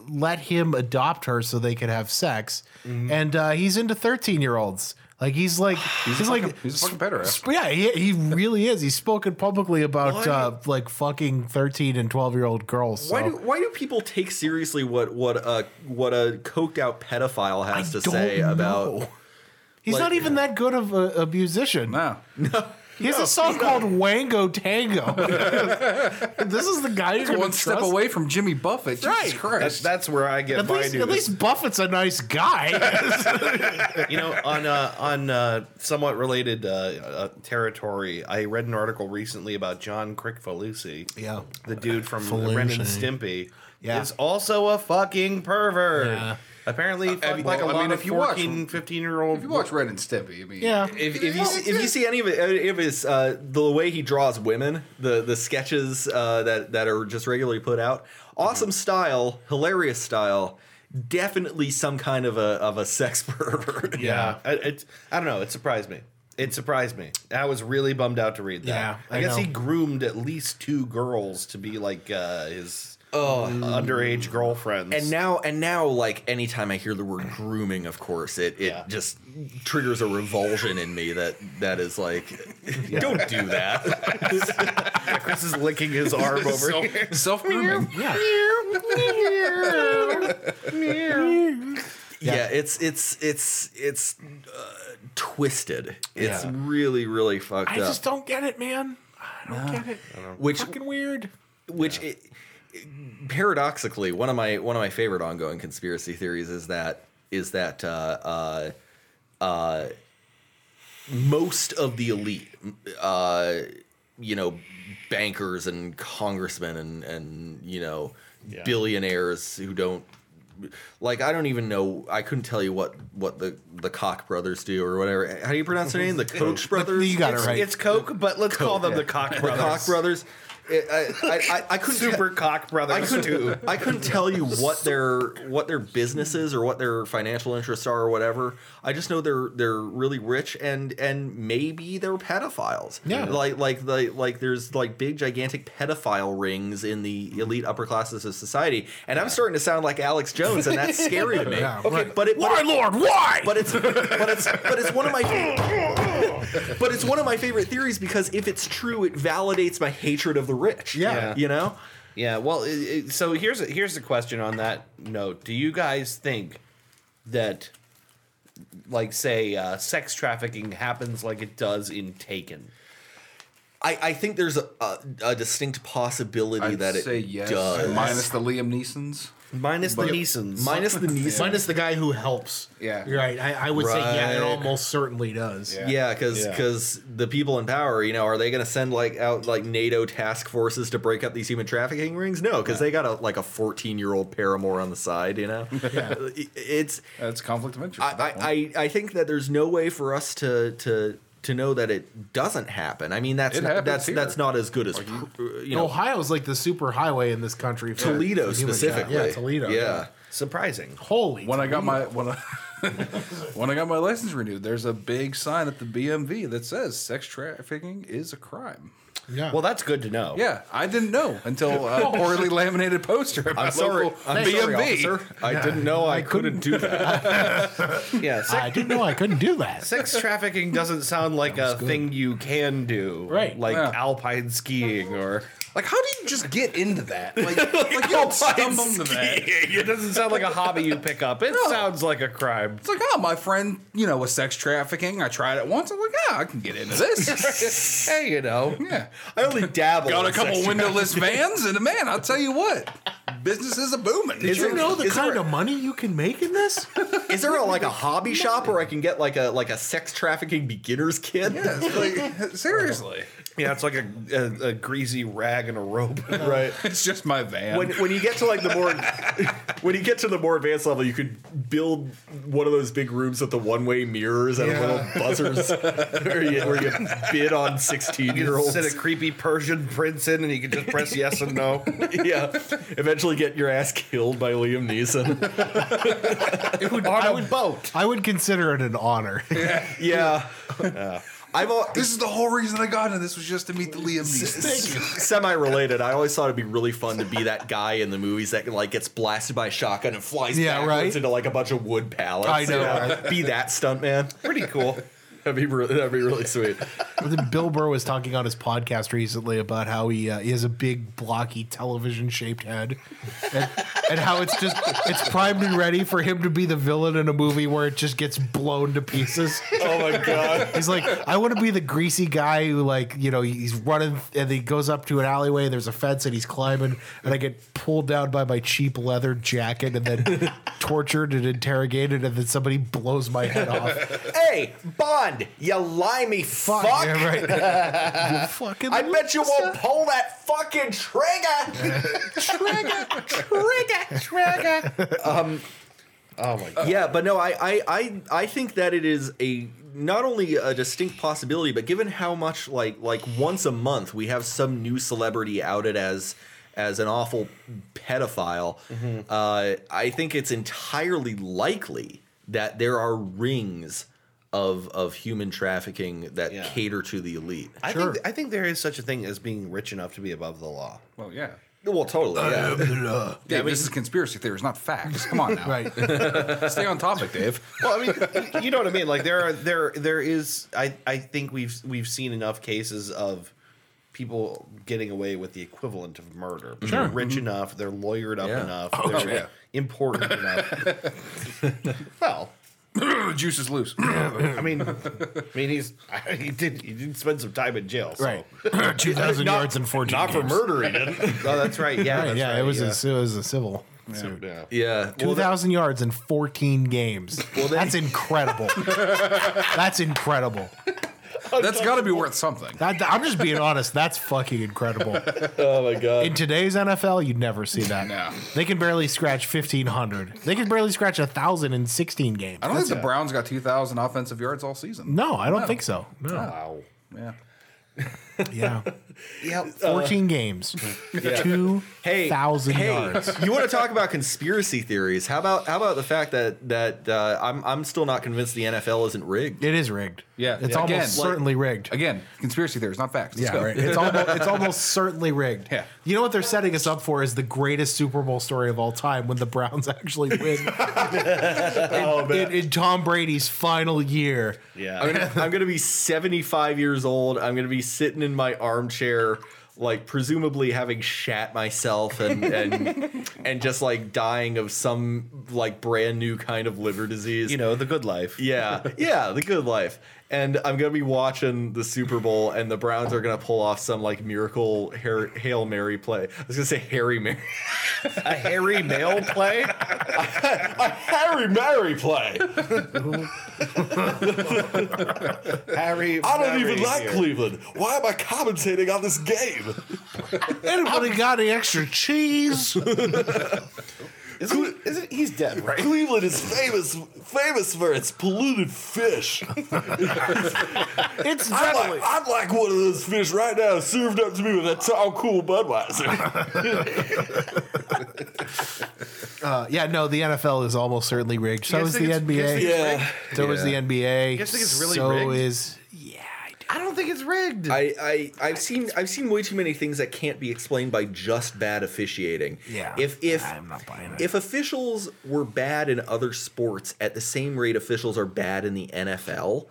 B: let him adopt her so they could have sex,
D: Mm-hmm.
B: and uh, he's into 13 year olds. Like he's like he's, like
D: He's a fucking pederast.
B: Sp- Yeah, he, he really is. He's spoken publicly about
A: Why-
B: uh, like fucking thirteen and twelve year old girls. So.
A: why do why do people take seriously what what a what a coked out pedophile has to
B: don't
A: say
B: know.
A: about?
B: He's
A: like-
B: not even that good of a, a musician.
D: Wow.
B: he has a song called Wango Tango. this is the guy you're
D: One
B: going
D: step away from Jimmy Buffett. Jesus
B: Right.
D: Christ.
C: that's where I get
B: At
C: my
B: least,
C: news.
B: at least Buffett's a nice guy.
C: you know, on uh, on uh, somewhat related uh, uh, territory, I read an article recently about John Crick Falusi.
B: Yeah.
C: the dude from
B: Falusi.
C: Ren and Stimpy.
B: Yeah.
C: is also a fucking pervert.
B: Yeah.
C: Apparently, fuck,
D: you-
C: like a
D: Uh, well, I
C: lot
D: mean,
C: of
D: if you watch-
C: 14, 15 year old.
D: if you watch Red and Stimpy, I mean,
B: yeah,
A: If, if you see, if you see any of it, if it's uh, the way he draws women, the the sketches uh, that that are just regularly put out,
B: Mm-hmm.
A: awesome style, hilarious style, definitely some kind of a of a sex pervert.
C: Yeah, I, it, I don't know. It surprised me. It surprised me. I was really bummed out to read that.
B: Yeah,
C: I,
B: I
C: guess
B: know.
C: he groomed at least two girls to be like uh, his underage
A: Oh,
B: Mm-hmm.
C: girlfriends.
A: And now, and now, like anytime I hear the word grooming, of course, it, it
C: Yeah.
A: just triggers a revulsion in me that that is like, don't do that.
C: Chris is licking his arm over. here.
D: self grooming.
B: yeah.
A: yeah. it's it's it's it's uh, twisted. It's
B: Yeah.
A: really really fucked
B: I
A: up.
B: just don't get it, man. I don't get it.
A: which
B: Fucking weird.
A: which i paradoxically one of my one of my favorite ongoing conspiracy theories is that is that uh, uh, uh, most of the elite uh, you know bankers and congressmen and and you know billionaires who don't like I don't even know I couldn't tell you what what the the Koch brothers do or whatever how do you pronounce their name the Koch brothers
B: You got it
C: It's,
B: right.
C: it's Coke, but let's call them the Cock Brothers.
A: Koch brothers I, I, I, I couldn't
C: Super Cock Brothers.
A: I couldn't, I couldn't tell you what their what their business is or what their financial interests are or whatever. I just know they're they're really rich and and maybe they're pedophiles.
B: Yeah.
A: Like like the like there's like big gigantic pedophile rings in the elite upper classes of society. And I'm starting to sound like Alex Jones and that's scary to me.
B: Yeah,
A: okay,
B: right.
A: but it but
B: Why,
A: it-
B: Lord? Why?
A: but it's but it's but it's one of my but it's one of my favorite theories because if it's true, it validates my hatred of the rich.
B: Yeah.
A: you know.
C: Yeah, well, it, it, so here's here's the question on that note. Do you guys think that, like, say, uh, sex trafficking happens like it does in Taken?
A: I, I think there's a, a, a distinct possibility
D: I'd
A: that it
D: say yes.
A: does.
D: Minus the Liam Neesons.
C: Minus the Neesons.
A: Minus the knees.
B: minus the guy who helps.
D: Yeah.
B: You're right. I, I would say yeah, it
A: Right.
B: almost certainly does.
D: Yeah.
A: yeah, because
C: Yeah.
A: the people in power, you know, are they going to send like out like NATO task forces to break up these human trafficking rings? No, because they got a like a 14 year old paramour on the side, you know. It- it's
D: That's conflict of interest.
A: I,
D: at that point.
A: I, I I think that there's no way for us to to to know that it doesn't happen. I mean, that's
D: It
A: not,
D: happens
A: that's
D: here.
A: that's not as good as pr- uh, you know
B: Ohio's like the super highway in this country. For
A: Toledo
B: for human
A: specifically.
B: trafficking. Yeah, Toledo.
A: Yeah.
C: surprising.
B: Holy.
D: when I got my when I when I got my license renewed, there's a big sign at the BMV that says sex trafficking is a crime.
B: Yeah.
C: Well, that's good to know.
D: Yeah, I didn't know until a poorly laminated poster. At my
A: I'm sorry,
D: local
A: I'm
D: BMV.
A: sorry, officer. I didn't know I couldn't do that.
C: yeah. Sex,
B: I didn't know I couldn't do that.
C: sex trafficking doesn't sound like a thing you can do,
B: Right.
C: Like
D: Yeah.
C: alpine skiing or
D: Like, how do you just get into that? Like, like oh, you don't stumble into that.
C: it doesn't sound like a hobby you pick up. It sounds like a crime.
D: It's like, oh, my friend, you know, was sex trafficking. I tried it once. I'm like, ah, I can get into this. hey, you know, yeah.
A: I only dabble.
D: Got a
A: in
D: couple
A: sex
D: windowless vans, and man, I'll tell you what, business is a booming.
A: Is
B: Do you
A: it-
B: know the
A: is there
B: kind
A: a-
B: of money you can make in this?
A: trafficking. Is there a, like a hobby shop where I can get like a like a sex trafficking beginner's kit?
D: Yes, like, seriously.
C: Yeah, it's like a, a, a greasy rag and a rope.
A: Right.
D: It's just my van.
A: when when you get to like the more when you get to the more advanced level, you could build one of those big rooms with the one way mirrors and
G: Yeah.
A: little buzzers where you, where you bid on sixteen year olds.
C: Send a creepy Persian prince in, and you can just press yes and no.
A: yeah, eventually get your ass killed by Liam Neeson.
C: On a boat.
B: I would consider it an honor.
A: Yeah, I've al-
D: this is the whole reason I got into this was just to meet the Liam Neeson.
A: semi related. I always thought it'd be really fun to be that guy in the movies that like gets blasted by a shotgun and flies
B: Yeah,
A: backwards
B: right.
A: into like a bunch of wood pallets.
B: I know,
A: Be that stuntman. Pretty cool. That'd be re- that'd be really sweet.
B: Then Bill Burr was talking on his podcast recently about how he, uh, he has a big blocky television shaped head, and, and how it's just it's primed and ready for him to be the villain in a movie where it just gets blown to pieces.
A: Oh my god.
B: He's like, I want to be the greasy guy who, like, you know, he's running and he goes up to an alleyway. There's a fence and he's climbing, and I get pulled down by my cheap leather jacket and then tortured and interrogated, and then somebody blows my head off.
A: Hey, Bond, you limey fuck.
B: yeah, right. You fucking
A: I bet you won't pull that fucking trigger.
C: Oh my god.
A: yeah, but no, I, I, I, I think that it is a not only a distinct possibility, but given how much like like once a month we have some new celebrity outed as as an awful pedophile,
C: Mm-hmm.
A: uh, I think it's entirely likely that there are rings of of human trafficking that
C: Yeah.
A: cater to the elite.
C: I think I think there is such a thing as being rich enough to be above the law.
D: Well, yeah.
A: Well, totally. Yeah.
D: Dave, this is conspiracy theories, not facts. Come on now.
B: Right.
D: Stay on topic, Dave.
C: Well, I mean, you know what I mean. Like there are there there is. I I think we've we've seen enough cases of people getting away with the equivalent of murder. They're rich enough. They're lawyered up
A: Yeah.
C: enough. they're
D: yeah.
C: important enough. well,
D: The juice is loose.
C: I mean, I mean he's he did he did spend some time in jail. So.
B: Right. 2,000 yards and 14
A: Not for
B: games.
A: murder, he didn't.
C: Oh, that's right. Yeah,
B: Right,
C: that's
B: yeah,
C: right,
B: it, was A, it was a civil. suit.
C: yeah.
A: Yeah. Well, that-
B: 2,000 yards and 14 games. That's incredible. That's incredible.
D: That's got to be worth something.
B: That, I'm just being honest. That's fucking incredible.
A: oh my god.
B: In today's NFL, you'd never see that.
D: No.
B: They can barely scratch 1,500. They can barely scratch 1,000 in 16 games.
D: I don't think the Browns got 2,000 offensive yards all season.
B: no, I don't think so. No.
C: Wow.
D: Yeah.
B: Yeah.
C: Yeah.
B: 14 games.
A: Yeah.
B: 2,000
A: hey,
B: yards.
A: you want to talk about conspiracy theories? How about how about the fact that that uh, I'm I'm still not convinced the NFL isn't rigged.
B: It is rigged.
D: Yeah.
B: It's
D: Yeah.
B: almost
D: Again, like-
B: certainly rigged.
D: Again, conspiracy theories, not facts. Let's
B: Yeah,
D: go.
B: right. it's almost it's almost certainly rigged.
D: Yeah.
B: You know what they're setting us up for is the greatest Super Bowl story of all time when the Browns actually win in,
C: Oh,
B: in- in Tom Brady's final year.
C: Yeah.
A: I'm gonna, I'm gonna be 75 years old. I'm gonna be sitting in my armchair, like presumably having shat myself and and and just like dying of some like brand new kind of liver disease.
C: you know the good life.
A: Yeah, yeah, the good life. And I'm gonna be watching the Super Bowl, and the Browns are gonna pull off some like miracle Har- hail Mary play. I was gonna say Harry Mary,
C: A hairy male play.
A: Harry Mary play.
C: Harry.
A: Cleveland. Why am I commentating on this game?
B: Anybody got any extra cheese?
C: Isn't, isn't he's dead, right?
A: Cleveland is famous famous for its polluted fish.
B: It's
A: I'd like, I'd like one of those fish right now, served up to me with that tall, cool Budweiser.
B: uh, yeah, no, the NFL is almost certainly rigged. So
C: guys
B: is the
C: think it's- you guys
B: NBA.
C: think it's
A: Yeah.
B: So is the NBA.
C: guys think it's really
B: so
C: rigged?
B: is
C: I don't think it's rigged.
A: I, I I've seen I've seen way too many things that can't be explained by just bad officiating.
B: Yeah.
A: If if
B: I'm not buying it.
A: if officials were bad in other sports at the same rate officials are bad in the NFL,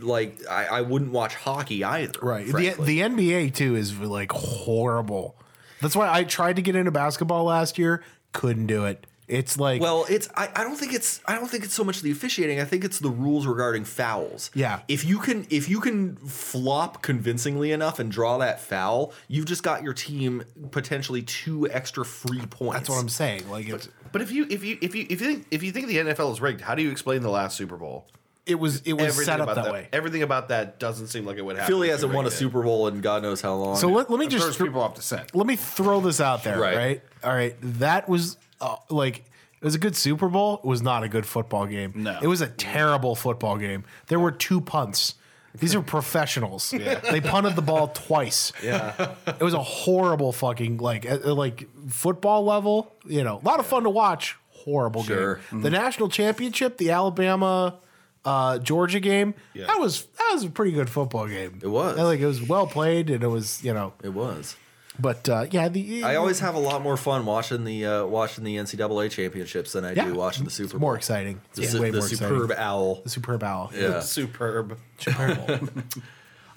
A: like I, I wouldn't watch hockey either.
B: Right.
A: frankly.
B: The, the NBA too is like horrible. That's why I tried to get into basketball last year, couldn't do it. It's like
A: Well, it's I, I don't think it's I don't think it's so much the officiating. I think it's the rules regarding fouls.
B: Yeah.
A: If you can if you can flop convincingly enough and draw that foul, you've just got your team potentially two extra free points.
B: that's what I'm saying. Like it's
C: but if you if you if you if you think if you think the NFL is rigged, how do you explain the last Super Bowl?
B: it was it was set up
C: about
B: that, way.
C: Everything about that doesn't seem like it would happen.
A: Philly
C: if you
A: hasn't
C: rigged
A: won a
C: it.
A: Super Bowl in God knows how long.
B: So let, let me
H: Just
B: just
H: throws people off the scent.
B: let me throw this out there,
A: Right.
B: right? All right, that was uh, like it was a good Super Bowl. It was not a good football game.
H: No.
B: it was a terrible football game. There were two punts. These are professionals. They punted the ball twice. Yeah, it was a horrible fucking like uh, uh, like football level. You know, a lot of fun to watch. Horrible
A: Sure.
B: game. The national championship, the Alabama. Uh, Georgia game. That was that was a pretty good football game. It
A: was.
B: I think it was well played, and it was you know
A: it was.
B: but uh, yeah, the
A: I always have a lot more fun watching the uh, watching the NCAA championships than I
B: Yeah.
A: do watching the Super Bowl.
B: it's more exciting. It's
A: The, su-
B: way
A: the
B: more
A: superb
B: exciting.
A: owl.
B: The superb owl.
A: Yeah.
C: Superb.
B: Let me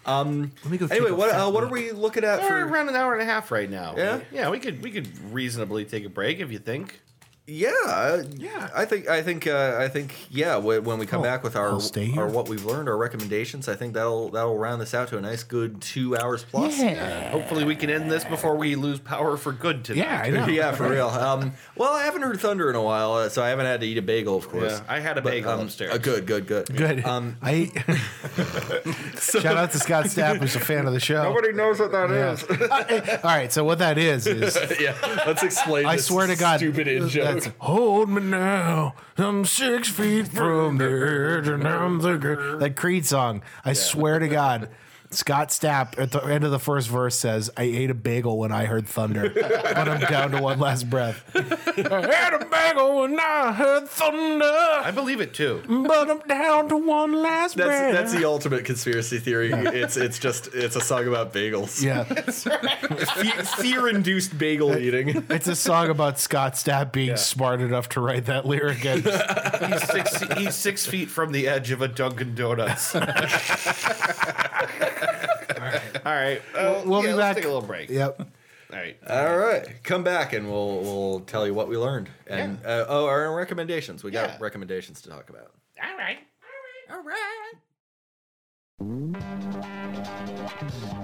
B: go.
A: Um, Anyway,
B: take a
A: what
B: fat
A: uh, what are
B: look.
A: we looking at
C: We're
A: for?
C: around an hour and a half right now.
A: Yeah?
C: yeah. We could we could reasonably take a break if you think.
A: Yeah, uh, yeah. I think I think uh, I think yeah. wh- When we come
B: I'll-
A: back with our
B: Oh, I'll stay here.
A: our what we've learned, our recommendations, I think that'll that'll round this out to a nice good two hours plus.
C: Hopefully, we can end this before we lose power for good tonight.
B: Yeah, I know.
A: yeah, for real. Um, well, I haven't heard thunder in a while, uh, so I haven't had to eat a bagel, of course.
C: Yeah, I had a bagel
A: um,
C: upstairs.
A: uh, good, good, good.
B: Good.
A: Um,
B: I shout out to Scott Stapp, who's a fan of the show.
I: Nobody knows what that
B: Yeah.
I: is.
B: Uh, all right, so what that is is
A: yeah, let's explain.
B: I
A: this
B: swear to God,
A: stupid in joke.
B: that's hold me now. I'm six feet from the edge, and I'm the gr-" that Creed song. I swear to God. Scott Stapp at the end of the first verse says, "I ate a bagel when I heard thunder, but I'm down to one last breath. I had a bagel when I heard
C: I
B: thunder,
C: believe it too.
B: but I'm down to one last breath."
A: That's that's the ultimate conspiracy theory. It's it's just it's a song about bagels.
C: e-
B: yeah.
A: fear induced bagel eating.
B: It's a song about Scott Stapp being smart enough to write that lyric. And
C: He's six, he's six feet from the edge of a Dunkin' Donuts. All right. All right. Well,
B: we'll
C: yeah,
B: be
C: let's
B: back.
C: Take a little break.
B: Yep.
C: All right.
A: All right, come back and we'll we'll tell you what we learned and uh, oh our recommendations. We got
C: Yeah.
A: recommendations to talk about.
C: All right.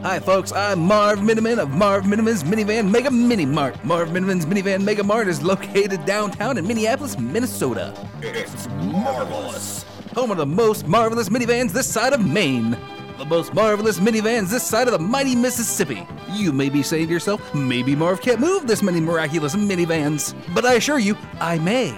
D: Hi, folks. I'm Marv Miniman of Marv Miniman's Minivan Mega Mini Mart. Marv Miniman's Minivan Mega Mart is located downtown in Minneapolis, Minnesota. It's marvelous. Home of the most marvelous minivans this side of Maine. The most marvelous minivans this side of the mighty Mississippi. You may be saying to yourself, maybe Marv can't move this many miraculous minivans. But I assure you, I may.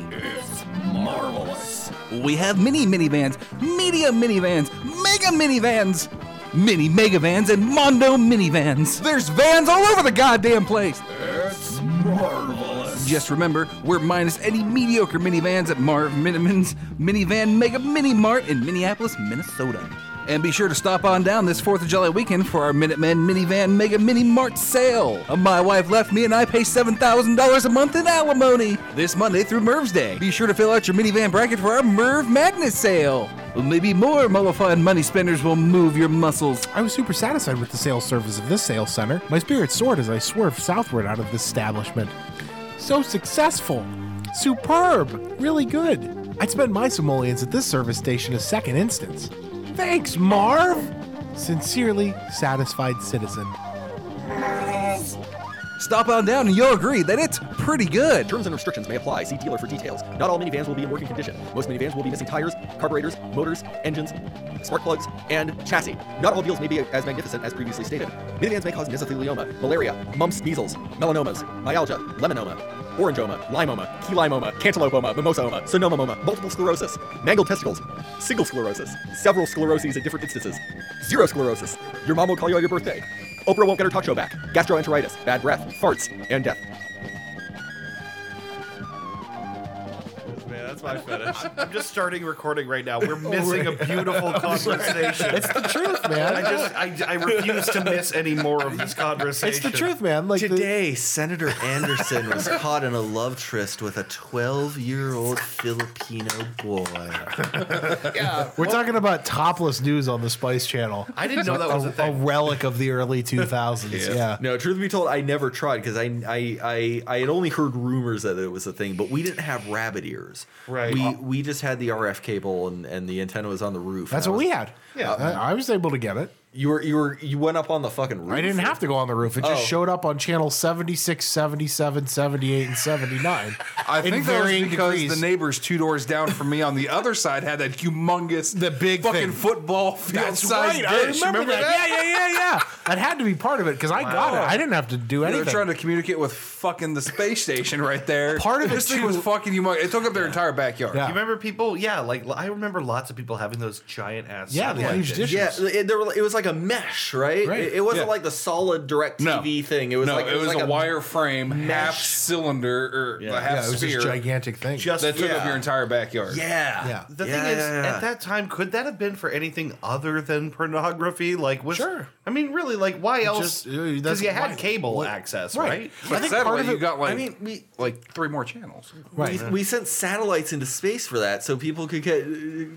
D: Marvelous. We have mini minivans, medium minivans, mega minivans, mini megavans, and mondo minivans. There's vans all over the goddamn place. It's marvelous. Just remember, we're minus any mediocre minivans at Marv Miniman's Minivan Mega Mini Mart in Minneapolis, Minnesota. And be sure to stop on down this 4th of July weekend for our Minuteman Minivan Mega Mini Mart sale. Uh, My wife left me and I pay $7,000 a month in alimony this Monday through Merv's Day. Be sure to fill out your minivan bracket for our Merv Magnet sale. Maybe more mollified money spenders will move your muscles.
B: I was super satisfied with the sales service of this sales center. My spirit soared as I swerved southward out of this establishment. So successful, superb, really good. I'd spend my simoleons at this service station a second instance. Thanks, Marv. Sincerely, satisfied citizen.
D: Stop on down and you'll agree that it's pretty good.
J: Terms and restrictions may apply. See dealer for details. Not all minivans will be in working condition. Most minivans will be missing tires, carburetors, motors, engines, spark plugs, and chassis. Not all deals may be as magnificent as previously stated. Minivans may cause mesothelioma, malaria, mumps, measles, melanomas, myalgia, lemonoma, orangeoma, limoma, key limoma, cantaloupeoma, mimosaoma, sonomomoma, multiple sclerosis, mangled testicles, single sclerosis, several scleroses in different instances, zero sclerosis. Your mom will call you on your birthday. Oprah won't get her talk show back. Gastroenteritis, bad breath, farts, and death.
C: Man, that's my fetish. I'm just starting recording right now.
B: Oh,
C: We're missing a beautiful conversation.
B: It's the truth, man.
C: I just I, I refuse to miss any more of this conversation.
B: it's the truth, man. Like the-
A: Today, Senator Anderson was caught in a love tryst with a 12 year old Filipino boy.
B: we're talking about topless news on the Spice Channel.
C: I didn't know that was a
B: a, a
C: thing.
B: relic of the early 2000s. yeah.
A: No, truth be told, I never tried because I, I I I had only heard rumors that it was a thing, but we didn't have rabbit ears.
C: Right.
A: We we just had the RF cable and, and the antenna was on the roof.
B: That's
A: and I
B: what
A: was-
B: we had.
C: Yeah.
B: I, I was able to get it.
A: You were you were you went up on the fucking roof.
B: I didn't have to go on the roof. It just
A: Oh.
B: showed up on channel 76, 77, 78, and 79.
D: I
B: in
D: think that was
B: varying
D: because
B: degrees.
D: the neighbors two doors down from me on the other side had that humongous,
B: The big
D: fucking
B: thing.
D: football field
B: That's
D: size
B: right.
D: dish.
B: I remember, that. Yeah, yeah, yeah, yeah. That had to be part of it because I got it. I didn't have to do
D: They're
B: anything.
D: trying to communicate with fucking the space station right there.
B: Part of it,
D: this thing
B: too-
D: was fucking humongous. It took up their entire backyard.
B: Yeah.
C: You remember people? Yeah, like I remember lots of people having those giant ass.
B: yeah, the
C: satellite
B: huge
C: dishes.
B: dishes.
A: Yeah, it, there were, it was like a mesh, right?
B: Right.
A: It, it wasn't
D: Yeah.
A: like the solid direct
D: No.
A: TV thing. It was
D: no,
A: like
D: it was
A: like
D: a wireframe half
A: mesh.
D: cylinder or a half
B: yeah, it was
D: sphere
B: this gigantic thing.
C: Just
D: that took up
A: yeah.
D: your entire backyard.
A: Yeah.
B: Yeah.
C: The
A: Yeah,
C: thing is,
A: yeah, yeah.
C: at that time, could that have been for anything other than pornography? Like, was
B: Sure.
C: I mean, really, like, why else?
B: just- uh, that's
C: Because you had
B: why-
C: cable
B: what-
C: access,
B: right.
C: right?
D: But that
B: part
D: way
B: of
D: you
B: it-
D: got like
A: I mean, we
D: like three more channels.
B: right.
A: We, we sent satellites into space for that, so people could get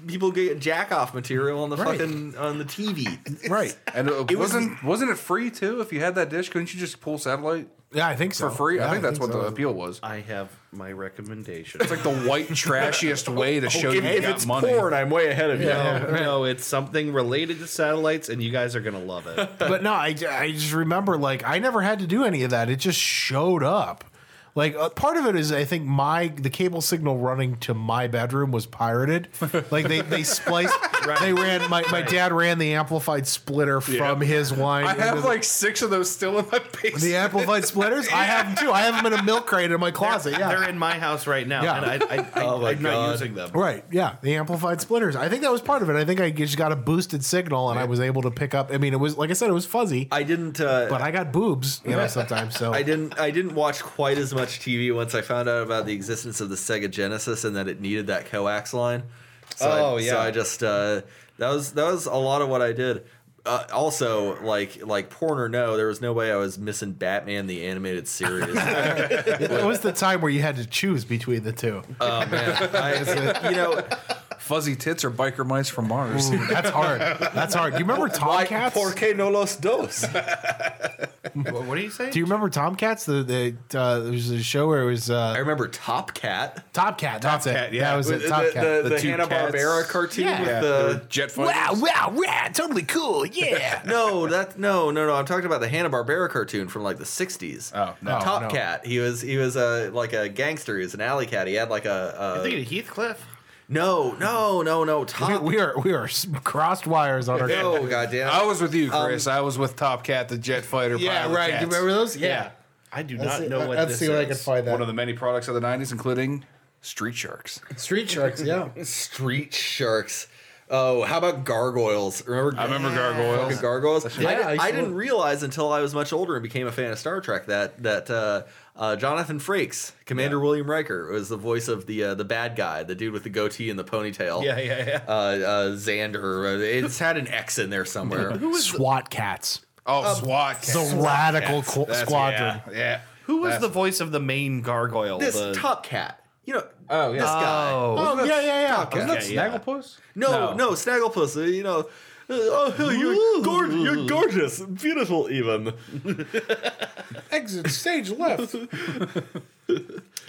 A: people could get jack off material on the
B: Right.
A: fucking on the TV.
B: right.
D: And it,
A: It was
D: wasn't wasn't it free too? If you had that dish, couldn't you just pull satellite
B: Yeah, I think so.
D: for free?
B: Yeah,
D: I think that's what
B: so.
D: the appeal was.
C: I have my recommendation.
D: It's like the white trashiest way to show
A: if
D: you
A: if
D: got
A: it's
D: money.
A: porn, I'm way ahead of you.
C: no, no, it's something related to satellites, and you guys are gonna love it.
B: but no, I, I just remember like I never had to do any of that. It just showed up. Like uh, part of it is I think my the cable signal running to my bedroom was pirated. Like they they spliced. They ran my, my dad ran the amplified splitter from his wine.
D: I
B: into
D: have
B: the-
D: like six of those still in my basement.
B: the amplified splitters. I have them too. I have them in a milk crate in my closet. Yeah,
C: They're in my house right now,
B: Yeah.
C: and I, I, I,
A: Oh my
C: I'm
A: God.
C: not using them.
B: Right. Yeah. The amplified splitters. I think that was part of it. I think I just got a boosted signal and I was able to pick up. I mean, it was, like I said, it was fuzzy,
A: I didn't. Uh,
B: but I got boobs, you know, sometimes. So
A: I didn't. I didn't watch quite as much TV once I found out about the existence of the Sega Genesis and that it needed that coax line. So I,
C: Oh,
A: So
C: yeah.
A: I just uh, that was that was a lot of what I did. Uh, also, like like porn or no, there was no way I was missing Batman the animated series.
B: it was the time where you had to choose between the two.
A: oh man, I, you know,
D: Fuzzy tits or biker mice from Mars.
B: Ooh, that's hard. That's hard. Do you remember Tomcats?
A: qué no los dos?
C: What, what do you say?
B: Do you remember Tomcats? The, the uh, there was a show where it was
A: I
B: uh,
A: remember Top Cat.
B: Top Cat. That's
D: Cat,
B: it.
D: yeah.
B: that was
A: The,
B: it. Top Cat.
A: the, the,
D: two
A: Hanna Barbera
D: cats.
A: cartoon
B: Yeah.
A: with
B: Yeah,
A: the
D: Jet fighters.
B: wow, rad, totally cool, yeah.
A: No, that no, no, no. I'm talking about the Hanna Barbera cartoon from like the '60s.
D: Oh,
B: no,
A: Top
B: no.
A: Cat. He was he was a like a gangster. He was an alley cat. He had like a,
C: I
A: a
C: think of Heathcliff.
A: no, no, no, no.
B: we,
A: Top.
B: we are we are s- crossed wires on our
A: no, goddamn.
D: I
K: Oh.
D: was with you, Chris. I was with Top Cat, the jet fighter.
B: Um, yeah,
D: pilot
B: right. Do
D: cats.
B: you remember those? Yeah,
C: I do
B: Let's
C: not
B: see-
C: know what
B: let's
C: this
B: see
C: is.
B: what I can find
D: One
B: that.
D: of the many products of the '90s, including Street Sharks.
B: Street Sharks. Yeah.
A: Street sharks. Oh, how about gargoyles? Remember?
D: I remember
A: fucking
D: gargoyles.
A: gargoyles.
B: Yeah,
A: I,
B: I
A: did,
B: used
A: I
B: to
A: didn't realize until I was much older and became a fan of Star Trek that that uh, uh, Jonathan Frakes, Commander William Riker, was the voice of the uh, the bad guy, the dude with the goatee and the ponytail.
C: Yeah, yeah, yeah.
A: uh, uh, Xander. uh, It's had an X in there somewhere.
B: SWAT cats.
D: Oh, SWAT. Cats.
B: Um, The radical qu-
D: That's-
B: squadron.
D: Yeah. yeah.
C: Who was
D: That's-
C: the voice of the main gargoyle?
A: this
C: the,
A: Top Cat. You know.
D: Oh, yeah.
A: This guy.
C: Oh,
B: Oh, yeah, yeah, yeah.
D: Isn't that
C: Yeah, yeah.
D: Snagglepuss?
A: No, no, Snagglepuss. uh, You know. uh, Oh, hell, you're, gor- you're gorgeous, beautiful, even.
B: Exit stage left.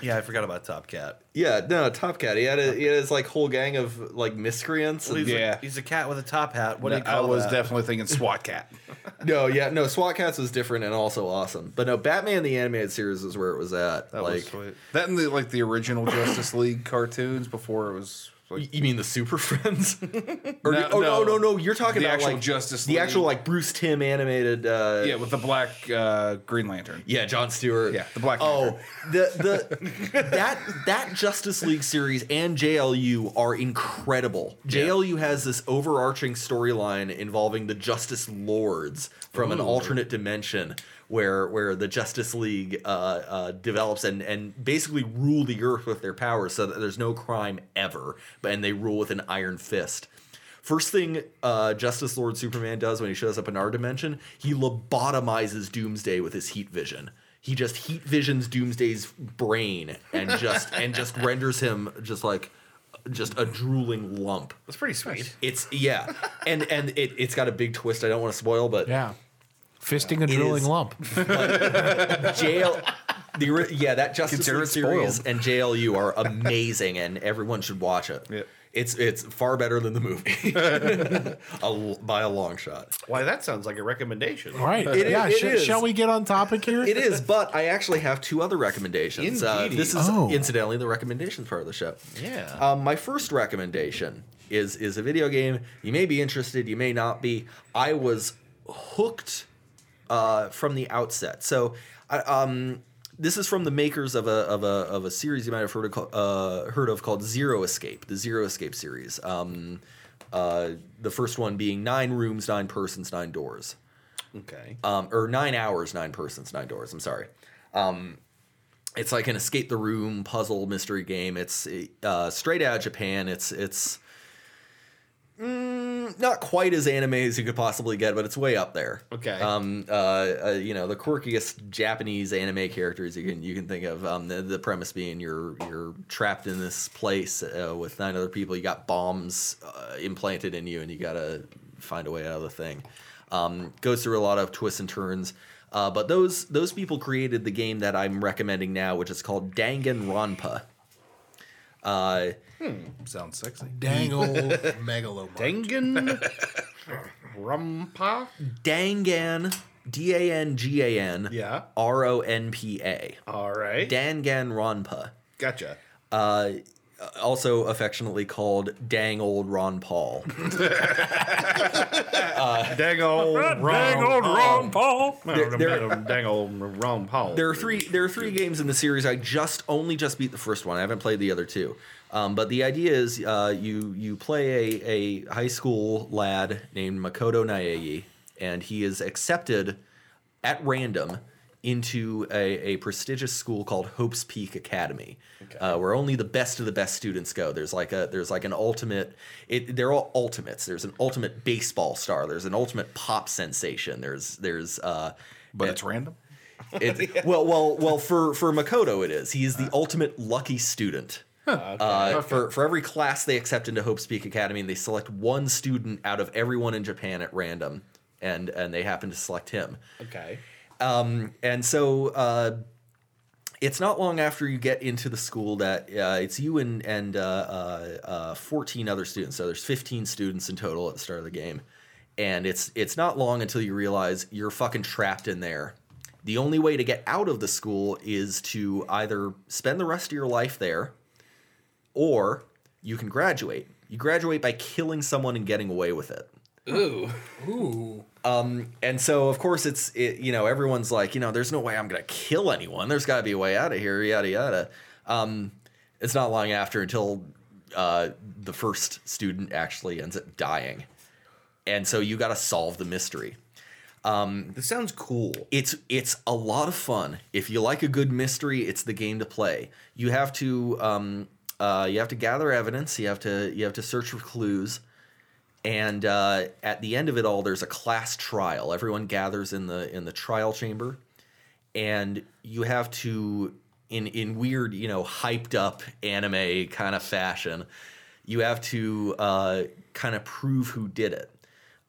C: yeah, I forgot about Top Cat.
A: Yeah, no, Top Cat. He had, a, he had his like whole gang of like miscreants. and-
C: He's a-
D: Yeah.
C: he's a cat with a top hat. What do you
D: I
C: call
D: was
C: that?
D: definitely thinking SWAT Cat.
A: No, yeah, no. SWAT Cats was different and also awesome, but no, Batman the animated series is where it was at.
C: That
A: like,
C: was sweet.
D: That and the like the original Justice League cartoons before it was like
A: You mean the Super Friends? or,
D: No,
A: oh no. no,
D: no.
A: no, You're talking
D: The
A: about
D: actual
A: like
D: Justice
A: the actual
D: League.
A: like Bruce Tim animated. Uh,
D: yeah with the black uh, Green Lantern.
A: yeah, John Stewart.
D: Yeah, the Black
A: Oh, the the that that Justice League series and JLU are incredible. JLU has this overarching storyline involving the Justice Lords from an alternate dimension where where the Justice League uh, uh, develops and and basically rule the Earth with their powers, so that there's no crime ever, but and they rule with an iron fist. First thing uh, Justice Lord Superman does when he shows up in our dimension, he lobotomizes Doomsday with his heat vision. He just heat visions Doomsday's brain and just and just renders him just like just a drooling lump.
C: That's pretty sweet.
A: It's yeah, and and it it's got a big twist. I don't want to spoil, but
B: Yeah. Fisting a
A: is-
B: drooling lump.
A: jail. The, ori- yeah, that Justice
D: Consider
A: League
D: it spoiled.
A: series and JLU are amazing, and everyone should watch it.
D: Yeah.
A: It's it's far better than the movie a, l- by a long shot.
C: Why, that sounds like a recommendation.
B: All right.
A: It-
B: yeah.
A: it
B: sh-
A: is.
B: Shall we get on topic here?
A: It is, but I actually have two other recommendations. Uh, this is
B: Oh.
A: incidentally the recommendations part of the show.
C: Yeah.
A: Um, my first recommendation is is a video game. You may be interested, you may not be. I was hooked uh, from the outset. So, I, um, this is from the makers of a of a of a series you might have heard of called, uh, heard of called Zero Escape, the Zero Escape series. Um, uh, the first one being nine rooms, nine persons, nine doors
C: Okay.
A: um, or nine hours, nine persons, nine doors. I'm sorry. Um, it's like an escape the room puzzle mystery game. It's uh, straight out of Japan. It's it's mm, not quite as anime as you could possibly get, but it's way up there.
C: Okay.
A: Um, uh, uh, you know the quirkiest Japanese anime characters you can you can think of. Um, the, the premise being you're you're trapped in this place uh, with nine other people. You got bombs uh, implanted in you, and you gotta find a way out of the thing. Um, goes through a lot of twists and turns. Uh, but those those people created the game that I'm recommending now, which is called Danganronpa. Uh,
D: Sounds sexy.
B: Dang old megalomart.
C: Dangan Rumpa?
A: Dangan, D A N G A N,
C: Yeah.
A: R O N P A,
C: All right.
A: Danganronpa.
C: gotcha.
A: Uh, also affectionately called Dang Old Ron Paul.
C: Dang old
D: Dang
B: Oh,
D: old Ron Paul.
A: there-
C: Dang old Ron Paul.
A: there are three there are three games in the series i just only just beat the first one i haven't played the other two um, but the idea is uh, you you play a, a high school lad named makoto naei and he is accepted at random into a, a prestigious school called hope's peak academy uh, where only the best of the best students go there's like a there's like an ultimate it, they're all ultimates there's an ultimate baseball star there's an ultimate pop sensation there's there's uh,
D: But it's random.
A: it, Well, well, well. For for Makoto, it is. He is the ultimate lucky student. Uh, for for every class they accept into Hope Speak Academy, they select one student out of everyone in Japan at random, and and they happen to select him.
C: Okay.
A: Um, and so uh, it's not long after you get into the school that uh, it's you and and uh, uh, uh, fourteen other students. So there's fifteen students in total at the start of the game, and it's it's not long until you realize you're fucking trapped in there. The only way to get out of the school is to either spend the rest of your life there, or you can graduate. You graduate by killing someone and getting away with it. Um, and so of course it's it, you know everyone's like you know there's no way I'm gonna kill anyone. There's got to be a way out of here. Yada yada. Um, it's not long after until uh, the first student actually ends up dying, and so you got to solve the mystery. Um,
C: This sounds cool.
A: It's it's a lot of fun. If you like a good mystery, it's the game to play. You have to um, uh, you have to gather evidence. You have to you have to search for clues. And uh, at the end of it all, there's a class trial. Everyone gathers in the in the trial chamber, and you have to in in weird you know hyped up anime kind of fashion you have to uh, kind of prove who did it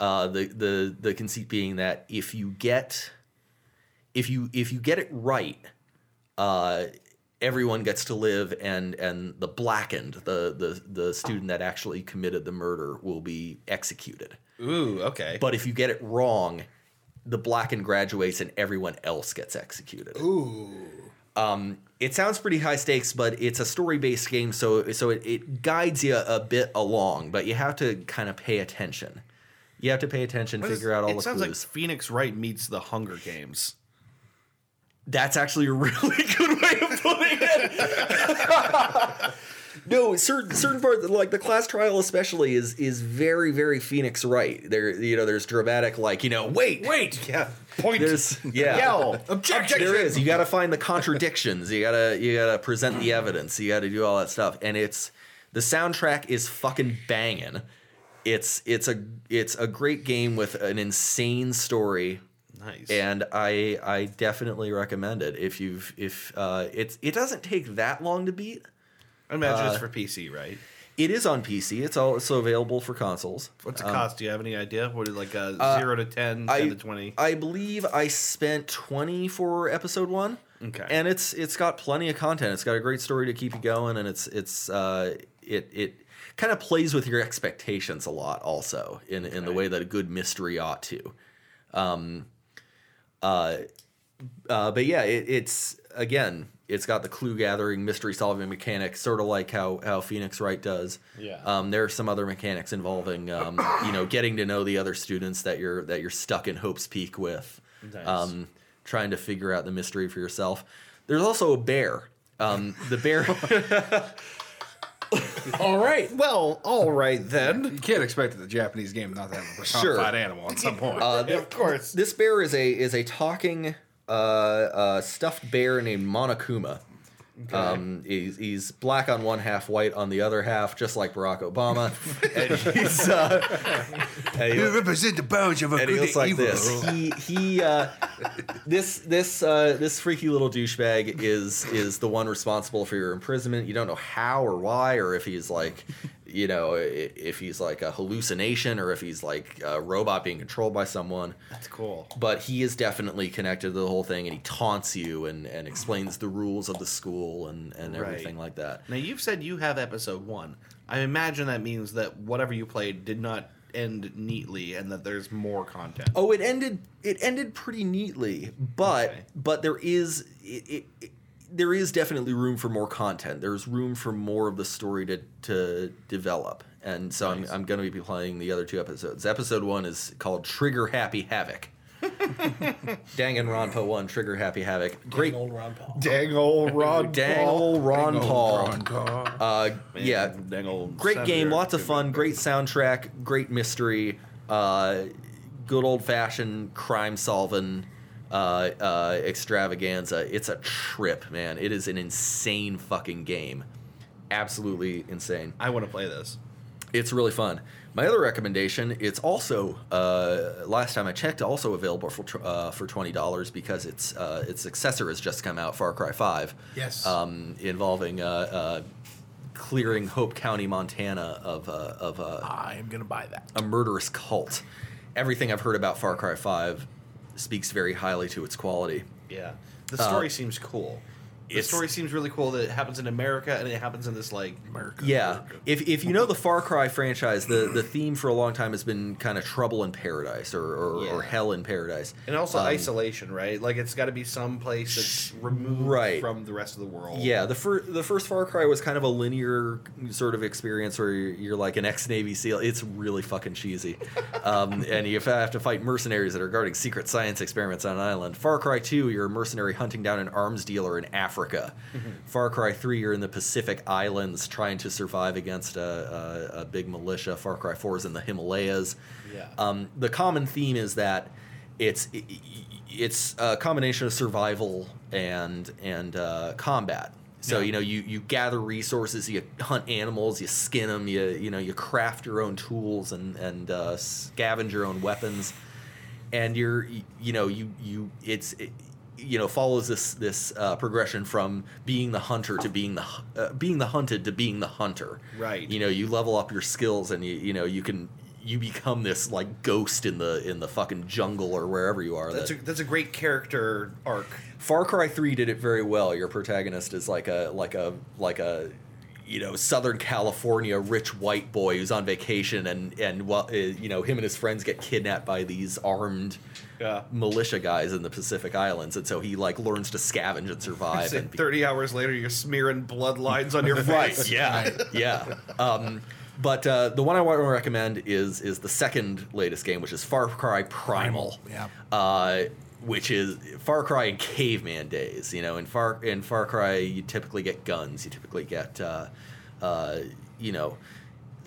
A: uh, the the the conceit being that if you get if you if you get it right uh, everyone gets to live and and the blackened the the the student that actually committed the murder will be executed
C: Ooh, okay.
A: but if you get it wrong, the blackened graduates and everyone else gets executed. Ooh. Um, it sounds pretty high stakes, but it's a story based game, so so it, it guides you a bit along, but you have to kind of pay attention. You have to pay attention,
C: What is-
A: figure out all
C: it
A: the
C: sounds
A: clues.
C: like Phoenix Wright meets the Hunger Games.
A: That's actually a really good way of putting it. no, certain certain parts like the class trial especially is is very very Phoenix Wright. There you know there's dramatic like you know wait
C: Wait. Yeah. Point.
A: There's- yeah.
C: Yell.
A: There is. You got to find the contradictions. You gotta you gotta present the evidence. You got to do all that stuff. And it's the soundtrack is fucking banging. It's it's a it's a great game with an insane story,
C: Nice.
A: and I I definitely recommend it if you've if uh it's it doesn't take that long to beat.
C: I imagine it's for PC, right?
A: It is on PC. It's also available for consoles.
C: What's the cost? Do you have any idea? What is like a zero to 10, 10 to twenty?
A: Um, Uh, I believe I spent 20 for episode one.
C: Okay.
A: And it's it's got plenty of content. It's got a great story to keep you going, and it's it's uh, it it kind of plays with your expectations a lot also in in the way that a good mystery ought to. Uh, but yeah, it, it's again, it's got the clue gathering, mystery solving mechanics, sort of like how how Phoenix Wright does.
L: Yeah.
A: Um, there are some other mechanics involving, um, you know, getting to know the other students that you're that you're stuck in Hope's Peak with, um, trying to figure out the mystery for yourself. There's also a bear. Um, the bear.
D: All right.
C: Well, all right then.
D: You can't expect the Japanese game not to have a personified
A: Sure. Uh,
D: animal at some point.
L: of course.
A: This bear is a is a talking uh, uh, stuffed bear named Monokuma. Um, he's, he's black on one half, white on the other half, just like Barack Obama. and he's uh, and he,
D: represent the bounds of a
A: and he looks like this. He he uh, this this uh, this freaky little douchebag is is the one responsible for your imprisonment. You don't know how or why, or if he's like, you know, i- if he's like a hallucination, or if he's like a robot being controlled by someone
L: That's cool.
A: but he is definitely connected to the whole thing and he taunts you and, and explains the rules of the school and, and
C: Right.
A: everything like that.
C: Now you've said you have episode one. I imagine that means that whatever you played did not end neatly, and that there's more content.
A: Oh, it ended it ended pretty neatly, but
C: Okay.
A: but there is it, it, it, there is definitely room for more content. There's room for more of the story to to develop. And so I'm, I'm going to be playing the other two episodes. Episode 1 is called Trigger Happy Havoc. Danganronpa 1 Trigger Happy Havoc. Great
L: Dang old Rod.
A: dang old Ron Paul. Uh, yeah,
C: Dang old
A: great game,
C: senator.
A: lots of fun, great soundtrack, great mystery, uh, good old fashioned crime solving uh, uh, extravaganza. It's a trip, man. It is an insane fucking game. Absolutely insane.
C: I want to play this.
A: It's really fun. My other recommendation, it's also uh, last time I checked, also available for tw- uh, for twenty dollars because its uh, its successor has just come out, Far Cry Five.
G: Yes.
A: um, involving uh, uh, clearing Hope County, Montana, of uh, of uh,
B: I am gonna buy that.
A: a murderous cult. Everything I've heard about Far Cry Five speaks very highly to its quality.
C: Yeah, the story seems cool. The
A: Uh, it's-
C: story seems really cool that it happens in America and it happens in this like America.
A: Yeah. If, if you know the Far Cry franchise, the, the theme for a long time has been kind of trouble in paradise or, or, or
C: Yeah.
A: hell in paradise.
C: And also
A: Um,
C: isolation, right? Like it's got to be some place that's removed
A: right.
C: from the rest of the world.
A: Yeah, the first the first Far Cry was kind of a linear sort of experience where you're, you're like an ex Navy SEAL. It's really fucking cheesy, um, and you have to fight mercenaries that are guarding secret science experiments on an island. Far Cry Two, you're a mercenary hunting down an arms dealer in Africa. Far Cry Three, you're in the Pacific Islands trying to survive against a, a, a big militia. Far Cry Four is in the Himalayas.
C: Yeah.
A: Um, the common theme is that it's i- i- it's a combination of survival and and uh, combat. So you know you you gather resources, you hunt animals, you skin them, you you know you craft your own tools and and uh, scavenge your own weapons, and you're y- you know you you it's. It, you know, follows this this uh, progression from being the hunter to being the hu- uh, being the hunted to being the hunter.
C: Right.
A: You know, you level up your skills, and you you know you can you become this like ghost in the in the fucking jungle or wherever you are.
C: that's a,
A: that-
C: that's a great character arc.
A: Far Cry Three did it very well. Your protagonist is like a like a like a you know Southern California rich white boy who's on vacation, and and well, uh, you know him and his friends get kidnapped by these armed.
C: Yeah.
A: militia guys in the Pacific Islands, and so he like learns to scavenge and survive.
C: Say
A: and be-
C: Thirty hours later, you're smearing bloodlines on your face.
A: Right. Yeah. yeah. Um, but uh, the one I want to recommend is is the second latest game, which is Far Cry Primal.
B: Primal,
A: Uh, which is Far Cry in caveman days. You know, in Far in Far Cry, you typically get guns. You typically get uh, uh, you know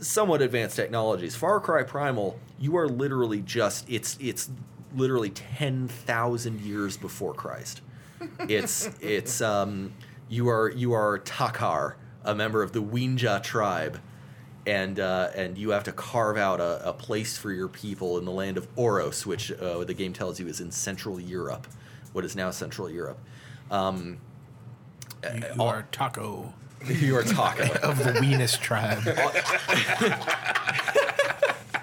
A: somewhat advanced technologies. Far Cry Primal, you are literally just it's it's literally ten thousand years before Christ. It's it's um you are you are Takar, a member of the Winja tribe, and uh, and you have to carve out a, a place for your people in the land of Oros, which uh, the game tells you is in Central Europe, what is now Central Europe. Um, uh,
B: You, you are taco
A: you are Taka.
B: of the weenus
A: Uh,
B: tribe.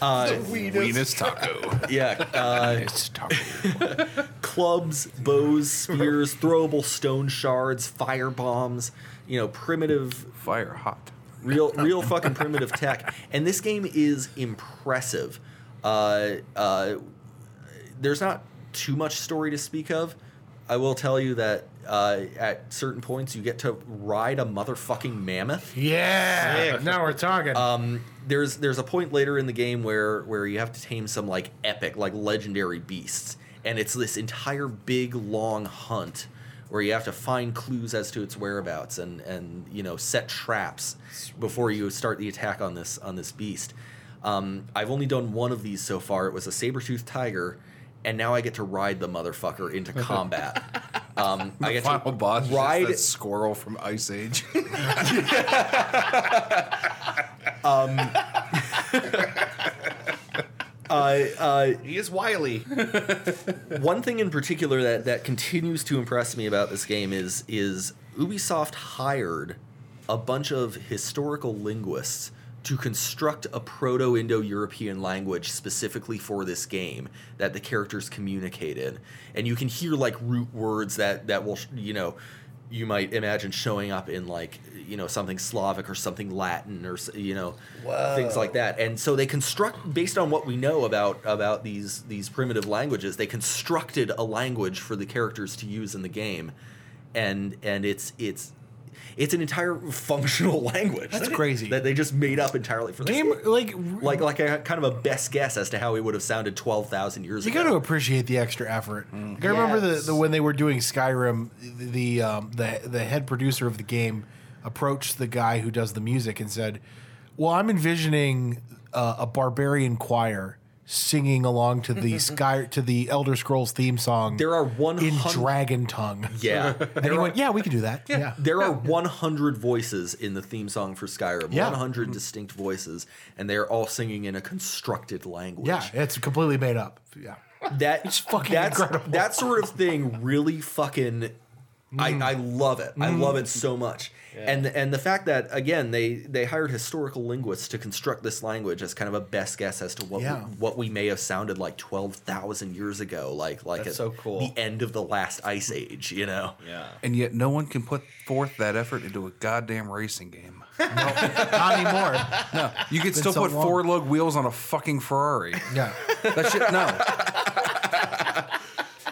A: uh,
D: Venus taco.
A: yeah. Uh,
B: It's taco.
A: clubs, bows, spears, throwable stone shards, fire bombs, you know, primitive
D: Fire hot.
A: real real fucking primitive tech. And this game is impressive. Uh, uh, there's not too much story to speak of. I will tell you that uh, at certain points you get to ride a motherfucking mammoth.
B: Yeah.
C: Sick.
B: Now we're talking.
A: Um, there's there's a point later in the game where where you have to tame some like epic like legendary beasts, and it's this entire big long hunt where you have to find clues as to its whereabouts and and you know set traps before you start the attack on this on this beast. Um, I've only done one of these so far. It was a saber-toothed tiger, and now I get to ride the motherfucker into combat. Um, I get
D: Final
A: to
D: boss ride
A: ride
D: that squirrel from Ice Age.
A: uh, uh,
C: He is wily.
A: one thing in particular that that continues to impress me about this game is is Ubisoft hired a bunch of historical linguists to construct a proto-indo-european language specifically for this game that the characters communicate in and you can hear like root words that that will sh- you know you might imagine showing up in like you know something slavic or something latin or s- you know things like that and so they construct based on what we know about about these these primitive languages they constructed a language for the characters to use in the game and and it's it's it's an entire functional language that's
B: crazy.
A: that they just made up entirely for this
B: game like
A: like like a kind of a best guess as to how it would have sounded 12,000 years
B: You
A: ago
B: got to appreciate the extra effort.
A: Mm.
B: Like, I remember the, the when they were doing Skyrim, the the, um, the the head producer of the game approached the guy who does the music and said, "Well, I'm envisioning uh, a barbarian choir singing along to the Sky to the Elder Scrolls theme song.
A: there are
B: in
A: 100
B: dragon tongue."
A: yeah
B: and he went, "Yeah, we can do that. Yeah,
A: There are 100 voices in the theme song for Skyrim.
B: Yeah.
C: Mm-hmm.
A: 100 distinct voices, and they are all singing in a constructed language.
B: yeah, it's completely made up. Yeah,
A: that
B: It's fucking
A: that's,
B: incredible.
A: That sort of thing really fucking.
B: Mm.
A: I, I love it. I love it so much. And and the fact that again they they hired historical linguists to construct this language as kind of a best guess as to what
B: Yeah.
A: we, what we may have sounded like twelve thousand years ago, like like
C: That's
A: at
C: so cool.
A: the end of the last ice age, you know.
C: Yeah.
D: and yet, no one can put forth that effort into a goddamn racing game.
B: not anymore.
D: No, you could still
B: so
D: put
B: long.
D: four lug wheels on a fucking Ferrari.
B: Yeah."
D: That shit, no.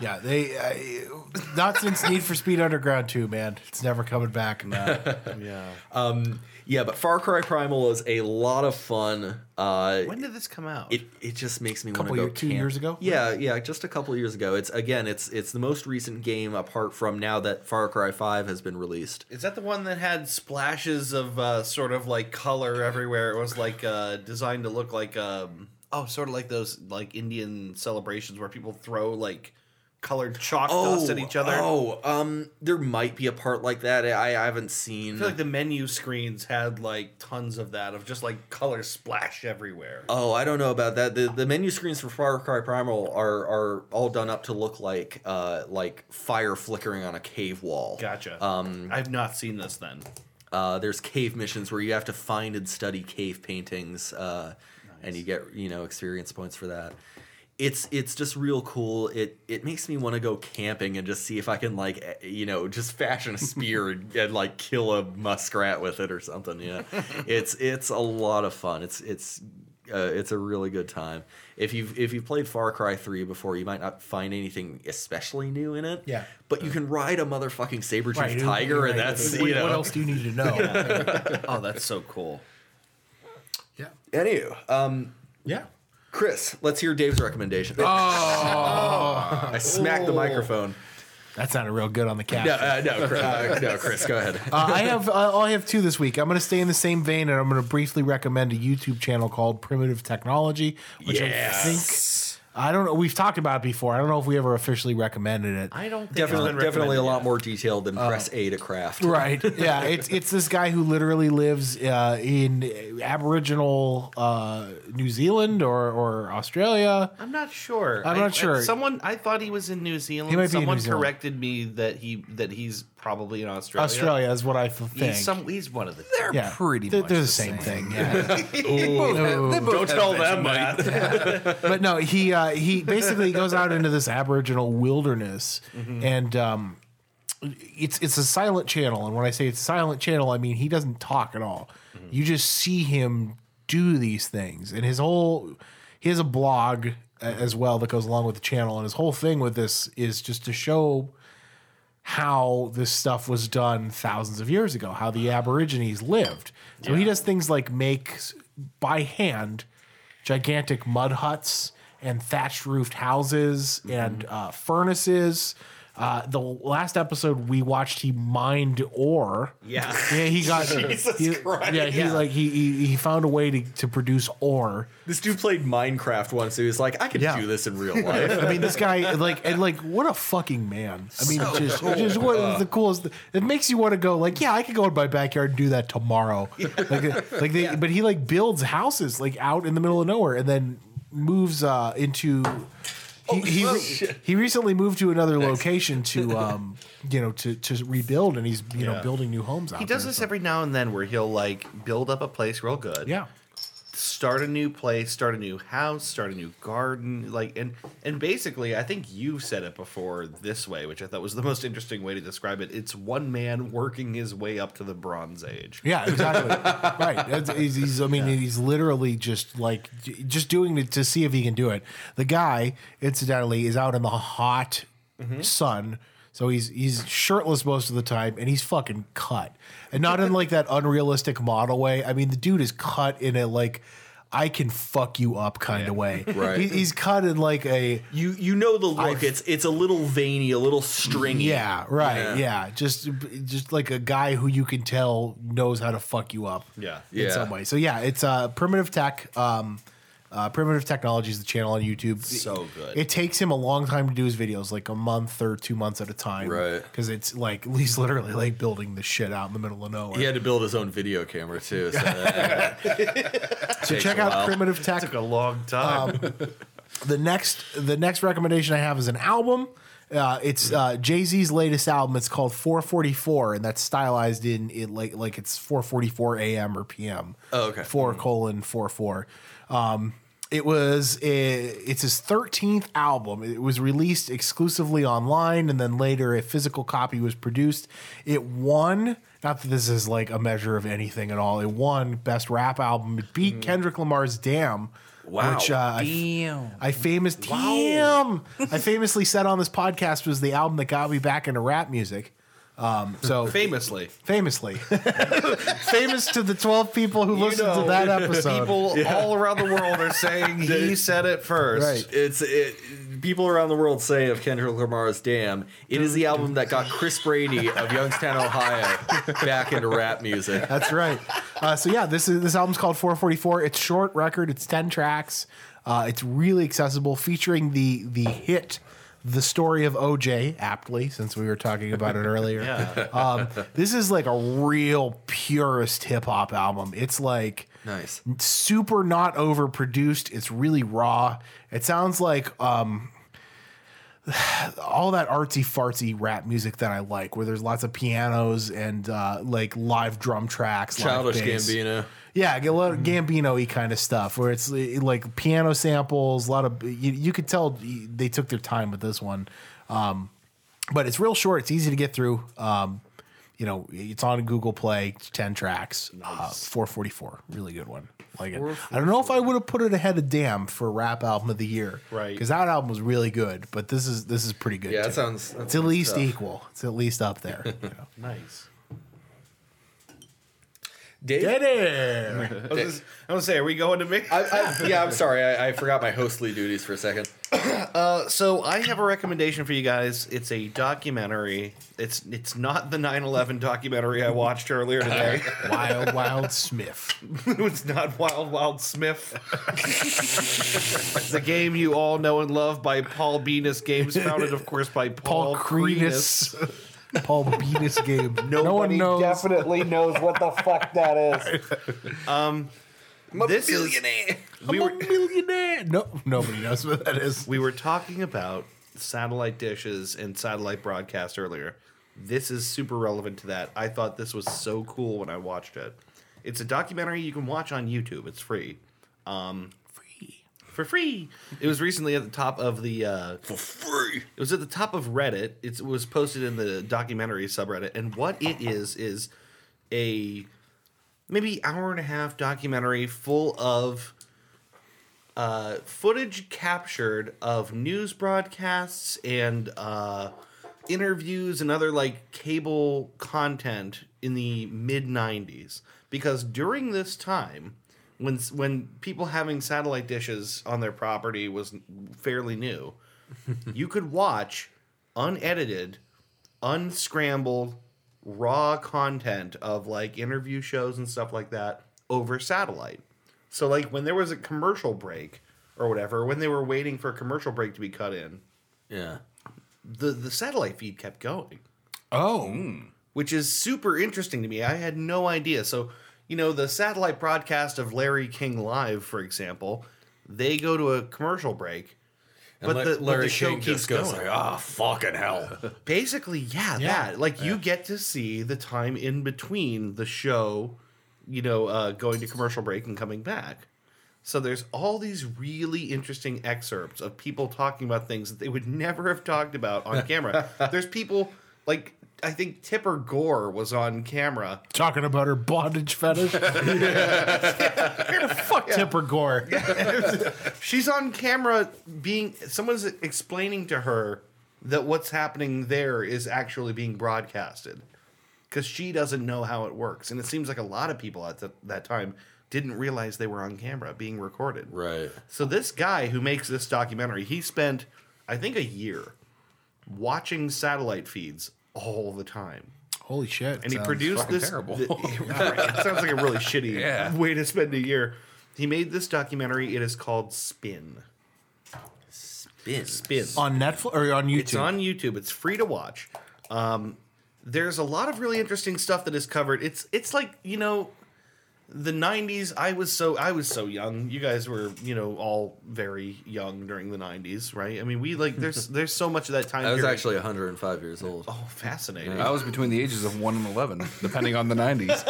B: Yeah, they uh, not since Need for Speed Underground 2, man. It's never coming back. uh,
A: Yeah, but Far Cry Primal is a lot of fun. Uh,
C: When did this come out?
A: it it just makes me want to
B: Couple
A: go
B: year- two
A: camp.
B: years ago?
A: Yeah, yeah, just a couple years ago. It's again, it's it's the most recent game apart from now that Far Cry Five has been released.
C: Is that the one that had splashes of uh, sort of like color everywhere? It was like uh, designed to look like um, oh, sort of like those like Indian celebrations where people throw like colored chalk dust at each other.
A: Oh, um, there might be a part like that. I, I haven't seen.
C: I feel like the menu screens had like tons of that of just like color splash everywhere.
A: Oh, I don't know about that. The the menu screens for Far Cry Primal are are all done up to look like uh like fire flickering on a cave wall.
C: Gotcha. Um, I've not seen this then.
A: Uh, there's cave missions where you have to find and study cave paintings, uh, and you get you know experience points for that. It's it's just real cool. It it makes me want to go camping and just see if I can like eh, you know just fashion a spear and, and like kill a muskrat with it or something. Yeah, it's it's a lot of fun. It's it's uh, it's a really good time. If you've if you've played Far Cry Three before, you might not find anything especially new in it.
B: Yeah.
A: but you can ride a motherfucking saber toothed tiger, and that's
B: what,
A: you know
B: what else do you need to know?
C: Oh, that's so cool.
A: Anywho, um,
B: yeah.
A: Chris, let's hear Dave's recommendation. Oh, I smacked the microphone.
B: That sounded real good on the cast.
A: No, uh, no, Chris, uh, no, Chris, go ahead.
B: Uh, I have uh, I have two this week. I'm going to stay in the same vein, and I'm going to briefly recommend a YouTube channel called Primitive Technology, which I think I don't know. We've talked about it before. I don't know if we ever officially recommended it.
C: I don't think
A: definitely,
C: it's been
A: definitely a
C: recommended
A: lot
C: yet.
A: more detailed than press A to craft.
B: Right. Yeah. It's it's this guy who literally lives uh, in Aboriginal uh, New Zealand or, or Australia.
C: I'm not sure.
B: I'm
C: I-
B: not
C: I-
B: sure.
C: Someone I thought he was in New Zealand.
B: He might be in
C: Someone
B: New Zealand.
C: corrected me that he that he's probably in Australia.
B: Australia is what I f- think.
C: He's some he's one of the
B: yeah.
D: pretty
B: They're,
D: much
B: they're the
D: the
B: same,
D: same.
B: thing. Yeah.
D: Don't tell them that.
B: but no, he uh, he basically goes out into this Aboriginal wilderness and um, it's it's a silent channel, and when I say it's silent channel, I mean he doesn't talk at all. You just see him do these things, and his whole he has a blog a- as well that goes along with the channel, and his whole thing with this is just to show how this stuff was done thousands of years ago, how the Aborigines lived. So he does things like make by hand gigantic mud huts and thatched roofed houses
A: Mm-hmm.
B: and uh, furnaces. Uh, the last episode we watched, he mined ore.
C: Yeah.
B: yeah, he got.
A: Jesus
B: he-
A: Christ.
B: Yeah, he
A: Yeah.
B: like he, he he found a way to to produce ore.
A: This dude played Minecraft once. He was like, I could
B: Yeah.
A: do this in real life.
B: I mean, this guy, like, and like, what a fucking man. I mean,
E: So
B: just,
E: cool. Uh.
B: just what the coolest. It makes you want to go, like, yeah, I could go in my backyard and do that tomorrow. Like, like they, but he like builds houses like out in the middle of nowhere, and then moves uh into. He, he, re- he recently moved to another location to um you know to to rebuild and he's you know building new homes out
C: He does
B: there,
C: this
B: so-
C: every now and then where he'll like build up a place real good.
B: yeah
C: Start a new place, start a new house, start a new garden, like and and basically I think you said it before this way, which I thought was the most interesting way to describe it. It's one man working his way up to the bronze age.
B: Yeah, exactly. right. That's- He's, he's- I mean, he's literally just like j- just doing it to see if he can do it. The guy, incidentally, is out in the hot sun, so he's he's shirtless most of the time, and he's fucking cut, and not in like that unrealistic model way. I mean, the dude is cut in a like. I can fuck you up kind of way.
A: Right.
B: He, he's cut in like a
A: you you know the look. it's it's a little veiny, a little stringy.
B: yeah, right, yeah. Just just like a guy who you can tell knows how to fuck you up.
C: Yeah.
B: in some way. So yeah, it's uh, primitive tech. Um, uh, primitive technology is the channel on YouTube.
C: So good.
B: It takes him a long time to do his videos, like a month or two months at a time,
A: Right.
B: Because it's like he's literally like building the shit out in the middle of nowhere.
A: He had to build his own video camera too. So
B: so check out primitive tech.
C: Took a long time.
B: the next the next recommendation I have is an album. Uh, it's uh, Jay Z's latest album. It's called 444, and that's stylized in it like like it's 444 a.m. or p.m.
A: Oh, okay.
B: Four colon four four. Um, it was i- it's his 13th album. It was released exclusively online, and then later a physical copy was produced. It won. Not that this is like a measure of anything at all. It won best rap album. It beat Kendrick Lamar's "Damn,"
A: Mm-hmm. Wow.
B: which uh, I
E: Damn.
B: I famous damn. I famously said on this podcast was the album that got me back into rap music. Um, so
C: Famously.
B: famously, famous to the twelve people who listened to that episode.
C: People all around the world are saying he said it first.
B: Right.
A: it's it. People around the world say of Kendrick Lamar's "Damn," it is the album that got Chris Brady of Youngstown, Ohio, back into rap music.
B: That's right. Uh, so yeah, this is this album's called 444. It's short record. It's ten tracks. Uh, it's really accessible, featuring the the hit. The story of OJ, aptly, since we were talking about it earlier. um, this is like a real purist hip hop album. It's like
A: Nice.
B: super not overproduced. It's really raw. It sounds like um, all that artsy fartsy rap music that I like, where there's lots of pianos and uh, like live drum tracks, live
A: Childish
B: bass.
A: Gambino.
B: Yeah, a lot of Gambino-y kind of stuff where it's uh, like piano samples, a lot of you, you could tell they took their time with this one. Um, but it's real short, it's easy to get through. Um, you know, it's on Google Play, 10 tracks, uh, 444. Really good one. Like it. I don't know if I would have put it ahead of Damn for rap album of the year.
C: Right.
B: Because that album was really good, but this is this is pretty good.
A: Yeah,
B: too.
A: that sounds. that
B: it's at
A: sounds
B: least
A: tough.
B: equal. It's at least up there. you know.
C: Nice.
A: Dave?
C: I was, just- I was gonna say, are we going to me?
A: I, I, yeah, I'm sorry. I, I forgot my hostly duties for a second.
C: so I have a recommendation for you guys. It's a documentary. It's it's not the 9/11 documentary I watched earlier today.
B: Wild Wild Smith.
C: it's not Wild Wild Smith. it's the game you all know and love by Paul Venus Games, founded of course by Paul,
B: Paul
C: Creedus.
B: Creedus. Paul Beatus game. no
L: Nobody
B: one knows.
L: definitely knows what the fuck that is.
C: This is we
B: I'm
C: were
B: a millionaire. No, nobody knows what that is.
C: we were talking about satellite dishes and satellite broadcast earlier. This is super relevant to that. I thought this was so cool when I watched it. It's a documentary you can watch on YouTube. It's free. Um, for free. It was recently at the top of the uh, for free. It was at the top of Reddit. It's, it was posted in the documentary subreddit, and what it is is a maybe hour and a half documentary full of uh, footage captured of news broadcasts and uh, interviews and other like cable content in the mid 90s because during this time when when people having satellite dishes on their property was fairly new you could watch unedited unscrambled raw content of like interview shows and stuff like that over satellite so like when there was a commercial break or whatever when they were waiting for a commercial break to be cut in
A: Yeah.
C: the the satellite feed kept going
D: Oh,
A: hmm.
C: which is super interesting to me. I had no idea. So, you know, the satellite broadcast of Larry King Live, for example, they go to a commercial break.
A: And
C: But
A: but
C: the- but
A: Larry
C: the show
A: King just
C: keeps
A: goes
C: going.
A: like, ah, fucking hell.
C: Basically, yeah, that. Like, you get to see the time in between the show, you know, uh, going to commercial break and coming back. So there's all these really interesting excerpts of people talking about things that they would never have talked about on camera. There's people like I think Tipper Gore was on camera
B: Talking about her bondage fetish. Fuck Tipper Gore.
C: She's on camera being someone's explaining to her that what's happening there is actually being broadcasted because she doesn't know how it works, and it seems like a lot of people at the, that time didn't realize they were on camera being recorded.
A: right.
C: So this guy who makes this documentary, he spent I think a year watching satellite feeds all the time.
B: Holy shit.
C: And he produced this.
D: terrible.
C: th- right, it sounds like a really shitty
D: Yeah.
C: way to spend a year. He made this documentary. It is called Spin.
A: Bin.
C: Spin.
B: on Netflix or on YouTube.
C: It's on YouTube. It's free to watch. Um, there's a lot of really interesting stuff that is covered. It's it's like you know, the '90s. I was so I was so young. You guys were you know all very young during the '90s, right? I mean, we like there's there's so much of that time.
A: I was
C: period-
A: actually 105 years old.
C: oh fascinating.
D: I was between the ages of one and eleven, depending on the nineties.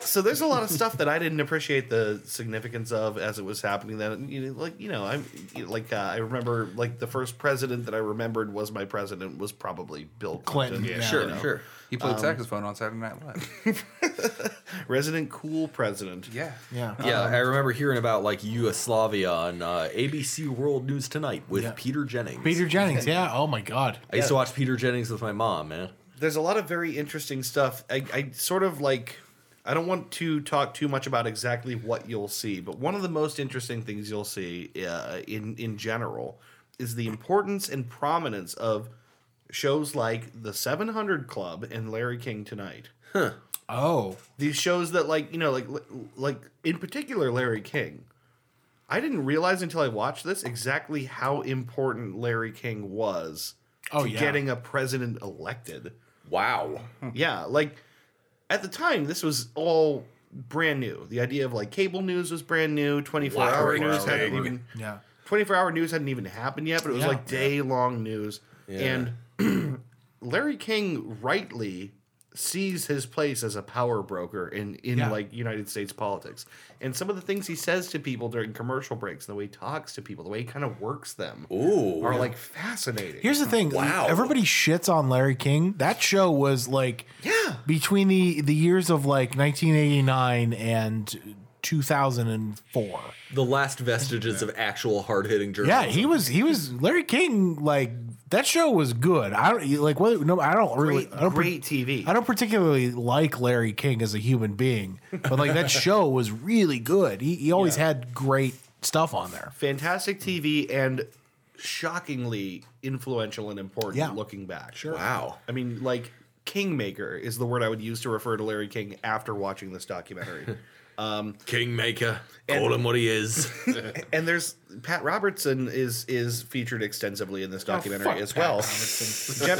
C: so there's a lot of stuff that I didn't appreciate the significance of as it was happening. Then, you know, like you know, I'm you know, like uh, I remember like the first president that I remembered was my president was probably Bill Clinton.
B: Clinton, yeah.
C: you
A: Sure,
C: know.
A: sure.
D: He
B: Um,
D: played saxophone on Saturday Night Live.
C: Resident cool president.
D: Yeah.
B: yeah.
A: Yeah,
C: Um,
A: I remember hearing about like Yugoslavia on uh, ABC World News Tonight with Peter Jennings.
B: Peter Jennings. Yeah. Oh my God.
A: I used to watch Peter Jennings with my mom, man.
C: there's a lot of very interesting stuff. I, I sort of like I don't want to talk too much about exactly what you'll see, but one of the most interesting things you'll see uh, in in general is the importance and prominence of shows like The 700 Club and Larry King Tonight.
B: Oh.
C: These shows that like, you know, like like in particular Larry King. I didn't realize until I watched this exactly how important Larry King was
B: Oh,
C: to
B: yeah.
C: getting a president elected
A: Wow.
C: yeah like at the time this was all brand new the idea of like cable news was brand new 24 hour news hadn't even
B: Yeah.
C: 24 hour news hadn't even happened yet but it was
B: Yeah.
C: like day long news and larry king rightly sees his place as a power broker in in
B: Yeah.
C: like united states politics and some of the things he says to people during commercial breaks the way he talks to people the way he kind of works them
A: Ooh.
C: are like fascinating
B: Here's the thing.
A: Wow.
B: Everybody shits on Larry King. That show was like
C: Yeah.
B: between the the years of like 1989 and 2004.
A: the last vestiges of actual hard hitting
B: Yeah,
A: journalism.
B: he was he was Larry King like that show was good. I don't like what no I don't really
C: great,
B: I don't
C: great tv
B: I don't particularly like Larry King as a human being, but like that show was really good. He, he always had great stuff on there.
C: fantastic TV and shockingly influential and important
B: Yeah.
C: looking back. Sure.
A: Wow.
C: I mean, like Kingmaker is the word I would use to refer to Larry King after watching this documentary.
A: Kingmaker. Call him what he is.
C: and there's Pat Robertson is is featured extensively in this documentary as well.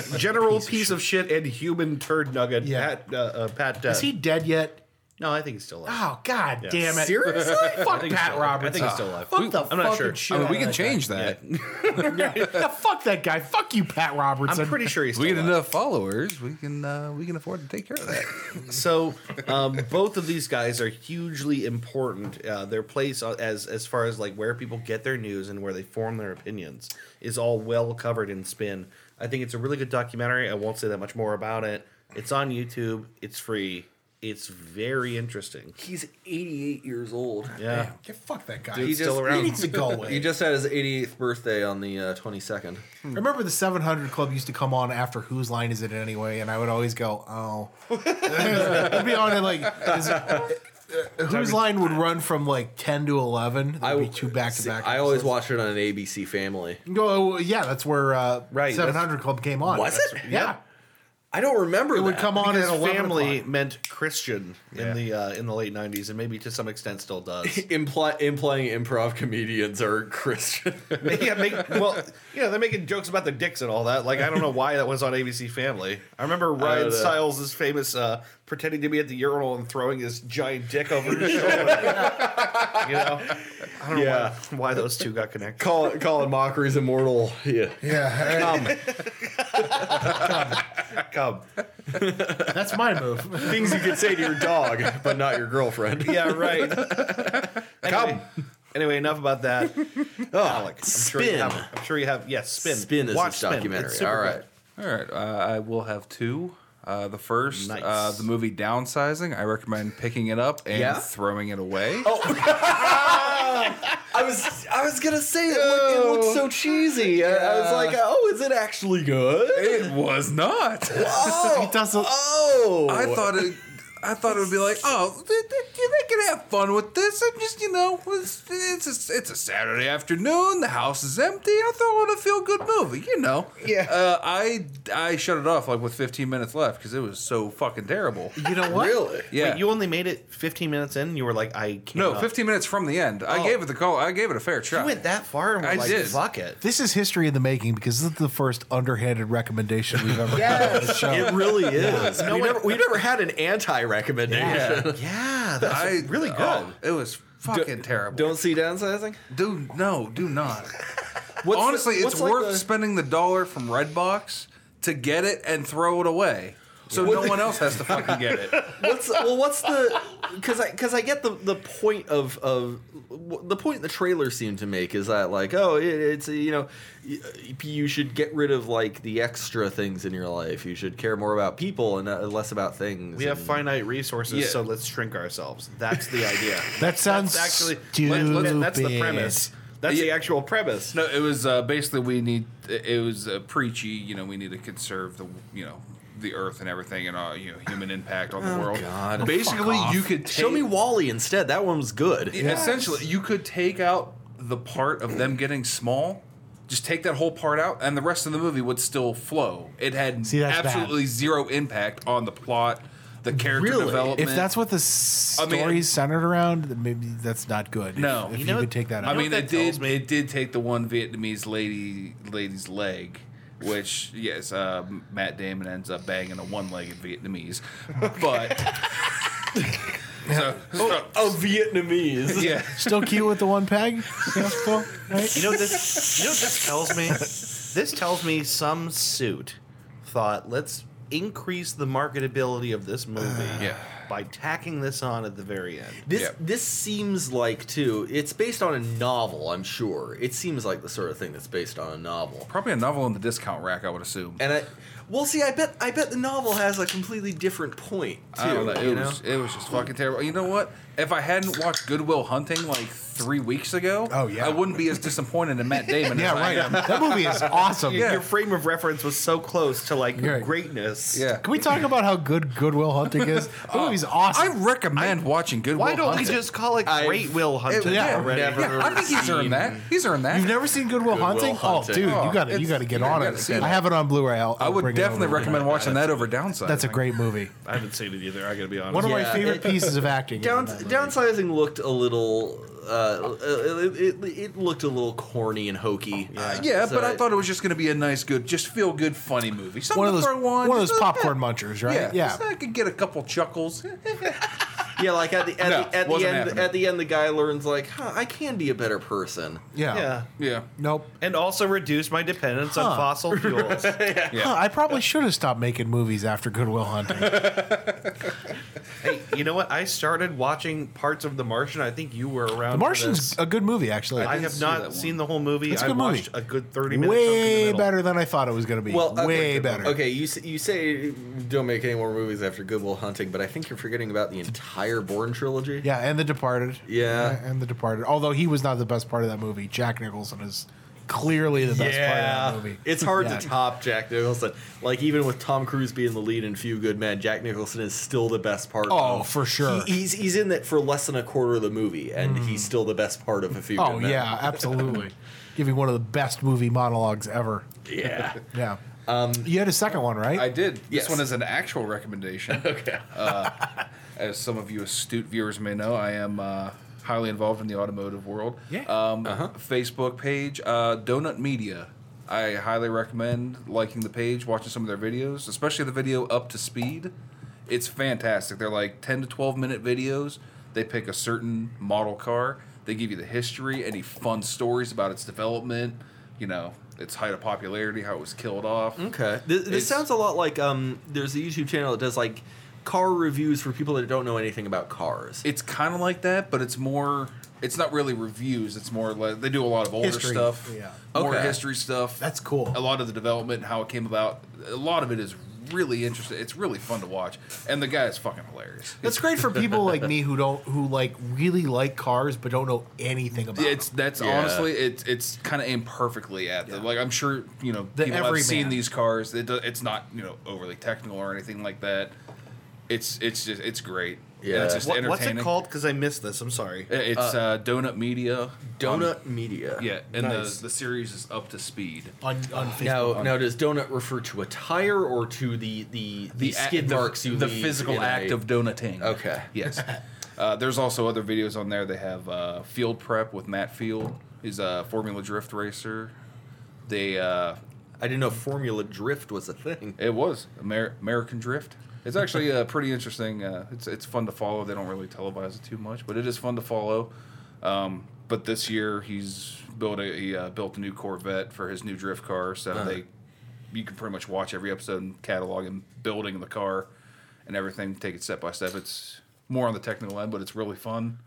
C: Gen- general piece, of shit and human turd nugget.
B: Yeah.
C: Pat, uh, uh, Pat uh,
B: Is he dead yet?
C: No, I think he's still alive.
B: Oh God damn it!
A: Seriously?
B: fuck
C: think he's
B: Pat
C: still alive. I
B: Roberts.
C: think he's still alive.
B: Fuck
C: We-
B: the
C: I'm not
B: fucking
C: sure.
B: shit.
D: I mean, we
B: out
D: can
B: of that
D: change that.
B: guy. Yeah, fuck that guy. Fuck you, Pat Robertson.
C: I'm pretty sure he's
D: If we
C: still
D: get
C: alive.
D: enough followers, we can uh, we can afford to take care of that.
C: So, um, both of these guys are hugely important. Uh, their place uh, as as far as like where people get their news and where they form their opinions is all well covered in Spin. I think it's a really good documentary. I won't say that much more about it. It's on YouTube. It's free. It's very interesting.
A: He's 88 years old.
C: Yeah,
G: Yeah, fuck that guy.
C: Dude,
G: he
C: he's still
G: just-
C: around.
G: He needs to go
A: He
G: away.
A: just had his 88th birthday on the uh, 22nd.
B: Remember the 700 Club used to come on after Whose Line Is It Anyway? And I would always go, oh. I'd be on it like, is, uh, Whose Line would run from like 10 to 11. That would be two back to
A: see,
B: back.
A: I always watch it on an ABC Family.
B: Go, yeah, that's where uh,
C: Right, that's-
B: 700 Club came on.
A: Was it?
B: Yeah.
A: I don't remember.
B: It would
A: that.
B: come on at
C: Because
B: 11
C: family
B: o'clock.
C: meant Christian in the uh, in the late '90s, and maybe to some extent still does.
A: Imply, implying improv comedians are Christian.
C: yeah, make, well, you know, they're making jokes about their dicks and all that. Like, I don't know why that was on ABC Family. I remember Ryan
A: know.
C: Stiles' famous uh, pretending to be at the urinal and throwing his giant dick over his shoulder. you know, I don't
A: Yeah.
C: know why, why those two got connected.
A: Call Colin Mockery's immortal. Yeah.
G: Yeah,
C: Come,
B: That's my move.
A: Things you could say to your dog, but not your girlfriend.
C: yeah, right. Come. Anyway, enough about that. Alec, I'm sure you
A: Spin.
C: have. I'm sure you have. Yes, spin.
A: Ah, Spin is
C: Watch
A: this
C: Spin. It's
A: documentary.
C: super
A: All
C: good.
A: right.
D: All right, uh, I will have two. Uh, the first,
C: Nice.
D: uh, the movie Downsizing. I recommend picking it up and
A: Yeah?
D: throwing it away.
A: I was I was gonna say it, looked, it looked so cheesy. I- I was like, oh, is it actually good?
D: It was not.
A: Oh,
B: It doesn't.
A: oh.
D: I thought it. I thought it would be like, oh, they, they, they can have fun with this. I'm just, you know, it's it's a, it's a Saturday afternoon. The house is empty. I throw on a feel good movie, you know.
C: Yeah.
D: Uh, I I shut it off like with 15 minutes left because it was so fucking terrible.
B: You know what?
A: really.
D: Yeah.
C: Wait, you only made it 15 minutes in. and You were like, I can't.
D: no, 15 minutes from the end. I gave it the call. I gave it a fair try.
C: You went that far and were
D: I
C: like,
D: did.
C: fuck it.
B: This is history in the making because this is the first underhanded recommendation we've ever had on the show.
A: It really is. we, never, we never had an anti recommendation.
C: Yeah, that's
D: I
C: really good.
D: oh, it was fucking terrible.
A: Don't see downsizing?
D: do no, do not.
A: What's the-
D: Honestly, it's
A: what's like
D: worth
A: the-
D: spending the dollar from Redbox to get it and throw it away, so no one else has to fucking get it.
A: what's well what's the because i because i get the the point of of the point the trailer seemed to make is that like oh it, it's you know y- you should get rid of like the extra things in your life you should care more about people and uh, less about things
C: We have
A: and-
C: finite resources,
D: Yeah.
C: so let's shrink ourselves. That's the idea.
B: That sounds
C: that's actually
B: stupid.
C: let's- let's- that's the premise. That's the actual premise.
D: No, it was uh, basically we need. It was uh, preachy. You know, we need to conserve the you know the earth and everything and uh, you know human impact on the world.
A: God.
D: Basically, you could take,
A: show me wally instead that one was good
D: Essentially, you could take out the part of them getting small. Just take that whole part out, and the rest of the movie would still flow. It had
B: See, that's bad.
D: absolutely zero impact on the plot, the character
A: Really?
D: development.
B: If that's what the
D: I mean-
B: story's centered around, then maybe that's not good.
D: No.
B: if, if
D: You
B: you,
C: know-
B: could take that
D: I
B: out.
D: mean,
C: that
D: it did.
C: tells me?
D: It did take the one Vietnamese lady lady's leg, which yes, uh, Matt Damon ends up banging a one-legged Vietnamese, but so, so-
A: a vietnamese
D: yeah,
B: still cute with the one peg. Yeah, cool, right?
C: You know what this. you know what this tells me? This tells me some suit thought let's increase the marketability of this movie
D: Yeah.
C: by tacking this on at the very end.
A: This
D: Yeah.
A: this seems like too. It's based on a novel, I'm sure. It seems like the sort of thing that's based on a novel.
D: probably a novel in the discount rack, I would assume.
A: And I, well, see, I bet I bet the novel has a completely different point too.
D: I don't know.
A: you
D: It
A: know?
D: was it was just fucking terrible. You know what? If I hadn't watched Goodwill Hunting like three weeks ago,
B: Oh, yeah.
D: I wouldn't be as disappointed in Matt Damon.
B: yeah,
D: as I
B: right.
D: am.
B: that movie is awesome.
D: Yeah.
C: Your frame of reference was so close to like
B: Right.
C: greatness.
D: Yeah.
B: Can we talk about how good Goodwill Hunting is? That movie's
D: I
B: awesome.
D: recommend watching Goodwill.
C: Why don't we
D: Hunting.
C: just call it
A: I've-
C: Great Will Hunting?
B: yeah,
C: already?
A: never-
D: Yeah, I think he's earned that. He's earned that.
B: You've never seen Goodwill, Hunting?
A: Hunting.
B: Oh, dude,
D: Oh,
B: you got to you
D: it's-
B: got to get
D: you
B: on
D: gotta
B: it.
D: see it.
B: I have it on Blu-ray. I'll,
D: I
B: I'll
D: would
B: bring it
D: definitely
B: over.
D: recommend watching that over Downside.
B: That's a great movie.
C: I haven't seen it either. I gotta be honest.
B: One of
A: Yeah,
B: my favorite
A: it-
B: pieces of acting. is in
A: Down,
B: that movie.
A: downsizing looked a little. Uh, it, it, it looked a little corny and hokey.
D: Uh,
K: Uh,
D: Yeah,
A: So
D: but I thought it was just going to be a nice, good, just feel good, funny movie. Something
B: one of those
D: to throw on,
B: one of
D: just
B: those
D: like that.
B: popcorn munchers, right?
D: Yeah, Just, I could get a couple chuckles.
A: yeah, like at the at,
K: No,
A: the, at the
K: wasn't
A: end
K: happening.
A: at the end the guy learns like, huh, I can be a better person.
B: Yeah.
C: Yeah.
K: Yeah.
B: Nope.
C: And also reduce my dependence
B: Huh.
C: on fossil fuels.
B: Huh, I probably should have stopped making movies after Goodwill Hunting.
C: hey, you know what? I started watching parts of The Martian. I think you were around.
B: The
C: for
B: Martian's
C: this.
B: a good movie, actually.
C: I
K: see
C: have
K: that
C: not
K: one.
C: seen the whole movie.
B: It's a
C: I
B: good movie.
C: watched a good 30 minutes.
B: way better than I thought it was going to be.
A: Well, uh,
B: way
A: okay,
B: better.
A: Okay, you s- you say don't make any more movies after Good Will Hunting, but I think you're forgetting about the entire Bourne trilogy.
B: Yeah, and The Departed.
A: Yeah.
B: Uh, and The Departed. Although he was not the best part of that movie. Jack Nicholson is clearly the best part of that movie.
A: It's hard
B: Yeah.
A: to top Jack Nicholson. Like even with Tom Cruise being the lead in Few Good Men, Jack Nicholson is still the best part.
B: Oh,
A: of-
B: for sure. Hmm.
A: He- he's he's in it for less than a quarter of the movie, and he's still the best part of a Few
B: Oh
A: Good Men.
B: yeah, absolutely. Giving one of the best movie monologues ever.
A: yeah.
B: Yeah.
A: Um,
B: you had a second one, right?
K: I did. This
A: Yes.
K: one is an actual recommendation. okay. Uh, as some of you astute viewers may know, I am uh, highly involved in the automotive world.
B: Yeah.
K: Um, Facebook page, uh, Donut Media. I highly recommend liking the page, watching some of their videos, especially the video Up to Speed. It's fantastic. They're like 10 to 12 minute videos. They pick a certain model car, they give you the history, any fun stories about its development, you know, its height of popularity, how it was killed off.
A: Okay. This, this
K: It's-
A: sounds a lot like um. There's a YouTube channel that does like car reviews for people that don't know anything about cars.
K: it's kind of like that, but it's more. It's not really reviews. It's more like they do a lot of older
B: History,
K: stuff,
B: yeah.
K: more
A: Okay.
K: history stuff.
B: That's cool.
K: A lot of the development, how it came about. A lot of it is really interesting. It's really fun to watch, and the guy is fucking hilarious.
B: That's great for people like me who don't who like really like cars but don't know anything about
K: It's
B: them.
K: that's
A: Yeah.
K: honestly it's it's kind of imperfectly at the like I'm sure you know
B: The
K: people have seen
B: everyman.
K: these cars. It do, it's not you know overly technical or anything like that. It's it's just it's great. And
A: Yeah.
K: it's just
C: What,
K: entertaining.
C: what's it called? Because I missed this. I'm sorry.
K: It- It's uh, Donut Media. Um,
A: Donut Media.
K: Yeah, and
C: Nice.
K: the, the series is up to speed.
B: on, on Facebook.
A: Now, now, does donut refer to a tire or to the the, the,
K: act-
A: skid marks
K: the,
A: you
K: the
A: leave
K: physical
A: in
K: act
A: a-
K: of donating.
A: Okay.
K: Yes. uh, there's also other videos on there. They have uh, field prep with Matt Field. He's a Formula Drift racer. They uh,
A: I didn't know Formula Drift was a thing.
K: it was Amer- American Drift. It's actually uh, pretty interesting. Uh, it's it's fun to follow. They don't really televise it too much, but it is fun to follow. Um, but this year he's built a he uh, built a new Corvette for his new drift car, so
B: Uh-huh.
K: they you can pretty much watch every episode and catalog him building the car and everything. Take it step by step. It's more on the technical end, but it's really fun.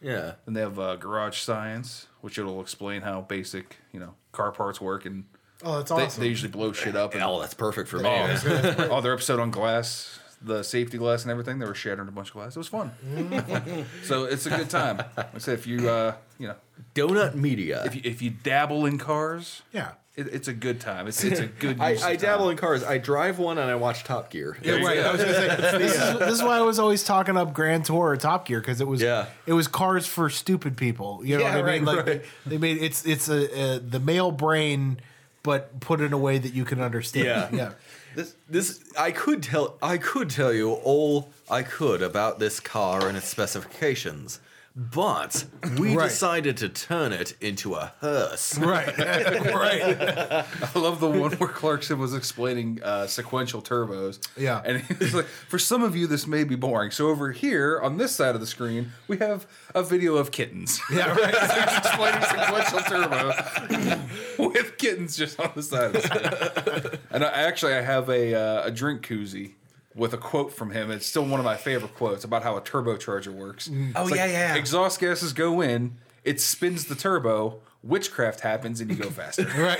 A: Yeah.
K: And they have uh, Garage Science, which it'll explain how basic you know car parts work, and
B: oh, that's
K: they,
B: awesome.
K: they usually blow shit up. And
A: Oh, that's perfect for me.
K: Oh, oh, their episode on glass, the safety glass and everything, they were shattering a bunch of glass. It was fun.
A: Mm.
K: so it's a good time. Like I said, if you, uh, you know,
A: Donut Media.
K: if you, if you dabble in cars,
B: yeah.
K: it, it's a good time. It's, it's a good.
A: I,
K: use of
A: I dabble
K: time.
A: in cars. I drive one and I watch Top Gear.
B: Yeah,
K: you
B: right.
K: go.
B: I was gonna say, this, is, this is why I was always talking up Grand Tour or Top Gear because it was
A: Yeah.
B: it was cars for stupid people. You know
A: Yeah,
B: what I mean?
A: right,
B: Like
A: right.
B: they made it's it's a, a the male brain, but put in a way that you can understand.
A: Yeah.
B: yeah.
A: This, this, I could tell, I could tell you all I could about this car and its specifications, but we
B: Right.
A: decided to turn it into a hearse.
B: Right, right.
K: I love the one where Clarkson was explaining uh, sequential turbos.
B: Yeah.
K: And he was like, for some of you, this may be boring. So over here on this side of the screen, we have a video of kittens.
B: Yeah, right.
K: He's explaining sequential turbo with kittens just on the side of the screen. And I, actually, I have a, uh, a drink koozie with a quote from him. It's still one of my favorite quotes about how a turbocharger works.
B: Mm.
K: Oh,
C: yeah, yeah.
K: Exhaust gases go in, it spins the turbo, witchcraft happens, and you go faster.
B: Right.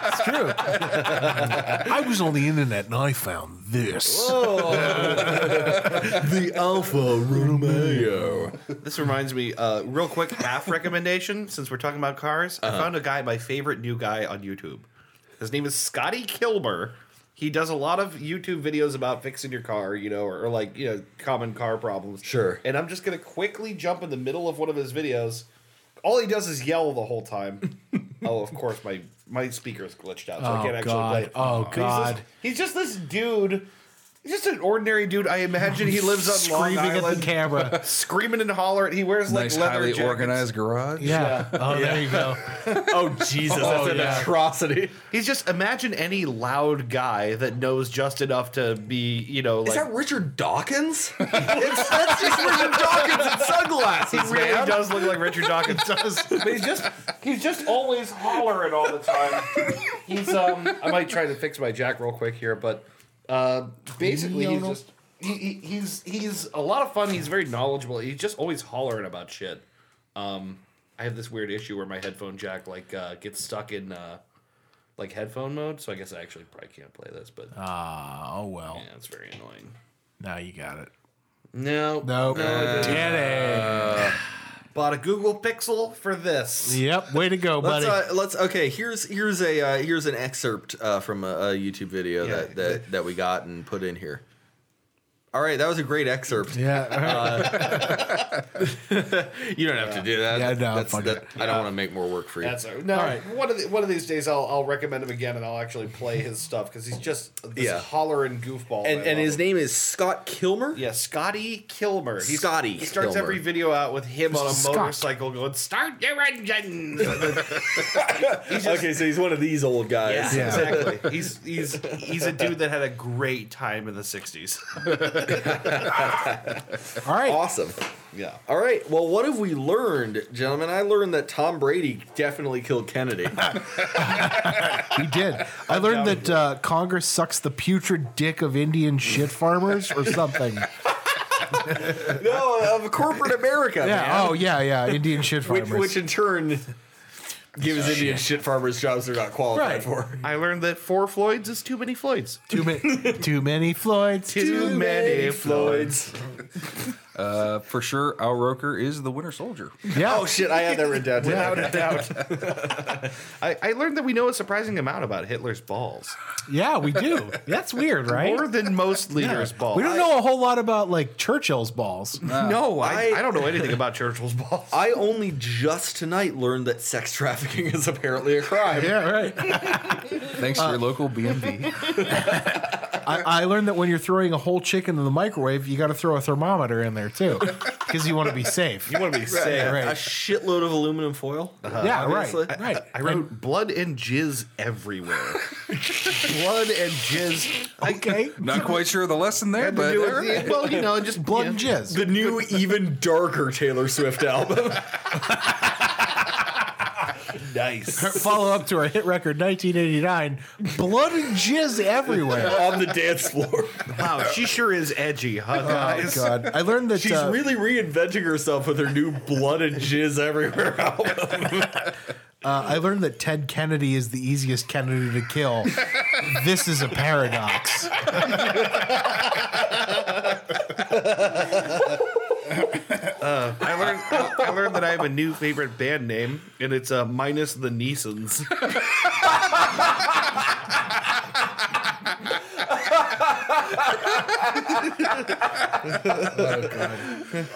B: It's true. I was on the internet and I found this.
A: the Alfa Romeo.
C: This reminds me, uh, real quick, half recommendation since we're talking about cars. I
B: Uh-huh.
C: found a guy, my favorite new guy on YouTube. His name is Scotty Kilber. He does a lot of YouTube videos about fixing your car, you know, or, or like, you know, common car problems.
A: Sure.
C: And I'm just going to quickly jump in the middle of one of his videos. All he does is yell the whole time. oh, of course, my my speaker's glitched out, so I
B: Oh,
C: can't actually
B: God.
C: play it.
B: Oh,
C: But he's this-
B: God.
C: He's just this dude Just an ordinary dude. I imagine he lives on
B: Screaming
C: Long
B: at the
C: Island,
B: camera.
C: screaming and hollering. He wears like
D: nice,
C: leather
D: highly
C: jackets.
D: organized garage.
B: Yeah. Oh, there you go.
A: Oh Jesus, that's an
B: yeah.
A: atrocity.
C: He's just imagine any loud guy that knows just enough to be, you know, like
A: Is that Richard Dawkins? it's, that's just Richard Dawkins in sunglasses,
C: he really
A: man.
C: does look like Richard Dawkins.
L: But he's just he's just always hollering all the time.
C: he's um I might try to fix my jack real quick here, but uh basically he's just he, he, he's he's a lot of fun. He's very knowledgeable. He's just always hollering about shit. Um I have this weird issue where my headphone jack like uh gets stuck in uh like headphone mode, so I guess I actually probably can't play this, but
B: Oh, well.
C: yeah, it's very annoying.
B: Now you got it.
C: No.
B: Nope. Get it.
C: Bought a Google Pixel for this.
B: Yep. Way to go, buddy.
A: Let's, uh, let's okay. Here's here's a uh, here's an excerpt uh, from a, a YouTube video
C: Yeah.
A: that, that that we got and put in here. All right, that was a great excerpt.
B: yeah. all right.
A: You don't have to do that.
B: Yeah, no,
A: That's,
B: fuck
A: that, I don't want to make more work for you.
C: That's no. One of the, one of these days, I'll I'll recommend him again, and I'll actually play his stuff because he's just this
A: Yeah.
C: hollering goofball.
A: and
C: I
A: and
C: love
A: his
C: him.
A: name is Scott Kilmer.
C: Yeah, Scotty Kilmer. He's,
A: Scotty
C: He starts
A: Kilmer.
C: every video out with him on a
B: Scott.
C: motorcycle going, "Start your engine."
A: okay, so he's one of these old guys.
B: Yeah.
C: exactly. He's he's he's a dude that had a great time in the '60s.
B: All right.
A: Awesome.
C: Yeah.
A: All right. Well, what have we learned, gentlemen? I learned that Tom Brady definitely killed Kennedy.
B: He did. I learned that uh, Congress sucks the putrid dick of Indian shit farmers or something.
A: no, of corporate America.
B: Yeah.
A: man.
B: Oh, yeah, yeah. Indian shit
A: which,
B: farmers.
A: which in turn gives Indian shit farmers jobs they're not qualified
B: Right.
A: for.
C: I learned that four Floyds is too many Floyds.
B: too, ma- too many Floyds.
C: Too many Floyds.
D: Uh, for sure, Al Roker is the Winter Soldier.
B: Yeah.
A: Oh shit, I had that written down.
C: Without
A: too.
C: a doubt. I, I learned that we know a surprising amount about Hitler's balls.
B: Yeah, we do. That's weird, right?
C: More than most leaders' balls.
B: We don't know a whole lot about like Churchill's balls.
C: No, I,
A: Uh, I-
C: I don't know anything about Churchill's balls.
A: I only just tonight learned that sex trafficking is apparently a crime.
B: yeah, right.
D: Thanks
A: Uh,
D: to your local BMV.
B: I, I learned that when you're throwing a whole chicken in the microwave, you got to throw a thermometer in there too, because you want to be safe.
C: you want to be safe.
B: right. Uh-huh.
A: A shitload of aluminum foil.
B: yeah,
A: uh, obviously.
B: right, right.
C: I wrote blood and jizz everywhere. blood and jizz.
B: okay,
D: Not quite sure of the lesson there,
C: Had to
D: but
C: do with the- well, you know, just
B: blood
C: blood.
B: and jizz.
A: The new, even darker Taylor Swift album.
C: Nice.
B: Follow up to our hit record 1989, blood and jizz everywhere.
A: on the dance floor.
C: Wow, she sure is edgy, huh,
A: Oh,
C: guys?
B: God, I learned that
A: She's
B: uh,
A: really reinventing herself with her new blood and jizz everywhere album.
B: uh, I learned that Ted Kennedy is the easiest Kennedy to kill. this is a paradox.
C: I learned I learned that I have a new favorite band name, and it's uh, minus the Neesons.
A: I,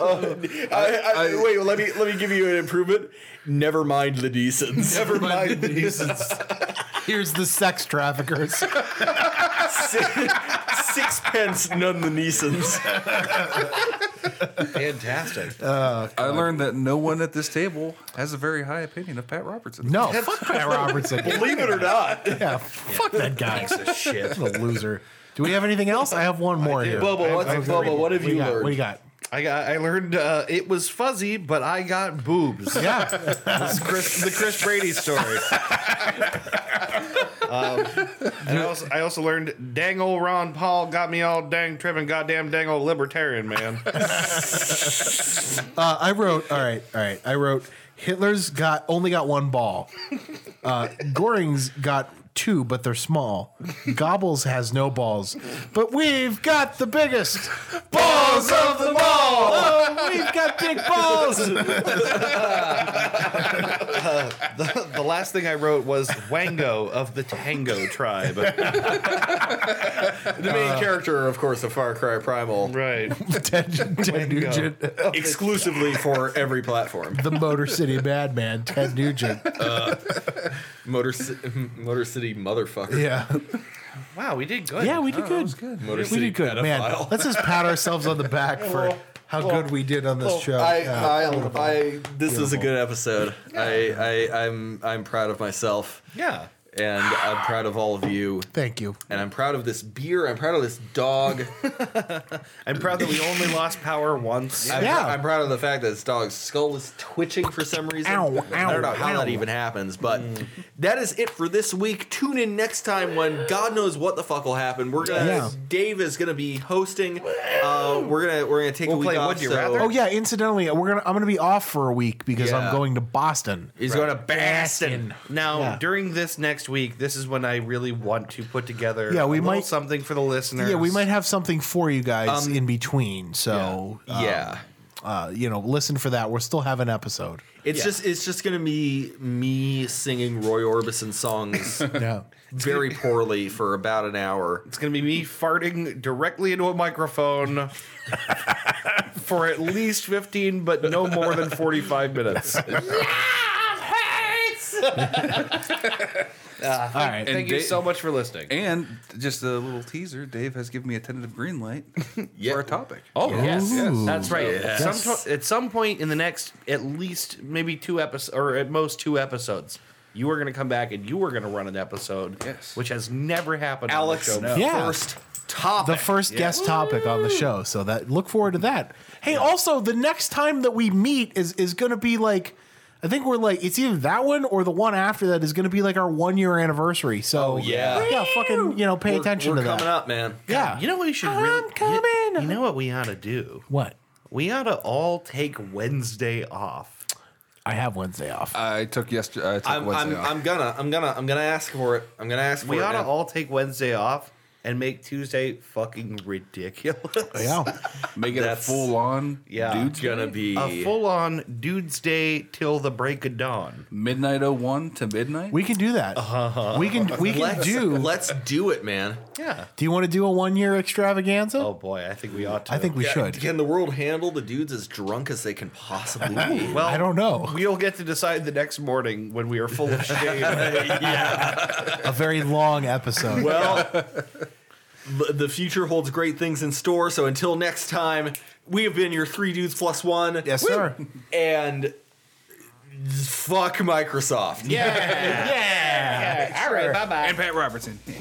A: I, wait, let me let me give you an improvement. Never mind the decents. Never mind the
B: Here's the sex traffickers.
A: Sixpence, none the Neesons.
C: Fantastic.
D: I learned that no one at this table has a very high opinion of Pat Robertson.
B: No, fuck Pat Robertson.
A: Believe it or not.
B: Yeah, fuck that guy.
C: Shit.
B: What a loser. Do we have anything else? I have one more here.
A: Bubba, what's, Bubba what have
B: What do
A: you
B: you got?
A: learned?
B: What do you got?
C: I got. I learned uh, it was fuzzy, but I got boobs.
B: Yeah.
C: That's Chris, the Chris Brady story. Um, and I also, I also learned dang old Ron Paul got me all dang tripping goddamn dang old libertarian man.
B: Uh, I wrote. All right. All right. I wrote. Hitler's got only got one ball. Uh, Goring's got two, but they're small. Gobbles has no balls, but we've got the biggest balls of them all. Oh, we've got big balls.
C: the, the last thing I wrote was Wango of the Tango tribe.
A: The main character, of course, of Far Cry Primal,
C: Right.
B: Ted, Ted Nugent,
A: exclusively for every platform.
B: the Motor City Madman, Ted Nugent.
A: Motor, Ci- Motor City motherfucker.
B: Yeah.
C: Wow, we did good.
B: Yeah, we did oh, good.
A: Motor
B: We
A: City
B: did good, man.
A: pedophile.
B: Let's just pat ourselves on the back for how good we did on this show.
A: I,
B: Yeah.
A: I, I, this is a good episode. I, I, I'm, I'm proud of myself,
C: Yeah.
A: and I'm proud of all of you,
B: Thank you.
A: and I'm proud of this beer. I'm proud of this dog.
C: I'm proud that we only lost power once.
A: I'm,
B: Yeah.
A: I'm proud of the fact that this dog's skull is twitching for some reason.
B: Ow,
A: I don't know
B: ow,
A: how that
B: ow.
A: even happens, but that is it for this week. Tune in next time when God knows what the fuck will happen. We're gonna
B: Yeah.
A: Dave is gonna be hosting. Uh, we're gonna we're gonna take a
C: We'll
A: week
C: play
A: off.
C: Would You
A: so-
C: Rather?
B: Oh yeah, incidentally, we're gonna I'm gonna be off for a week because
A: Yeah.
B: I'm going to Boston.
A: He's going to Baston.
C: Now,
B: Yeah.
C: during this next week, this is when I really want to put together
B: Yeah, we
C: a little
B: might-
C: something for the listeners.
B: Yeah, we might have something for you guys in between. So uh,
A: Um, Yeah.
B: uh, you know, listen for that. We'll still have an episode.
A: It's just it's just gonna be me singing Roy Orbison songs
B: Yeah.
A: very poorly for about an hour.
C: It's going to be me farting directly into a microphone for at least 15, but no more than 45 minutes.
B: All right.
C: Uh, Thank you so much for listening.
D: And just a little teaser, Dave has given me a tentative green light for a topic.
C: Oh yes,
B: Ooh.
C: that's right. Some to- at some point in the next, at least maybe two episodes, or at most two episodes, you are going to come back and you are going to run an episode,
D: Yes.
C: which has never happened.
A: Alex
C: on the show.
B: Yeah.
A: first topic.
B: the first guest topic on the show. So that look forward to that. Hey, also the next time that we meet is is going to be like I think we're like it's either that one or the one after that is going to be like our one year anniversary. So
A: Oh, yeah.
B: yeah, fucking you know, pay
A: We're-
B: attention
A: we're
B: to that.
A: coming up, man.
B: Yeah,
C: You know what we should
B: I'm
C: really? you-
B: coming.
C: You know what we ought to do?
B: what?
C: We ought to all take Wednesday off.
B: I have Wednesday off.
D: I took yesterday. I took
A: I'm,
D: Wednesday
A: I'm,
D: off.
A: I'm gonna I'm gonna I'm gonna ask for it. I'm gonna ask for
C: We
A: it.
C: ought to
A: man.
C: all take Wednesday off and make Tuesday fucking ridiculous.
B: yeah,
D: Make it a
A: That's-
D: full on
C: Yeah.
A: it's
D: dude's
A: gonna be
C: A full on dude's day till the break of dawn.
D: midnight 01 to midnight.
B: we can do that.
A: Uh-huh.
B: We can we can
A: let's,
B: do.
A: Let's do it, man.
C: Yeah.
B: do you want to do a one year extravaganza?
C: Oh boy, I think we ought to.
B: I think we
A: Yeah,
B: should.
A: Can the world handle the dudes as drunk as they can possibly be?
C: Well,
B: I don't know.
C: We'll get to decide the next morning when we are full of shame.
B: A very long episode.
A: Well, b- the future holds great things in store. So until next time, we have been your three dudes plus one.
B: yes, sir.
A: And fuck Microsoft.
C: yeah. All right. Bye bye.
D: and Pat Robertson.